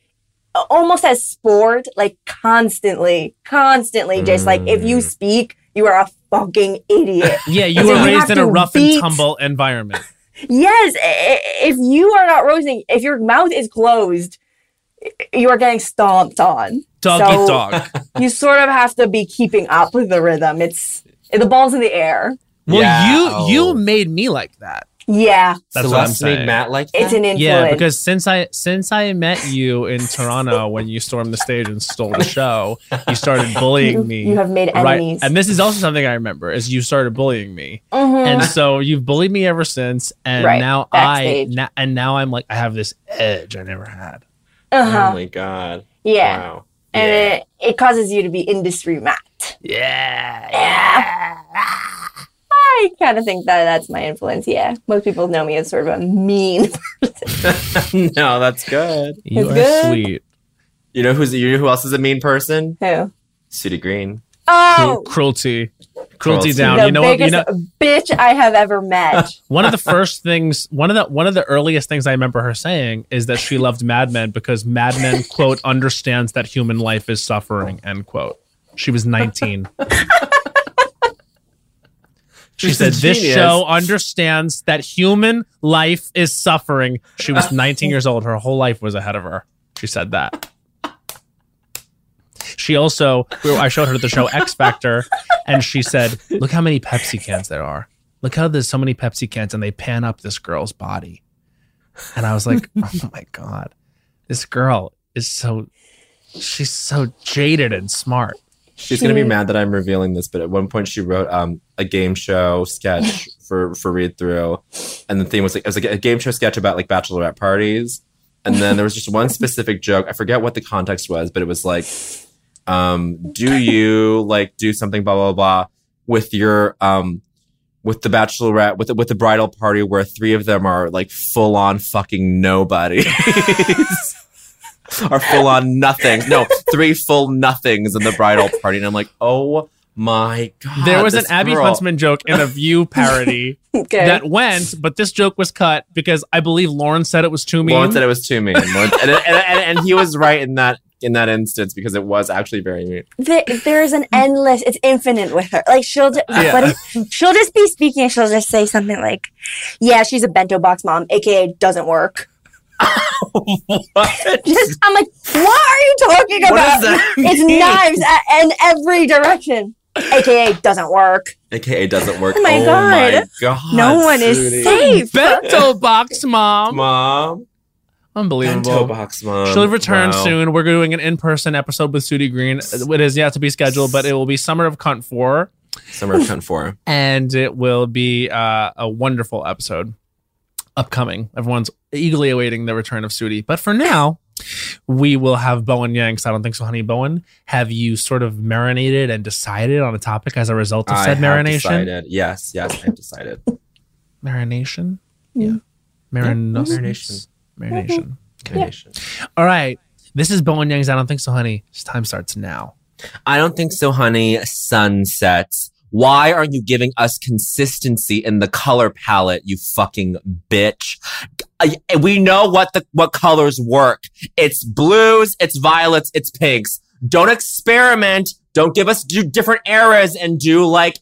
S5: almost as sport, like constantly, constantly just like if you speak, you are a fucking idiot.
S1: Yeah, you
S5: So
S1: were raised
S5: have
S1: in a
S5: to
S1: rough
S5: beat-
S1: and tumble environment.
S5: Yes, i- i- if you are not roasting, if your mouth is closed, you are getting stomped on.
S1: Dog
S5: so
S1: eat dog.
S5: You sort of have to be keeping up with the rhythm. It's the ball's in the air.
S1: Well,
S5: Yeah.
S1: you you made me like that.
S5: Yeah.
S1: That's what I'm
S9: Celeste made
S1: saying.
S9: Matt like
S5: It's an influence.
S1: Yeah, because since I since I met you in Toronto when you stormed the stage and stole the show, you started bullying
S5: You-
S1: me.
S5: you have made
S1: right-
S5: enemies.
S1: And this is also something I remember is you started bullying me.
S5: Mhm.
S1: And so you've bullied me ever since and
S5: Right,
S1: now
S5: backstage.
S1: I na- and now I'm like I have this edge I never had.
S5: Uh-huh.
S9: Oh my god.
S5: Yeah.
S9: Wow.
S5: and it, it causes you to be industry mapped.
S1: Yeah.
S5: I kind of think that that's my influence. Yeah. Most people know me as sort of a mean.
S9: no, that's good.
S1: You
S5: It's are good.
S1: sweet.
S9: You know who's you know who else is a mean person?
S5: Who?
S9: Sudie Green.
S5: Oh,
S1: Cruelty. Cruelty,
S9: Cruelty.
S1: down.
S5: the
S1: you know what? You
S5: biggest
S1: know
S5: bitch I have ever met.
S1: one of the first things one of the one of the earliest things i remember her saying is that she loved mad men because mad men quote understands that human life is suffering end quote she was 19 she
S14: She's
S1: said
S14: a
S1: this
S14: genius."
S1: show understands that human life is suffering she was 19 years old her whole life was ahead of her she said that she also we were- i showed her the show x factor and she said look how many pepsi cans there are look how there's so many Pepsi cans and they pan up this girl's body. And I was like, oh my God, this girl is so, she's so jaded and smart.
S9: She's gonna be mad that I'm revealing this, but at one point she wrote um a game show sketch for for read through, and the theme was like it was like a game show sketch about like bachelorette parties, and then there was just one specific joke. I forget what the context was, but it was like, um, do you like do something blah blah blah with your um with the bachelorette with the, with the bridal party where three of them are like full on fucking nobodies are full on nothings. No, three full nothings in the bridal party, and I'm like, oh my god.
S1: There was an
S9: this
S1: Abby
S9: girl.
S1: Huntsman joke in a View parody
S5: Okay.
S1: that went, but this joke was cut because I believe Lauren said it was too mean.
S9: Lauren said it was too mean, Lauren- and, and, and, and he was right in that in that instance because it was actually very mean.
S5: There, there's an
S15: Mm.
S5: endless, it's infinite with her. Like she'll, ju-
S9: Yeah.
S5: but it, she'll just be speaking and she'll just say something like, "Yeah, she's a bento box mom, aka doesn't work." Just, I'm like, what are you talking
S15: What
S5: about?
S15: does that
S5: It's
S15: mean?
S5: knives a- in every direction. AKA doesn't work.
S9: AKA doesn't work.
S5: Oh my
S9: my
S5: God.
S9: God,
S5: No one is
S9: Sudie.
S5: safe.
S1: Bento box, mom.
S9: Mom.
S1: Unbelievable.
S9: Bento box, mom.
S1: She'll return
S9: Wow.
S1: soon. We're doing an in-person episode with Sudie Green. It is yet to be scheduled, but it will be Summer of Cunt 4.
S9: Summer of Cunt 4.
S1: And it will be uh, a wonderful episode upcoming. Everyone's eagerly awaiting the return of Sudie. But for now, we will have Bowen Yanks. I don't think so, honey. Bowen, have you sort of marinated and decided on a topic as a result of
S9: I
S1: said
S9: have
S1: marination?
S9: decided. Yes, yes, I've decided.
S1: Marination?
S5: Yeah.
S1: Marinos-
S9: Marination.
S1: Marination. Okay.
S9: Marination.
S1: All right. This is Bowen Yang's I Don't Think So, Honey. His time starts now.
S9: I don't think so, honey. Sunsets. Why are you giving us consistency in the color palette, you fucking bitch? I- Uh, we know what the what colors work. It's blues, it's violets, it's pinks. Don't experiment. Don't give us do different eras and do like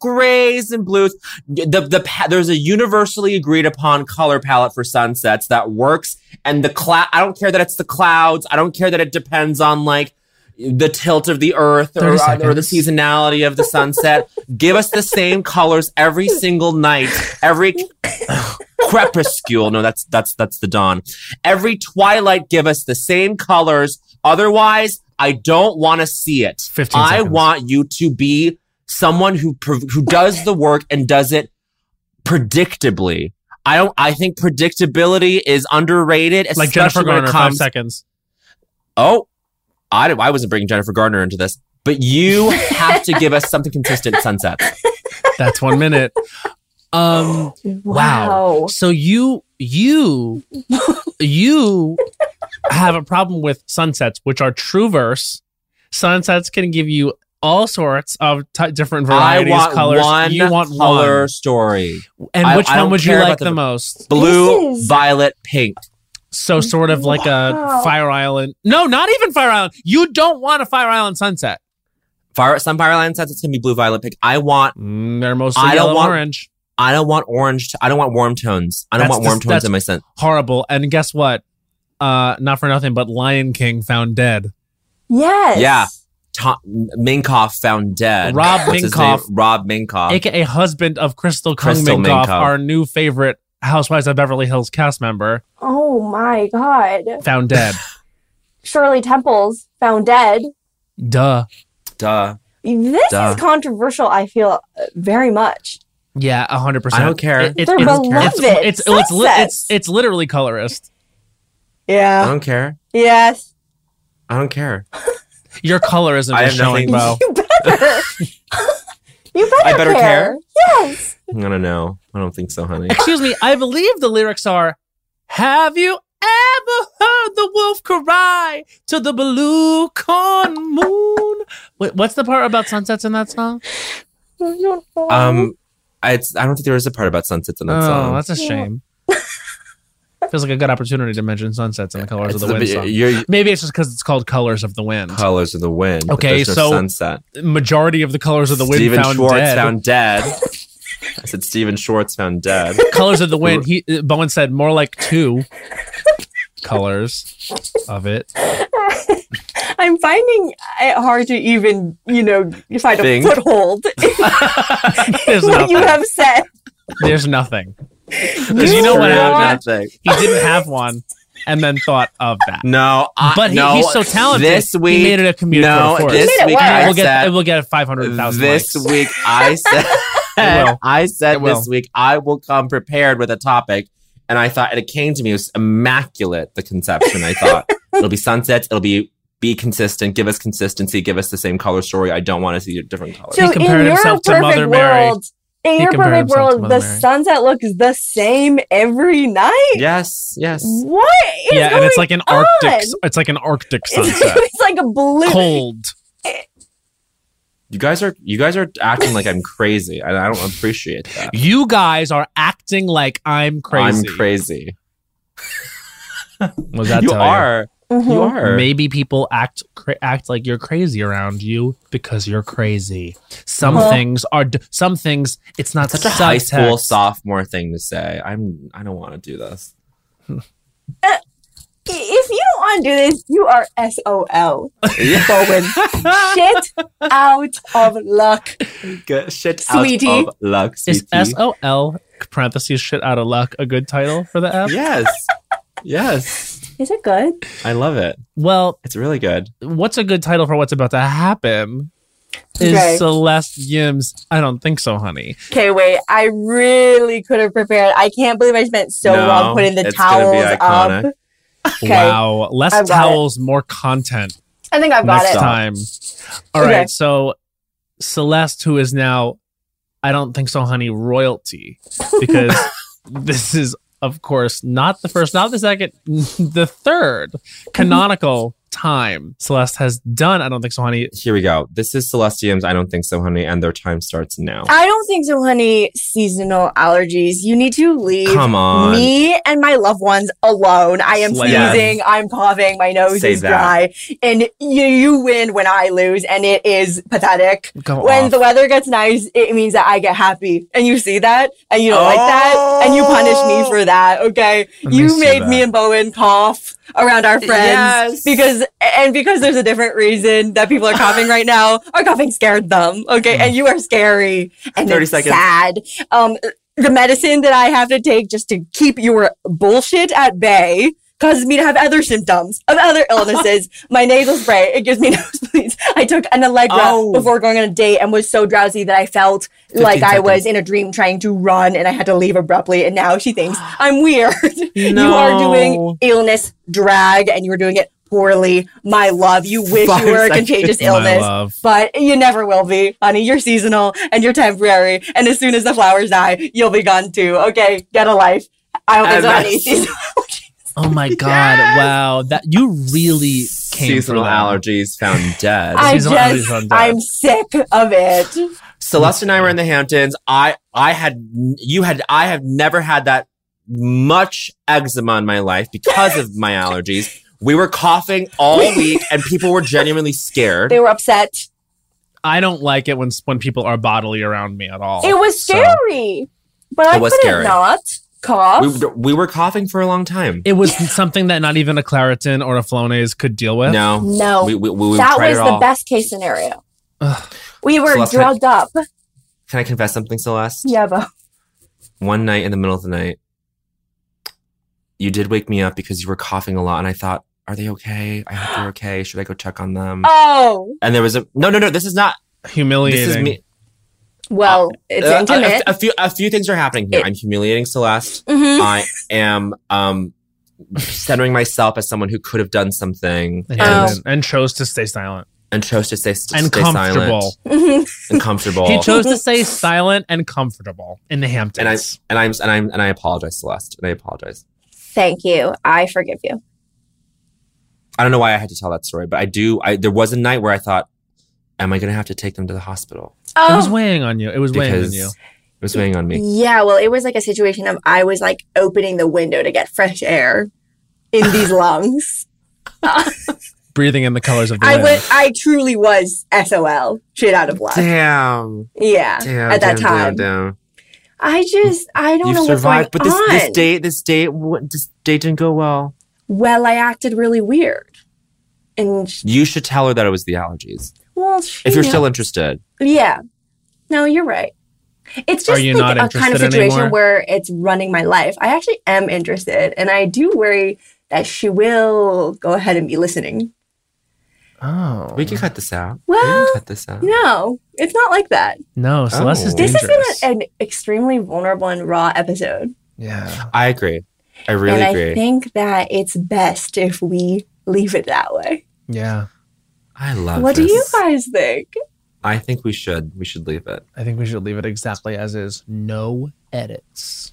S9: grays and blues. The the pa- there's a universally agreed upon color palette for sunsets that works. And the cloud. I don't care that it's the clouds. I don't care that it depends on like the tilt of the earth or, uh,
S1: 30
S9: or the seasonality of the sunset. Give us the same colors every single night, every crepuscule. No, that's that's that's the dawn. Every twilight, give us the same colors. Otherwise, I don't want to see it.
S1: 15
S9: I
S1: seconds.
S9: want you to be someone who prov- who does the work and does it predictably. I don't. I think predictability is underrated,
S1: Like Jennifer
S9: especially when it
S1: Garner, five
S9: comes-
S1: seconds.
S9: Oh, I, I wasn't bringing Jennifer Gardner into this, but you have to give us something consistent. Sunset.
S1: That's one minute. Um wow. So you you you have a problem with sunsets, which are true verse. Sunsets can give you all sorts of t- different varieties,
S9: I want
S1: colors.
S9: one
S1: you want
S9: color
S1: one.
S9: story.
S1: And
S9: I-
S1: which
S9: I
S1: one
S9: don't
S1: would you
S9: care about
S1: like the, most?
S9: Blue, violet, pink.
S1: So sort of like
S9: Wow.
S1: a Fire Island. No, not even Fire Island. You don't want a Fire Island sunset.
S9: Fire, some fire line sets. It's gonna be blue, violet, pink. I want.
S1: Mm, they're mostly yellow, orange.
S9: I don't want orange. I don't want warm tones. I don't
S1: That's
S9: want warm
S1: dis-
S9: tones
S1: that's
S9: in my scent.
S1: Horrible. And guess what? Uh, not for nothing, but Lion King found dead.
S5: Yes.
S9: Yeah. Tom, Minkoff found dead.
S1: Rob
S9: What's his
S1: Minkoff.
S9: name? Rob Minkoff.
S1: aka husband of Crystal Kung
S9: Uh, Crystal
S1: Minkoff,
S9: Minkoff.
S1: our new favorite Housewives of Beverly Hills cast member,
S5: Oh my God.
S1: found dead.
S5: Shirley Temple's found dead.
S1: Duh.
S9: Duh.
S5: This
S1: Duh.
S5: is controversial, I feel uh, very much.
S1: Yeah, hundred percent.
S9: I don't care.
S5: They're
S1: It's
S5: beloved
S1: it's it's, it's, li- it's
S5: sunsets.
S1: it's literally colorist.
S9: I
S5: Yeah.
S9: don't care.
S5: Yes.
S9: I don't care.
S1: Your colorism
S9: I
S1: is
S9: have nothing-
S1: showing, Bo.
S5: You better,
S9: I better care.
S5: Yes.
S9: I don't know. I don't think so, honey.
S1: Excuse me. I believe the lyrics are, "Have you ever heard the wolf cry to the blue corn moon?" Wait, what's the part about sunsets in that song?
S9: Um, I, it's, I don't think there is a part about sunsets in that
S1: oh,
S9: song.
S1: that's a shame. Feels like a good opportunity to mention sunsets and the colors
S9: It's
S1: of the
S9: the-
S1: wind. song.
S9: you're-
S1: Maybe it's just because it's called Colors of the Wind.
S9: Colors of the wind. but
S1: Okay,
S9: there's no
S1: so
S9: sunset.
S1: majority of the colors of the wind
S9: Stephen
S1: found
S9: Schwartz
S1: dead.
S9: found dead. I said Stephen Schwartz found dead.
S1: colors of the wind. He uh, Bowen said more like two colors of it.
S5: I'm finding it hard to even, you know, find
S1: Thing.
S5: a foothold in
S1: There's
S5: what you
S1: nothing.
S5: have said.
S1: There's nothing. Because you know what
S9: True,
S1: happened?
S9: nothing.
S1: He didn't have one, and then thought of that.
S9: No, I-
S1: but he,
S9: no,
S1: he's so talented.
S9: this week-
S1: he made it a community.
S9: no,
S1: of course.
S9: this He made it week work. I
S1: we'll get
S9: said-
S1: it will get five hundred thousand.
S9: This week I said I said
S1: It will.
S9: this week I will come prepared with a topic. And I thought and it came to me, it was immaculate the conception. I thought it'll be sunsets, it'll be be consistent, give us consistency, give us the same color story. I don't want to see a different color.
S5: So in your perfect world, in
S9: He
S5: your
S9: compared
S5: perfect world,
S9: himself to Mother
S5: the
S9: Mary.
S5: sunset looks the same every night.
S9: Yes, yes.
S5: What is
S1: yeah, and it's like
S5: going
S1: an arctic.
S5: on?
S1: s- It's like an arctic
S5: It's
S1: sunset.
S5: like, it's like a blue.
S1: Cold.
S9: You guys are you guys are acting like I'm crazy. I, I don't appreciate that.
S1: You guys are acting like I'm crazy.
S9: I'm crazy.
S1: Was that
S9: you
S1: tell
S9: are.
S5: Mm-hmm.
S9: You are.
S1: Maybe people act cra- act like you're crazy around you because you're crazy. Some
S9: Well-
S1: things are. D- some things. It's not
S9: such a high school
S1: subtext.
S9: sophomore thing to say. I'm I don't want to do this.
S5: on do this, you are SOL. Bowen. Shit out of luck.
S9: Good shit
S5: Sweetie.
S9: out of luck,
S1: Is
S9: sweetie.
S1: S O L parentheses shit out of luck a good title for the app?
S9: Yes. yes.
S5: Is it good?
S9: I love it.
S1: Well,
S9: it's really good.
S1: What's a good title for what's about to happen? Is
S5: Okay.
S1: Celeste Yim's I don't think so, honey.
S5: Okay, wait. I really could have prepared. I can't believe I spent so
S1: No,
S5: long putting the
S1: it's gonna be
S5: towels up.
S1: iconic.
S5: Okay.
S1: Wow. Less
S5: I've got it.
S1: towels, more content.
S5: I think I've got
S1: next
S5: it.
S1: time. All right.
S5: Okay.
S1: So Celeste, who is now, I don't think so, honey, royalty, because this is, of course, not the first, not the second, the third canonical time Celeste has done. I don't think so, honey.
S9: Here we go. This is Celestium's I Don't Think So, Honey, and their time starts now.
S5: I don't think so, honey. Seasonal allergies. You need to leave
S9: Come on.
S5: me and my loved ones alone. I am
S9: Slay that.
S5: sneezing. I'm coughing. My nose
S9: Say
S5: is
S9: that.
S5: dry. And you, you win when I lose, and it is pathetic.
S1: Go
S5: when
S1: off.
S5: the weather gets nice, it means that I get happy. And you see that, and you don't like that, and you punish me
S9: Oh.
S5: for that, okay?
S1: Let me
S5: you
S1: see
S5: made me
S1: that.
S5: and Bowen cough around our
S4: Yes.
S5: friends because and because there's a different reason that people are coughing right now our coughing scared them okay and you are scary and
S4: 30
S5: it's
S4: seconds.
S5: sad um the medicine that i have to take just to keep your bullshit at bay causes me to have other symptoms of other illnesses my nasal spray it gives me nosebleeds i took an allegra
S4: Oh.
S5: before going on a date and was so drowsy that i felt
S4: 15
S5: like i was
S4: seconds.
S5: in a dream trying to run and i had to leave abruptly and now she thinks i'm weird you are doing
S4: No.
S5: illness drag and you are doing it poorly. My love, you wish
S4: Five
S5: you were a
S4: seconds.
S5: contagious
S4: My
S5: illness,
S4: love.
S5: but you never will be, honey. You're seasonal and you're temporary. And as soon as the flowers die, you'll be gone too. Okay, get a life. I don't think
S1: And
S5: so, honey.
S1: that's-
S5: Seasonal.
S1: Oh my God. Wow. That you really came
S9: Seasonal
S1: for that.
S9: allergies found dead.
S5: I just, I'm sick of it.
S9: Celeste and I were in the Hamptons. I I had you had I have never had that much eczema in my life because of my allergies. We were coughing all week and people were genuinely scared.
S5: They were upset.
S1: I don't like it when when people are bodily around me at all.
S5: it was
S1: So-
S5: scary, but I
S1: It was
S5: couldn't
S1: scary.
S5: not cough.
S9: we, we were coughing for a long time.
S1: It was something that not even a Claritin or a Flonase could deal with.
S9: No,
S5: no, Oh, that was the best case scenario. We were
S9: So let's
S5: drugged up.
S9: Can I confess something, Celeste?
S5: Yeah, but
S9: One night in the middle of the night, you did wake me up because you were coughing a lot, and I thought, "Are they okay? I hope they're okay. Should I go check on them?"
S5: oh
S9: And there was a no, no, no. This is not
S1: humiliating.
S9: This is me.
S5: well, it's
S9: Uh, a-
S5: intimate.
S9: A, a few a few things are happening here. I'm humiliating Celeste.
S5: Mhm.
S9: I am um centering myself as someone who could have done something
S5: Oh.
S1: And, and chose to stay silent
S9: and chose to stay,
S1: and
S9: stay
S1: comfortable.
S9: silent
S5: mm-hmm.
S9: and comfortable.
S1: he chose to stay silent and comfortable in the Hamptons.
S9: and I and I'm and I'm and I apologize, Celeste. And I apologize.
S5: Thank you. I forgive you.
S9: I don't know why I had to tell that story, but I do. I there was a night where I thought, "Am I going to have to take them to the hospital?"
S1: It
S5: Oh.
S1: was weighing on you. It was weighing on
S9: Because
S1: you.
S9: it was weighing on me.
S5: Yeah, well, it was like a situation of I was like opening the window to get fresh air in these lungs.
S1: Breathing in the colors of the
S5: I
S1: wind.
S5: was, I truly was SOL, shit out of luck.
S9: Damn.
S5: Yeah, at that time,
S9: damn.
S5: I just I don't
S9: You've
S5: know
S9: survived,
S5: what's
S9: but
S5: going
S9: this this
S5: on.
S9: date this date w- this date didn't go well.
S5: well, I acted really weird, and sh-
S9: You should tell her that it was the allergies.
S5: well, she
S9: If you're
S5: knew.
S9: still interested,
S5: yeah, no, you're right. It's
S9: Are
S5: just
S9: you
S5: like
S9: not
S5: a kind of
S9: interested
S5: situation
S9: anymore?
S5: where it's running my life. I actually am interested, and I do worry that she will go ahead and be listening.
S1: Oh.
S9: We can cut this out.
S5: Well,
S9: cut this out.
S5: No, it's not like that.
S1: No, Celeste is
S9: Oh.
S5: This
S1: dangerous.
S5: has been a- an extremely vulnerable and raw episode.
S1: yeah.
S9: I agree. I really
S5: and
S9: agree.
S5: I think that it's best if we leave it that way.
S1: yeah.
S9: I love
S5: what
S9: this.
S5: do you guys think?
S9: I think we should. We should leave it.
S1: I think we should leave it exactly as is. No edits.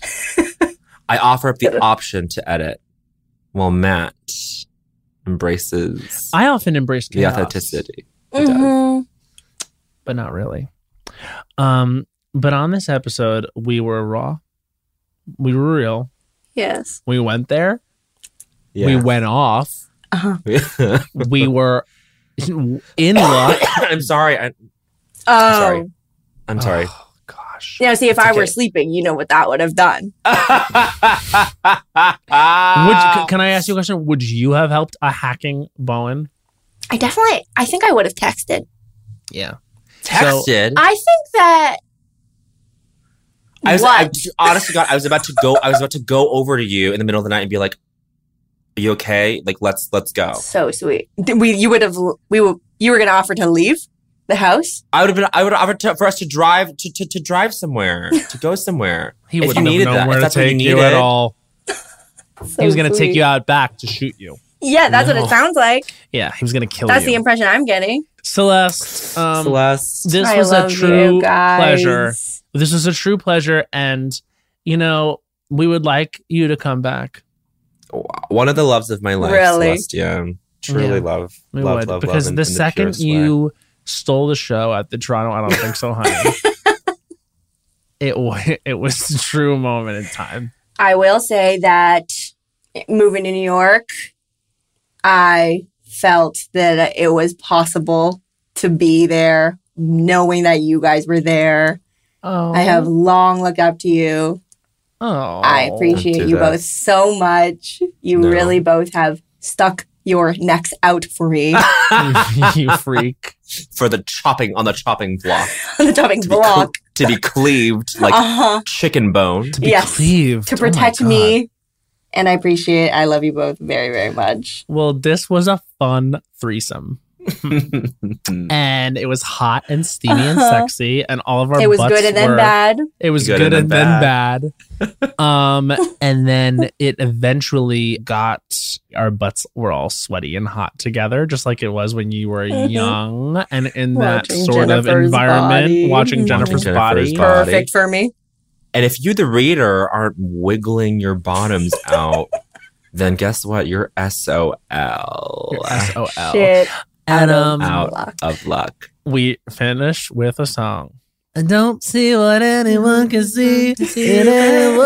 S9: I offer up the option to edit while Matt embraces
S1: I often embrace
S9: the
S1: chaos.
S9: authenticity.
S5: Mm-hmm.
S1: but not really. Um, but on this episode, we were raw. We were real.
S5: Yes.
S1: We went there. We
S9: Yeah.
S1: went off.
S5: Uh-huh.
S1: we were in luck.
S9: I'm sorry. I,
S5: Oh,
S9: sorry. I'm sorry.
S1: gosh.
S5: Now, see, if
S1: That's
S5: I were
S1: okay.
S5: sleeping, you know what that would have done.
S1: Would,
S9: Um,
S1: c- can I ask you a question? Would you have helped a hacking Bowen?
S5: I definitely, I think I would have texted.
S1: Yeah.
S9: Texted.
S1: Uh,
S5: I think that
S9: I was
S5: What?
S9: I, honestly God, I was about to go I was about to go over to you in the middle of the night and be like, Are you okay? Like let's let's
S1: Oh.
S9: go.
S5: so sweet. Th- We, you would have, we were, you were going to offer to leave the house.
S9: I would have been I would have offered to, for us to drive to, to, to drive somewhere, to go somewhere.
S1: He
S9: If you
S1: wouldn't have
S9: needed
S1: known
S9: that,
S1: where
S9: if
S1: to
S9: that's what
S1: take you
S9: needed.
S1: at all.
S5: So
S1: he was going to take
S5: sweet.
S1: you out back to shoot you.
S5: Yeah, that's what
S1: No.
S5: it sounds like.
S1: Yeah, he was going to kill
S5: that's
S1: you.
S5: the impression I'm getting.
S1: Celeste, um,
S9: Celeste,
S1: this
S5: I
S1: was a
S5: love you
S1: true
S5: guys.
S1: pleasure. This was a true pleasure, and you know we would like you to come back.
S9: One of the loves of my life,
S1: Really?
S9: Celeste, yeah. Truly
S1: Yeah.
S9: love.
S1: We
S9: love,
S1: would
S9: love,
S1: because
S9: love in-
S1: the
S9: in
S1: second
S9: purest way.
S1: you stole the show at the Toronto, I don't think so, honey. it wa- it was a true moment in time.
S5: I will say that moving to New York, I felt that it was possible to be there, knowing that you guys were there.
S1: Oh,
S5: I have long looked up to you.
S1: Oh,
S5: I appreciate
S1: Don't do
S5: you
S1: that.
S5: both so much. You
S1: No.
S5: really both have stuck your necks out for me on
S1: Hmm. you freak.
S9: For the chopping on the chopping block.
S5: the topping block.
S9: To be cleaved like
S5: Uh-huh.
S9: chicken bone.
S5: To be Yes.
S1: cleaved. Oh
S5: to protect me. And I appreciate I love you both very, very much.
S1: Well, this was a fun threesome. and it was hot and steamy and
S5: Uh-huh.
S1: sexy, and all of our
S5: It was
S1: butts
S5: good and then
S1: were-
S5: bad.
S1: It was good, and, then bad. um, and then it eventually got our butts were all sweaty and hot together, just like it was when you were
S5: Mhm.
S1: young and in that
S5: Watching
S1: sort of
S5: Jennifer's
S1: environment,
S5: body.
S1: watching
S5: Mhm.
S1: Jennifer's,
S9: Watching
S1: body.
S9: Jennifer's body.
S5: Perfect for me.
S9: And if you, the reader, aren't wiggling your bottoms out, then guess what? You're SOL.
S1: SOL. Shit. And, um,
S9: out of luck.
S1: We finish with a song. I don't see what anyone can
S16: Mm-hmm.
S1: see in anyone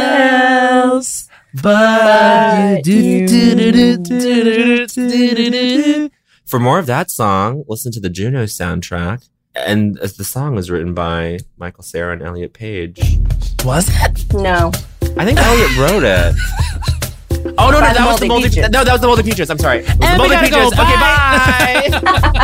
S1: else. But you do, do, do, do, do, do, do, do, do, do.
S9: For more of that song, listen to the Juno soundtrack. And as the song was written by Michael Sarah and Elliot Page.
S1: Was it?
S5: No.
S9: I think Elliot wrote it. Oh no no that was the moldy no that was the moldy peaches I'm sorry It was the
S17: we
S9: Moldy
S17: gotta go.
S9: Peaches. okay bye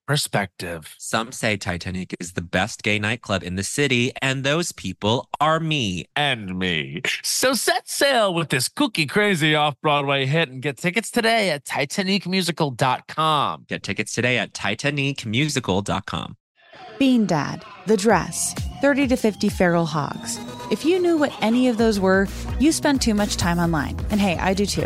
S16: perspective.
S18: Some say Titanic is the best gay nightclub in the city, and those people are me.
S16: And me. So set sail with this cookie crazy off Broadway hit and get tickets today at TitanicMusical.com.
S18: Get tickets today at TitanicMusical.com.
S4: Bean Dad, The Dress, 30 to 50 Feral Hogs. If you knew what any of those were, you spend too much time online. And hey, I do too.